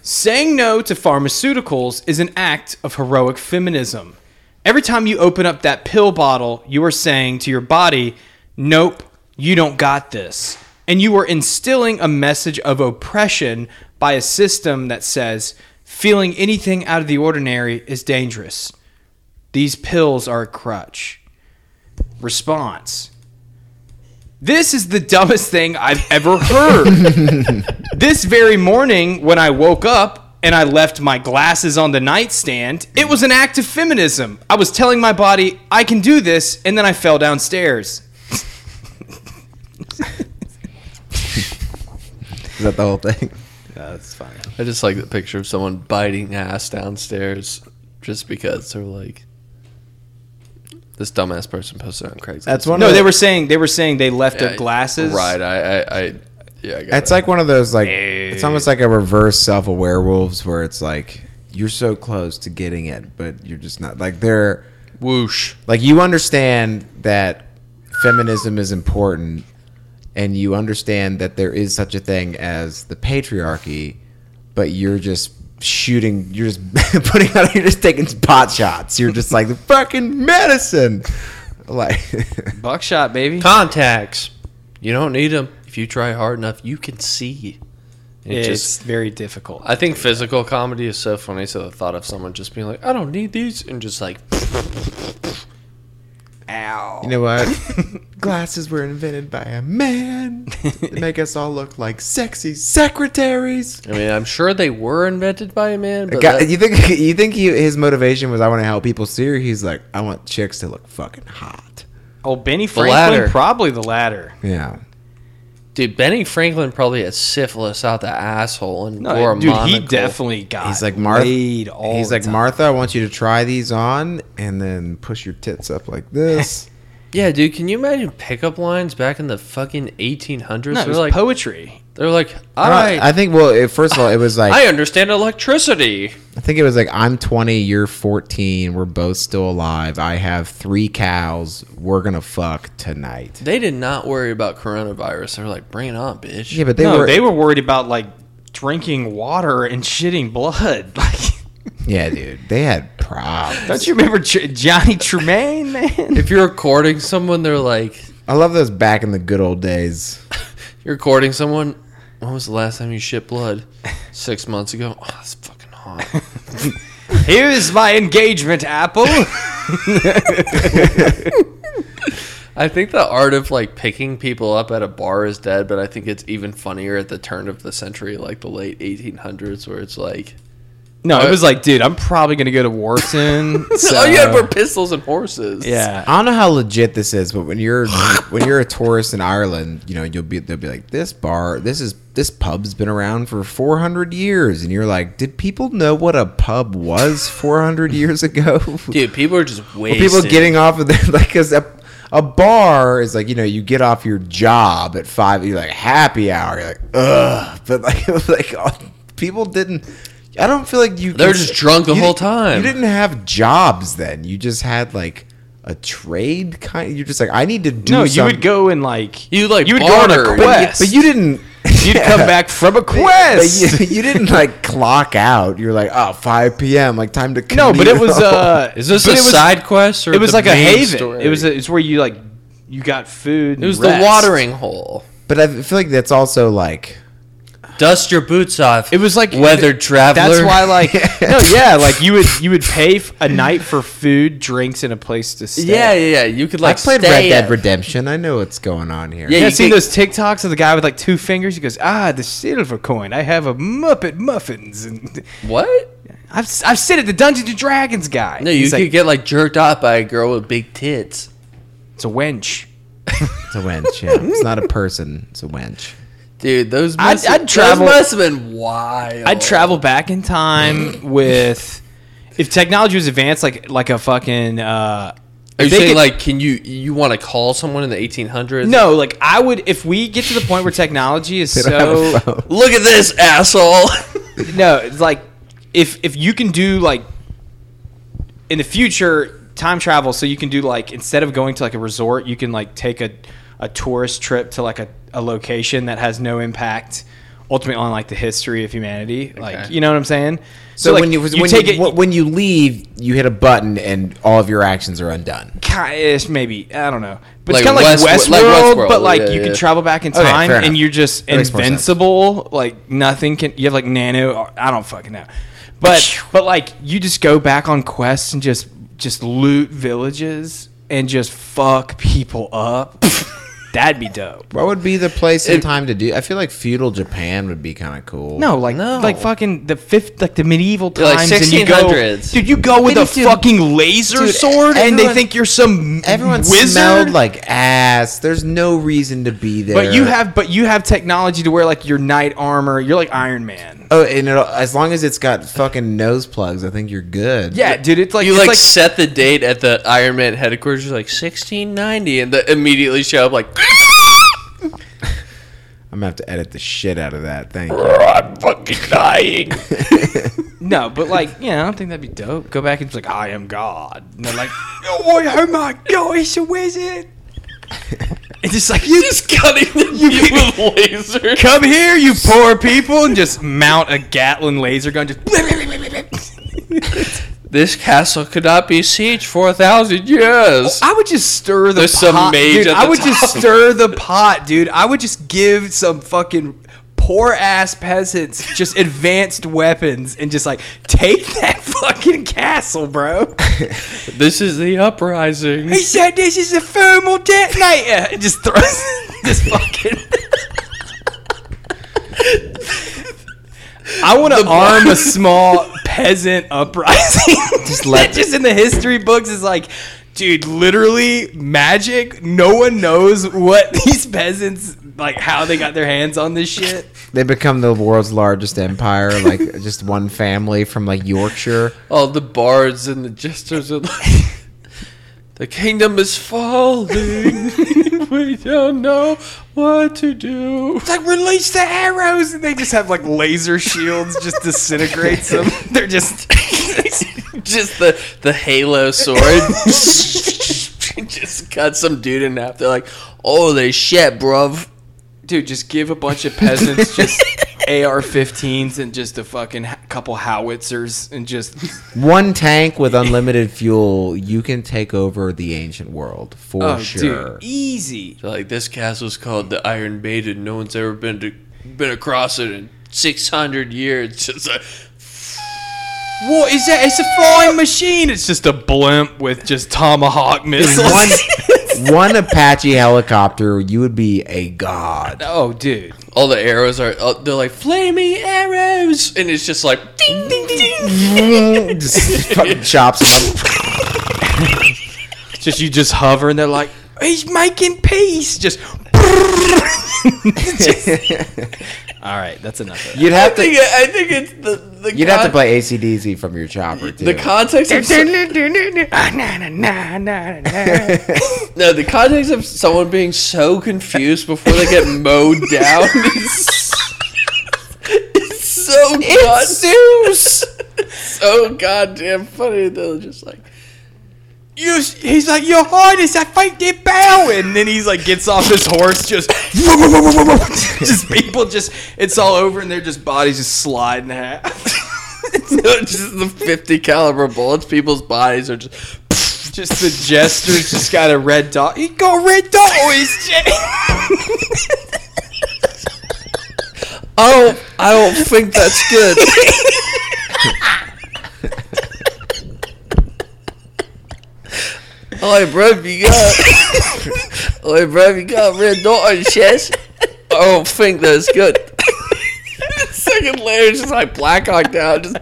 [SPEAKER 3] Saying no to pharmaceuticals is an act of heroic feminism. Every time you open up that pill bottle, you are saying to your body, Nope, you don't got this. And you are instilling a message of oppression by a system that says, Feeling anything out of the ordinary is dangerous. These pills are a crutch. Response This is the dumbest thing I've ever heard. This very morning, when I woke up and I left my glasses on the nightstand, it was an act of feminism. I was telling my body, I can do this, and then I fell downstairs.
[SPEAKER 1] Is that the whole thing?
[SPEAKER 2] I just like the picture of someone biting ass downstairs just because they're like this dumbass person posted on Craigslist.
[SPEAKER 1] That's one.
[SPEAKER 3] Oh, No,
[SPEAKER 1] of
[SPEAKER 3] they
[SPEAKER 1] the-
[SPEAKER 3] were saying they were saying they left their
[SPEAKER 2] I-
[SPEAKER 3] glasses.
[SPEAKER 2] Right, I I, I yeah, I got
[SPEAKER 1] It's
[SPEAKER 2] it.
[SPEAKER 1] like one of those like it's almost like a reverse self-aware wolves where it's like you're so close to getting it, but you're just not. Like they're
[SPEAKER 2] whoosh.
[SPEAKER 1] like you understand that feminism is important and you understand that there is such a thing as the patriarchy but you're just shooting you're just putting out you're just taking pot shots you're just like the fucking medicine like
[SPEAKER 3] Buckshot, baby.
[SPEAKER 2] Contacts. You don't need them. If you try hard enough, you can see. And
[SPEAKER 3] It's
[SPEAKER 2] It just
[SPEAKER 3] very difficult.
[SPEAKER 2] I think physical comedy is so funny. So the thought of someone just being like, "I don't need these," and just like,
[SPEAKER 1] you know what glasses were invented by a man to make us all look like sexy secretaries
[SPEAKER 2] I mean, I'm sure they were invented by a man, but
[SPEAKER 1] Guy-
[SPEAKER 2] that-
[SPEAKER 1] you think you think he, his motivation was I want to help people see her? He's like I want chicks to look fucking hot.
[SPEAKER 3] Old Oh, Benny
[SPEAKER 2] latter.
[SPEAKER 3] Franklin, probably the latter.
[SPEAKER 1] Yeah.
[SPEAKER 2] Dude, Benny Franklin probably had syphilis out the asshole and
[SPEAKER 3] No,
[SPEAKER 2] wore a
[SPEAKER 3] dude, he
[SPEAKER 2] monocle.
[SPEAKER 3] definitely got.
[SPEAKER 1] He's like Martha.
[SPEAKER 3] laid all
[SPEAKER 1] He's
[SPEAKER 3] the
[SPEAKER 1] like
[SPEAKER 3] time.
[SPEAKER 1] Martha. I want you to try these on and then push your tits up like this.
[SPEAKER 2] Yeah, dude, can you imagine pickup lines back in the fucking 1800s?
[SPEAKER 3] No, it
[SPEAKER 2] they're
[SPEAKER 3] was
[SPEAKER 2] like,
[SPEAKER 3] poetry.
[SPEAKER 2] they're like,
[SPEAKER 1] I,
[SPEAKER 2] all
[SPEAKER 1] don't-
[SPEAKER 2] right,
[SPEAKER 1] I think. Well, it, first of all, it was like
[SPEAKER 2] I understand electricity.
[SPEAKER 1] I think it was like I'm 20, you're 14, we're both still alive. I have three cows. We're gonna fuck tonight.
[SPEAKER 2] They did not worry about coronavirus. They were like, bring it on, bitch.
[SPEAKER 1] Yeah, but they
[SPEAKER 3] no,
[SPEAKER 1] were.
[SPEAKER 3] they were worried about like drinking water and shitting blood. Like,
[SPEAKER 1] Yeah, dude, they had problems.
[SPEAKER 3] don't you remember J- Johnny Tremaine, man?
[SPEAKER 2] if you're recording someone, they're like,
[SPEAKER 1] I love those back in the good old days.
[SPEAKER 2] you're recording someone. When was the last time you shit blood? Six months ago. Oh, that's fucking hot.
[SPEAKER 3] Here's my engagement apple.
[SPEAKER 2] I think the art of like picking people up at a bar is dead, but I think it's even funnier at the turn of the century, like the late 1800s, where it's like,
[SPEAKER 3] no, it was like, dude, I'm probably gonna go to Wharton. so,
[SPEAKER 2] oh yeah, we're pistols and horses.
[SPEAKER 3] yeah.
[SPEAKER 1] I don't know how legit this is, but when you're when you're a tourist in Ireland, you know you'll be they'll be like this bar, this is this pub's been around for 400 years, and you're like, did people know what a pub was 400 years ago?
[SPEAKER 2] dude, people are just
[SPEAKER 1] Were
[SPEAKER 2] wasted.
[SPEAKER 1] people getting off of their like because a, a bar is like you know you get off your job at five, you're like happy hour, you're like ugh, but like like oh, people didn't. I don't feel like you.
[SPEAKER 2] They're just drunk the
[SPEAKER 1] you
[SPEAKER 2] whole
[SPEAKER 1] didn't-
[SPEAKER 2] time.
[SPEAKER 1] You didn't have jobs then. You just had like a trade kind. You're just like I need to do.
[SPEAKER 3] No, you
[SPEAKER 1] some-
[SPEAKER 3] would go and like
[SPEAKER 2] You, like,
[SPEAKER 3] you would go on
[SPEAKER 2] barter. But
[SPEAKER 3] a
[SPEAKER 2] you-
[SPEAKER 1] but you,
[SPEAKER 3] quest,
[SPEAKER 1] but you didn't.
[SPEAKER 3] you'd come back from a
[SPEAKER 1] But-
[SPEAKER 3] quest.
[SPEAKER 1] But you, you didn't like clock out. You're like, oh, 5 p.m. Like time to
[SPEAKER 3] no, but it was
[SPEAKER 1] commute.
[SPEAKER 3] uh,
[SPEAKER 2] Is this
[SPEAKER 3] but
[SPEAKER 2] a
[SPEAKER 3] it was-
[SPEAKER 2] side quest or
[SPEAKER 3] It was
[SPEAKER 2] the
[SPEAKER 3] like a
[SPEAKER 2] main
[SPEAKER 3] haven.
[SPEAKER 2] story?
[SPEAKER 3] It was a, it's where you like you got food. And
[SPEAKER 2] It was the
[SPEAKER 3] rest.
[SPEAKER 2] watering hole.
[SPEAKER 1] But I feel like that's also like
[SPEAKER 2] Dust your boots off.
[SPEAKER 3] It was like
[SPEAKER 2] weathered traveler.
[SPEAKER 3] That's why, like, no, yeah, like you would you would pay f- a night for food, drinks, and a place to stay.
[SPEAKER 2] Yeah, yeah, yeah. You could like
[SPEAKER 1] I played
[SPEAKER 2] stay
[SPEAKER 1] Red Dead
[SPEAKER 2] at-
[SPEAKER 1] Redemption. I know what's going on here.
[SPEAKER 2] Yeah,
[SPEAKER 3] Yeah,
[SPEAKER 2] you
[SPEAKER 3] you seen
[SPEAKER 2] could-
[SPEAKER 3] those TikToks of the guy with like two fingers? He goes, "Ah, the silver coin. I have a Muppet muffins." And
[SPEAKER 2] What?
[SPEAKER 3] I've s- I've said it. The Dungeons and Dragons guy.
[SPEAKER 2] No, you
[SPEAKER 3] He's
[SPEAKER 2] could
[SPEAKER 3] like,
[SPEAKER 2] get like jerked off by a girl with big tits.
[SPEAKER 3] it's a wench.
[SPEAKER 1] It's a wench. Yeah. It's not a person. It's a wench.
[SPEAKER 2] Dude, those
[SPEAKER 3] I'd-
[SPEAKER 2] must,
[SPEAKER 3] I'd travel-
[SPEAKER 2] those must have been wild.
[SPEAKER 3] I'd travel back in time with if technology was advanced, like like a fucking. Uh,
[SPEAKER 2] Are you
[SPEAKER 3] they
[SPEAKER 2] saying
[SPEAKER 3] could-
[SPEAKER 2] like, can you you want to call someone in the 1800s?
[SPEAKER 3] No, like I would if we get to the point where technology is so
[SPEAKER 2] Look at this asshole.
[SPEAKER 3] no, it's like if if you can do like in the future time travel, so you can do like instead of going to like a resort, you can like take a a tourist trip to like a, a location that has no impact ultimately on like the history of humanity. Like
[SPEAKER 2] Okay.
[SPEAKER 3] you know what I'm saying?
[SPEAKER 1] So, when you, when,
[SPEAKER 3] take
[SPEAKER 1] you,
[SPEAKER 3] it
[SPEAKER 1] wh- when you leave, you hit a button and all of your actions are undone.
[SPEAKER 3] Ki-ish, maybe I don't know, but
[SPEAKER 2] Like
[SPEAKER 3] it's kind of like
[SPEAKER 2] West-
[SPEAKER 3] Westworld,
[SPEAKER 2] like Westworld,
[SPEAKER 3] but like
[SPEAKER 2] yeah,
[SPEAKER 3] you
[SPEAKER 2] yeah.
[SPEAKER 3] can travel back in
[SPEAKER 1] Okay,
[SPEAKER 3] time
[SPEAKER 1] fair
[SPEAKER 3] and
[SPEAKER 1] enough.
[SPEAKER 3] you're just
[SPEAKER 1] That makes more sense.
[SPEAKER 3] invincible. Like nothing can. You have like nano. I don't fucking know, but but like you just go back on quests and just just loot villages and just fuck people up. That'd be dope.
[SPEAKER 1] What would be the place and time to do? I feel like feudal Japan would be kind of cool.
[SPEAKER 3] No, like like fucking the fifth, like the medieval
[SPEAKER 2] Yeah, like
[SPEAKER 3] times, and you go,
[SPEAKER 2] 1600s.
[SPEAKER 3] dude. You go with a fucking laser
[SPEAKER 1] Dude,
[SPEAKER 3] sword, and
[SPEAKER 1] everyone-
[SPEAKER 3] they think you're some
[SPEAKER 1] Everyone
[SPEAKER 3] wizard.
[SPEAKER 1] smelled like ass. There's no reason to be there.
[SPEAKER 3] But you have but you have technology to wear like your knight armor. You're like Iron Man.
[SPEAKER 1] Oh, and it'll, as long as it's got fucking nose plugs, I think you're good.
[SPEAKER 3] Yeah, dude. It's like
[SPEAKER 2] you
[SPEAKER 3] it's
[SPEAKER 2] like, set the date at the Iron Man headquarters. You're like 1690, and the, immediately show up like.
[SPEAKER 1] I'm gonna have to edit the shit out of that. Thank you.
[SPEAKER 2] I'm fucking dying.
[SPEAKER 3] no, but like yeah, I don't think that'd be dope. Go back and it's like I am God. And they're like, oh, oh my God, it's a wizard. It's just like you
[SPEAKER 2] Just cutting the you with laser.
[SPEAKER 3] come here, you poor people, and just mount a Gatlin laser gun. Just
[SPEAKER 2] This castle could not be sieged for a thousand years.
[SPEAKER 3] Oh, I would just stir the
[SPEAKER 2] There's
[SPEAKER 3] pot.
[SPEAKER 2] some mage
[SPEAKER 3] dude,
[SPEAKER 2] at
[SPEAKER 3] I
[SPEAKER 2] the
[SPEAKER 3] would
[SPEAKER 2] top.
[SPEAKER 3] just stir the pot, dude. I would just give some fucking poor ass peasants just advanced weapons and just like take that fucking castle, bro.
[SPEAKER 2] this is the uprising.
[SPEAKER 3] he said this is a thermal detonator and just throws this fucking I want to arm a small peasant uprising. just
[SPEAKER 1] let-
[SPEAKER 3] just in the history books is like, dude, literally magic. No one knows what these peasants like how they got their hands on this shit.
[SPEAKER 1] They become the world's largest empire, like just one family from like Yorkshire.
[SPEAKER 2] All the bards and the jesters are like, the kingdom is falling. we don't know what to do.
[SPEAKER 3] It's like release the arrows, and they just have like laser shields just disintegrates them. They're just
[SPEAKER 2] Just the the halo sword. just cut some dude in half. They're like, holy shit, bruv.
[SPEAKER 4] Dude, just give a bunch of peasants just AR-15s and just a fucking h- couple howitzers and just
[SPEAKER 1] One tank with unlimited fuel, you can take over the ancient world for
[SPEAKER 4] oh,
[SPEAKER 1] sure.
[SPEAKER 4] dude, easy.
[SPEAKER 2] They're like, this castle's called the Iron Maiden. No one's ever been to been across it in six hundred years. Just uh, like,
[SPEAKER 3] what is that? It's a flying machine. It's just a blimp with just tomahawk missiles.
[SPEAKER 1] One, one Apache helicopter, you would be a god.
[SPEAKER 4] Oh, dude.
[SPEAKER 2] all the arrows are uh, they're like flaming arrows, and it's just like ding ding ding.
[SPEAKER 1] just fucking chops him up.
[SPEAKER 3] just you just hover, and they're like, he's making peace. Just. All right, that's enough. Of
[SPEAKER 1] You'd
[SPEAKER 2] I
[SPEAKER 1] have
[SPEAKER 2] think
[SPEAKER 1] to.
[SPEAKER 2] I think it's the the
[SPEAKER 1] You'd have to
[SPEAKER 2] con-
[SPEAKER 1] play ACDC from your chopper too.
[SPEAKER 2] The context of so- no, the context of someone being so confused before they get mowed down is is so god- so goddamn funny. They're just like,
[SPEAKER 3] you, he's like, Your Highness, I fight they bow, and then he's like, gets off his horse, just, just people, just it's all over, and they're just bodies just slide in half.
[SPEAKER 2] it's just the fifty caliber bullets. People's bodies are just.
[SPEAKER 3] just the jester's just got a red dot. He got a red dot Oh, on his chest.
[SPEAKER 2] I don't. I don't think that's good. Oi, bruv, you got. Oi, bruv, you got a red dot on your chest. I don't think that's good. Second layer, just like black hawk down. Just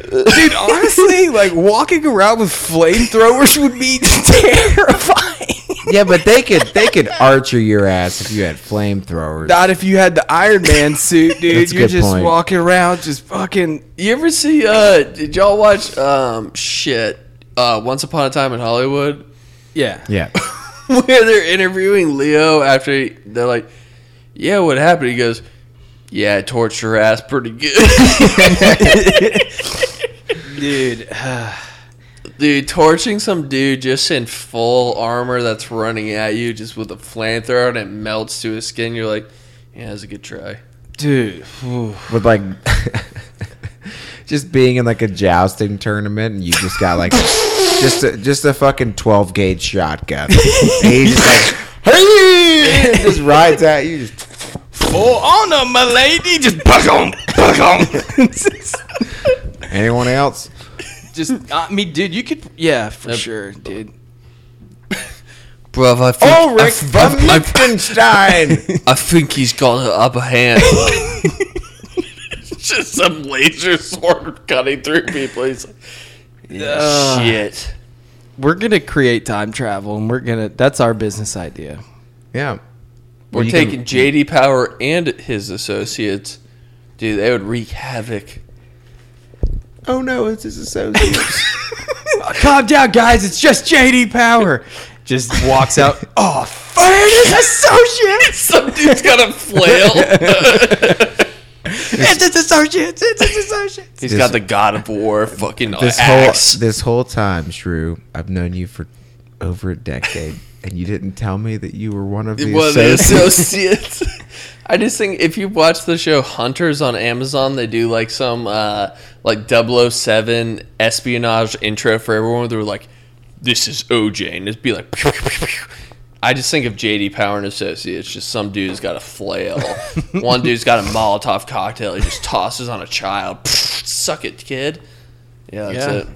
[SPEAKER 3] Dude, honestly, like walking around with flamethrowers would be terrifying.
[SPEAKER 1] yeah, but they could they could archer your ass if you had flamethrowers.
[SPEAKER 3] Not if you had the Iron Man suit, dude.
[SPEAKER 1] That's a
[SPEAKER 3] You're
[SPEAKER 1] good
[SPEAKER 3] just
[SPEAKER 1] point.
[SPEAKER 3] walking around, just fucking.
[SPEAKER 2] you ever see? Uh, did y'all watch? Um, shit. Uh, Once Upon a Time in Hollywood.
[SPEAKER 3] Yeah.
[SPEAKER 1] Yeah.
[SPEAKER 2] where they're interviewing Leo after he, they're like, "Yeah, what happened?" He goes, "Yeah, I torched her ass pretty good,
[SPEAKER 3] Dude.
[SPEAKER 2] dude. Torching some dude just in full armor that's running at you just with a flamethrower and it melts to his skin. You're like, yeah, that's a good try."
[SPEAKER 3] Dude.
[SPEAKER 1] With like just being in like a jousting tournament and you just got like just a, just a fucking 12 gauge shotgun. and he just like hey! and just rides at you just
[SPEAKER 3] Full honor, Oh, my lady. Just bug on, bug on.
[SPEAKER 1] anyone else?
[SPEAKER 3] just, I mean, dude, you could. Yeah, for sure, dude.
[SPEAKER 2] Bruv, I think,
[SPEAKER 3] Oh,
[SPEAKER 1] Ulrich Oh, von Liechtenstein.
[SPEAKER 2] I think he's got the upper hand. just some laser sword cutting through people. He's like, "Yeah,
[SPEAKER 3] Ugh.
[SPEAKER 2] shit.
[SPEAKER 3] We're going to create time travel, and we're going to. That's our business idea.
[SPEAKER 1] yeah.
[SPEAKER 2] We're
[SPEAKER 1] you
[SPEAKER 2] taking JD Power and his associates. Dude, they would wreak havoc.
[SPEAKER 1] Oh no, it's his associate.
[SPEAKER 3] Calm down, guys. It's just JD Power. Just walks out. oh, fired his associates.
[SPEAKER 2] Some dude's got a flail.
[SPEAKER 3] It's his associates. It's his associates.
[SPEAKER 2] He's got the God of War fucking
[SPEAKER 1] this
[SPEAKER 2] axe.
[SPEAKER 1] whole this whole time, Shrew, I've known you for over a decade, and you didn't tell me that you were one of the
[SPEAKER 2] One of the
[SPEAKER 1] associates.
[SPEAKER 2] associates. I just think if you watch the show Hunters on Amazon, they do like some uh, like 007 espionage intro for everyone. They're like, "This is OJ," and it'd be like. pew, pew, pew, pew. I just think of JD Power and Associates. Just some dude's got a flail. One dude's got a Molotov cocktail. He just tosses on a child. Suck it, kid. Yeah, that's
[SPEAKER 3] Yeah.
[SPEAKER 2] it.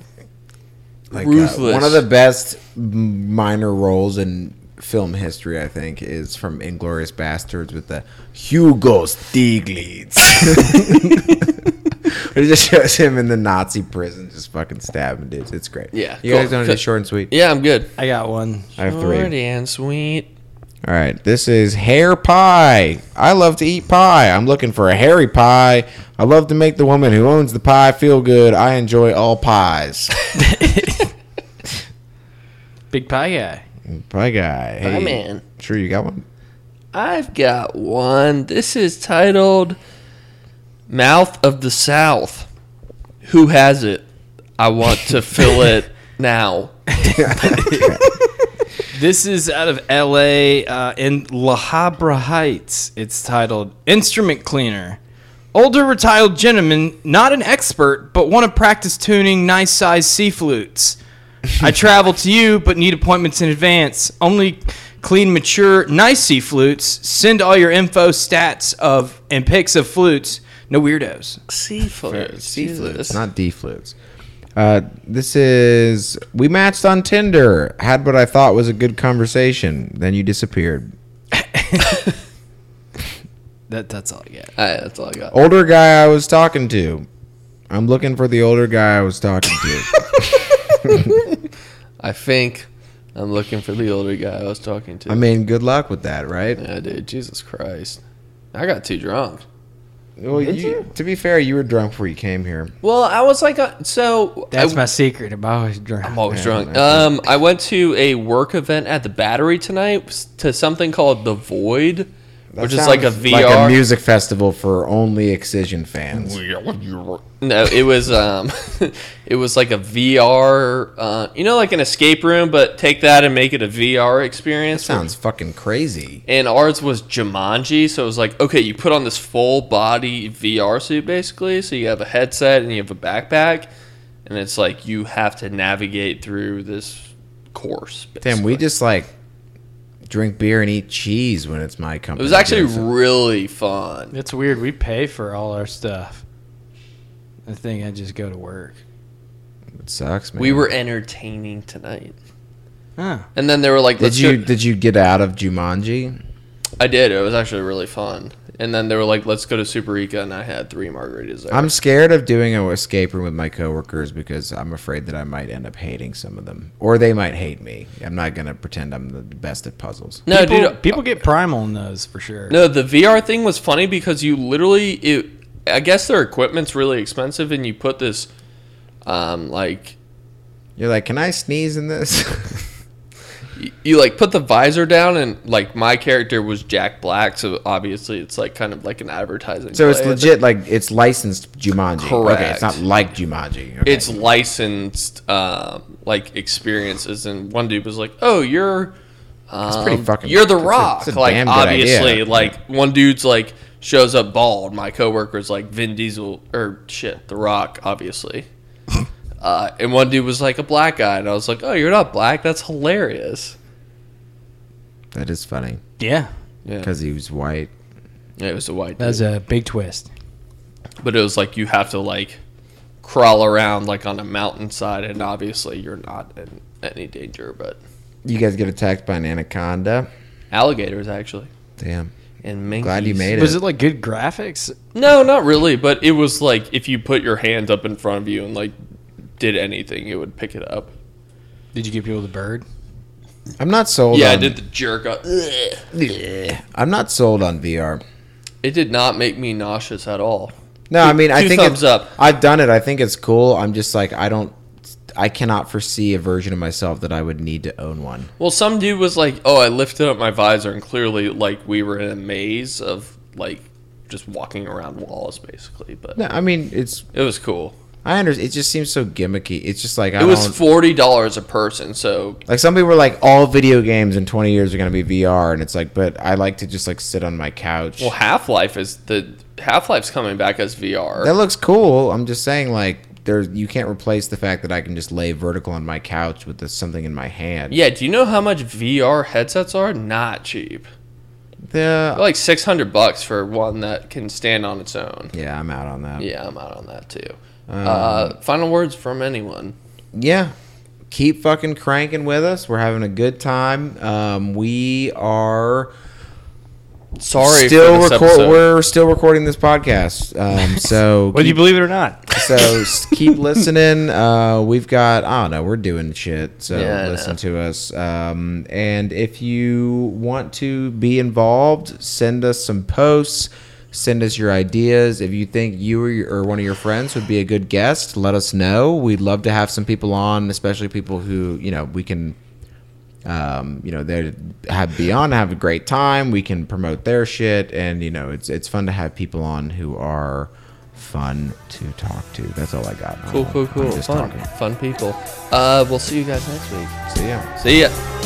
[SPEAKER 1] Like, uh,
[SPEAKER 2] Ruthless.
[SPEAKER 1] one of the best m- minor roles in film history, I think, is from Inglorious Bastards with the Hugo Stieglitz. it just shows him in the Nazi prison, just fucking stabbing dudes. It's great.
[SPEAKER 2] Yeah,
[SPEAKER 1] you
[SPEAKER 2] cool.
[SPEAKER 1] guys don't do short and sweet.
[SPEAKER 2] Yeah, I'm good.
[SPEAKER 3] I got one.
[SPEAKER 1] I have three.
[SPEAKER 2] Short and sweet.
[SPEAKER 1] All right, this is hair pie. I love to eat pie. I'm looking for a hairy pie. I love to make the woman who owns the pie feel good. I enjoy all pies.
[SPEAKER 3] Big pie guy.
[SPEAKER 1] pie guy. Hey,
[SPEAKER 2] Pie man.
[SPEAKER 1] Sure, you got one?
[SPEAKER 2] I've got one. This is titled Mouth of the South. Who has it? I want to fill it now.
[SPEAKER 3] This is out of L.A. Uh, in La Habra Heights. It's titled "Instrument Cleaner." Older retired gentleman, not an expert, but want to practice tuning nice sized sea flutes. I travel to you, but need appointments in advance. Only clean, mature, nice sea flutes. Send all your info, stats of and pics of flutes. No weirdos.
[SPEAKER 2] Sea flutes. Sea flutes.
[SPEAKER 1] Not D flutes. Uh, this is we matched on Tinder. Had what I thought was a good conversation. Then you disappeared.
[SPEAKER 3] That that's all I get.
[SPEAKER 2] Alright, that's all I got.
[SPEAKER 1] Older guy I was talking to. I'm looking for the older guy I was talking to.
[SPEAKER 2] I think I'm looking for the older guy I was talking to.
[SPEAKER 1] I mean, good luck with that, right?
[SPEAKER 2] yeah, dude, Jesus Christ. I got too drunk.
[SPEAKER 1] Well, you, to be fair, you were drunk before you came here.
[SPEAKER 2] Well, I was like, uh, so
[SPEAKER 4] That's
[SPEAKER 2] I,
[SPEAKER 4] my secret. I'm always drunk.
[SPEAKER 2] I'm always
[SPEAKER 1] Yeah,
[SPEAKER 2] drunk.
[SPEAKER 1] that's
[SPEAKER 2] Um, I went to a work event at the Battery tonight s- to something called the Void, which is like a VR.
[SPEAKER 1] like a music festival for only Excision fans.
[SPEAKER 2] no, it was um, it was like a VR. Uh, you know, like an escape room, but take that and make it a VR experience.
[SPEAKER 1] Sounds fucking crazy.
[SPEAKER 2] and ours was Jumanji, so it was like, okay, you put on this full body VR suit basically, so you have a headset and you have a backpack, and it's like you have to navigate through this course.
[SPEAKER 1] Damn, we
[SPEAKER 2] basically.
[SPEAKER 1] just like drink beer and eat cheese when it's my
[SPEAKER 2] It
[SPEAKER 1] company.
[SPEAKER 2] was actually
[SPEAKER 1] does it.
[SPEAKER 2] really fun.
[SPEAKER 3] That's weird. We pay for all our stuff. I think I just go to work.
[SPEAKER 1] It sucks, man.
[SPEAKER 2] We were entertaining tonight,
[SPEAKER 3] Huh.
[SPEAKER 2] and then they were like,
[SPEAKER 1] Did
[SPEAKER 2] "Let's
[SPEAKER 1] you
[SPEAKER 2] go-
[SPEAKER 1] did you get out of Jumanji?
[SPEAKER 2] I did. It was actually really fun. And then they were like, "Let's go to Superica," and I had three margaritas. There.
[SPEAKER 1] I'm scared of doing an escape room with my coworkers because I'm afraid that I might end up hating some of them, or they might hate me. I'm not gonna pretend I'm the best at puzzles.
[SPEAKER 2] no,
[SPEAKER 3] people,
[SPEAKER 2] dude. uh,
[SPEAKER 3] people get primal in those for sure.
[SPEAKER 2] No, the VR thing was funny because you literally it. I guess their equipment's really expensive, and you put this, um, like
[SPEAKER 1] You're like, can I sneeze in this?
[SPEAKER 2] you, you like put the visor down, and like my character was Jack Black, so obviously it's like kind of like an advertising.
[SPEAKER 1] so it's
[SPEAKER 2] play.
[SPEAKER 1] legit, like it's licensed Jumanji. Okay,
[SPEAKER 2] Correct.
[SPEAKER 1] it's not like Jumanji. Okay.
[SPEAKER 2] It's licensed, um, like experiences, and one dude was like, "Oh, you're."
[SPEAKER 1] pretty
[SPEAKER 2] Um,
[SPEAKER 1] fucking-
[SPEAKER 2] You're the
[SPEAKER 1] that's a-
[SPEAKER 2] Rock.
[SPEAKER 1] that's a
[SPEAKER 2] like
[SPEAKER 1] damn good
[SPEAKER 2] obviously,
[SPEAKER 1] idea.
[SPEAKER 2] like one dude's like shows up bald. My coworker's like Vin Diesel or shit, the Rock, obviously. uh, and one dude was like a black guy, and I was like, "Oh, you're not black. That's hilarious."
[SPEAKER 1] that is funny
[SPEAKER 3] Yeah,
[SPEAKER 2] Yeah,
[SPEAKER 1] because he was white.
[SPEAKER 2] it was a white
[SPEAKER 3] that was
[SPEAKER 2] dude,
[SPEAKER 3] a big twist.
[SPEAKER 2] but it was like you have to like crawl around like on a mountainside, and obviously you're not in any danger. But
[SPEAKER 1] You guys get attacked by an anaconda.
[SPEAKER 2] alligators actually,
[SPEAKER 1] Damn.
[SPEAKER 2] and monkeys.
[SPEAKER 1] Glad you made it.
[SPEAKER 3] Was it like good graphics?
[SPEAKER 2] No, not really, but it was like if you put your hand up in front of you and like did anything, it would pick it up.
[SPEAKER 3] Did you give people the bird?
[SPEAKER 1] I'm not sold.
[SPEAKER 2] yeah,
[SPEAKER 1] on,
[SPEAKER 2] I did the jerk up. It
[SPEAKER 1] I'm not sold on VR.
[SPEAKER 2] did not make me nauseous at all.
[SPEAKER 1] No, I mean, I
[SPEAKER 2] two
[SPEAKER 1] think
[SPEAKER 2] thumbs
[SPEAKER 1] it's,
[SPEAKER 2] up.
[SPEAKER 1] I've done it. I think it's cool. I'm just like I don't. I cannot foresee a version of myself that I would need to own one.
[SPEAKER 2] Well, some dude was like, "Oh, I lifted up my visor and clearly like we were in a maze of like just walking around walls basically." But
[SPEAKER 1] No, I mean it's.
[SPEAKER 2] it was cool.
[SPEAKER 1] I understand. It just seems so gimmicky. It's just like I
[SPEAKER 2] It was
[SPEAKER 1] don't.
[SPEAKER 2] $40 a person, so
[SPEAKER 1] like some people are like, all video games in 20 years are going to be VR, and it's like, but I like to just like sit on my couch.
[SPEAKER 2] well Half-Life is the Half-Life's coming back as VR.
[SPEAKER 1] that looks cool. I'm just saying, like, there's you can't replace the fact that I can just lay vertical on my couch with this, something in my hand.
[SPEAKER 2] yeah, do you know how much VR headsets are? Not cheap.
[SPEAKER 1] The-
[SPEAKER 2] Like six hundred bucks for one that can stand on its own.
[SPEAKER 1] yeah, I'm out on that.
[SPEAKER 2] Yeah, I'm out on that too. uh, final words from anyone.
[SPEAKER 1] yeah keep fucking cranking with us we're having a good time um, we are
[SPEAKER 2] sorry.
[SPEAKER 1] still
[SPEAKER 2] for this
[SPEAKER 1] record.
[SPEAKER 2] episode.
[SPEAKER 1] We're still recording this podcast. Um, so
[SPEAKER 4] Whether you believe it or not.
[SPEAKER 1] so s- keep listening. Uh, we've got I don't know. We're doing shit. So
[SPEAKER 2] Yeah, I
[SPEAKER 1] listen
[SPEAKER 2] know.
[SPEAKER 1] to us. Um, and if you want to be involved, send us some posts. Send us your ideas. If you think you or, your, or one of your friends would be a good guest, let us know. We'd love to have some people on, especially people who you know we can um, you know, they have be on, have a great time. We can promote their shit, and you know, it's it's fun to have people on who are fun to talk to. That's all I got.
[SPEAKER 2] cool,
[SPEAKER 1] I'm-
[SPEAKER 2] cool,
[SPEAKER 1] I'm
[SPEAKER 2] cool.
[SPEAKER 1] just
[SPEAKER 2] Fun,
[SPEAKER 1] talking.
[SPEAKER 2] fun people. Uh, we'll see you guys next week.
[SPEAKER 1] So yeah.
[SPEAKER 2] See ya.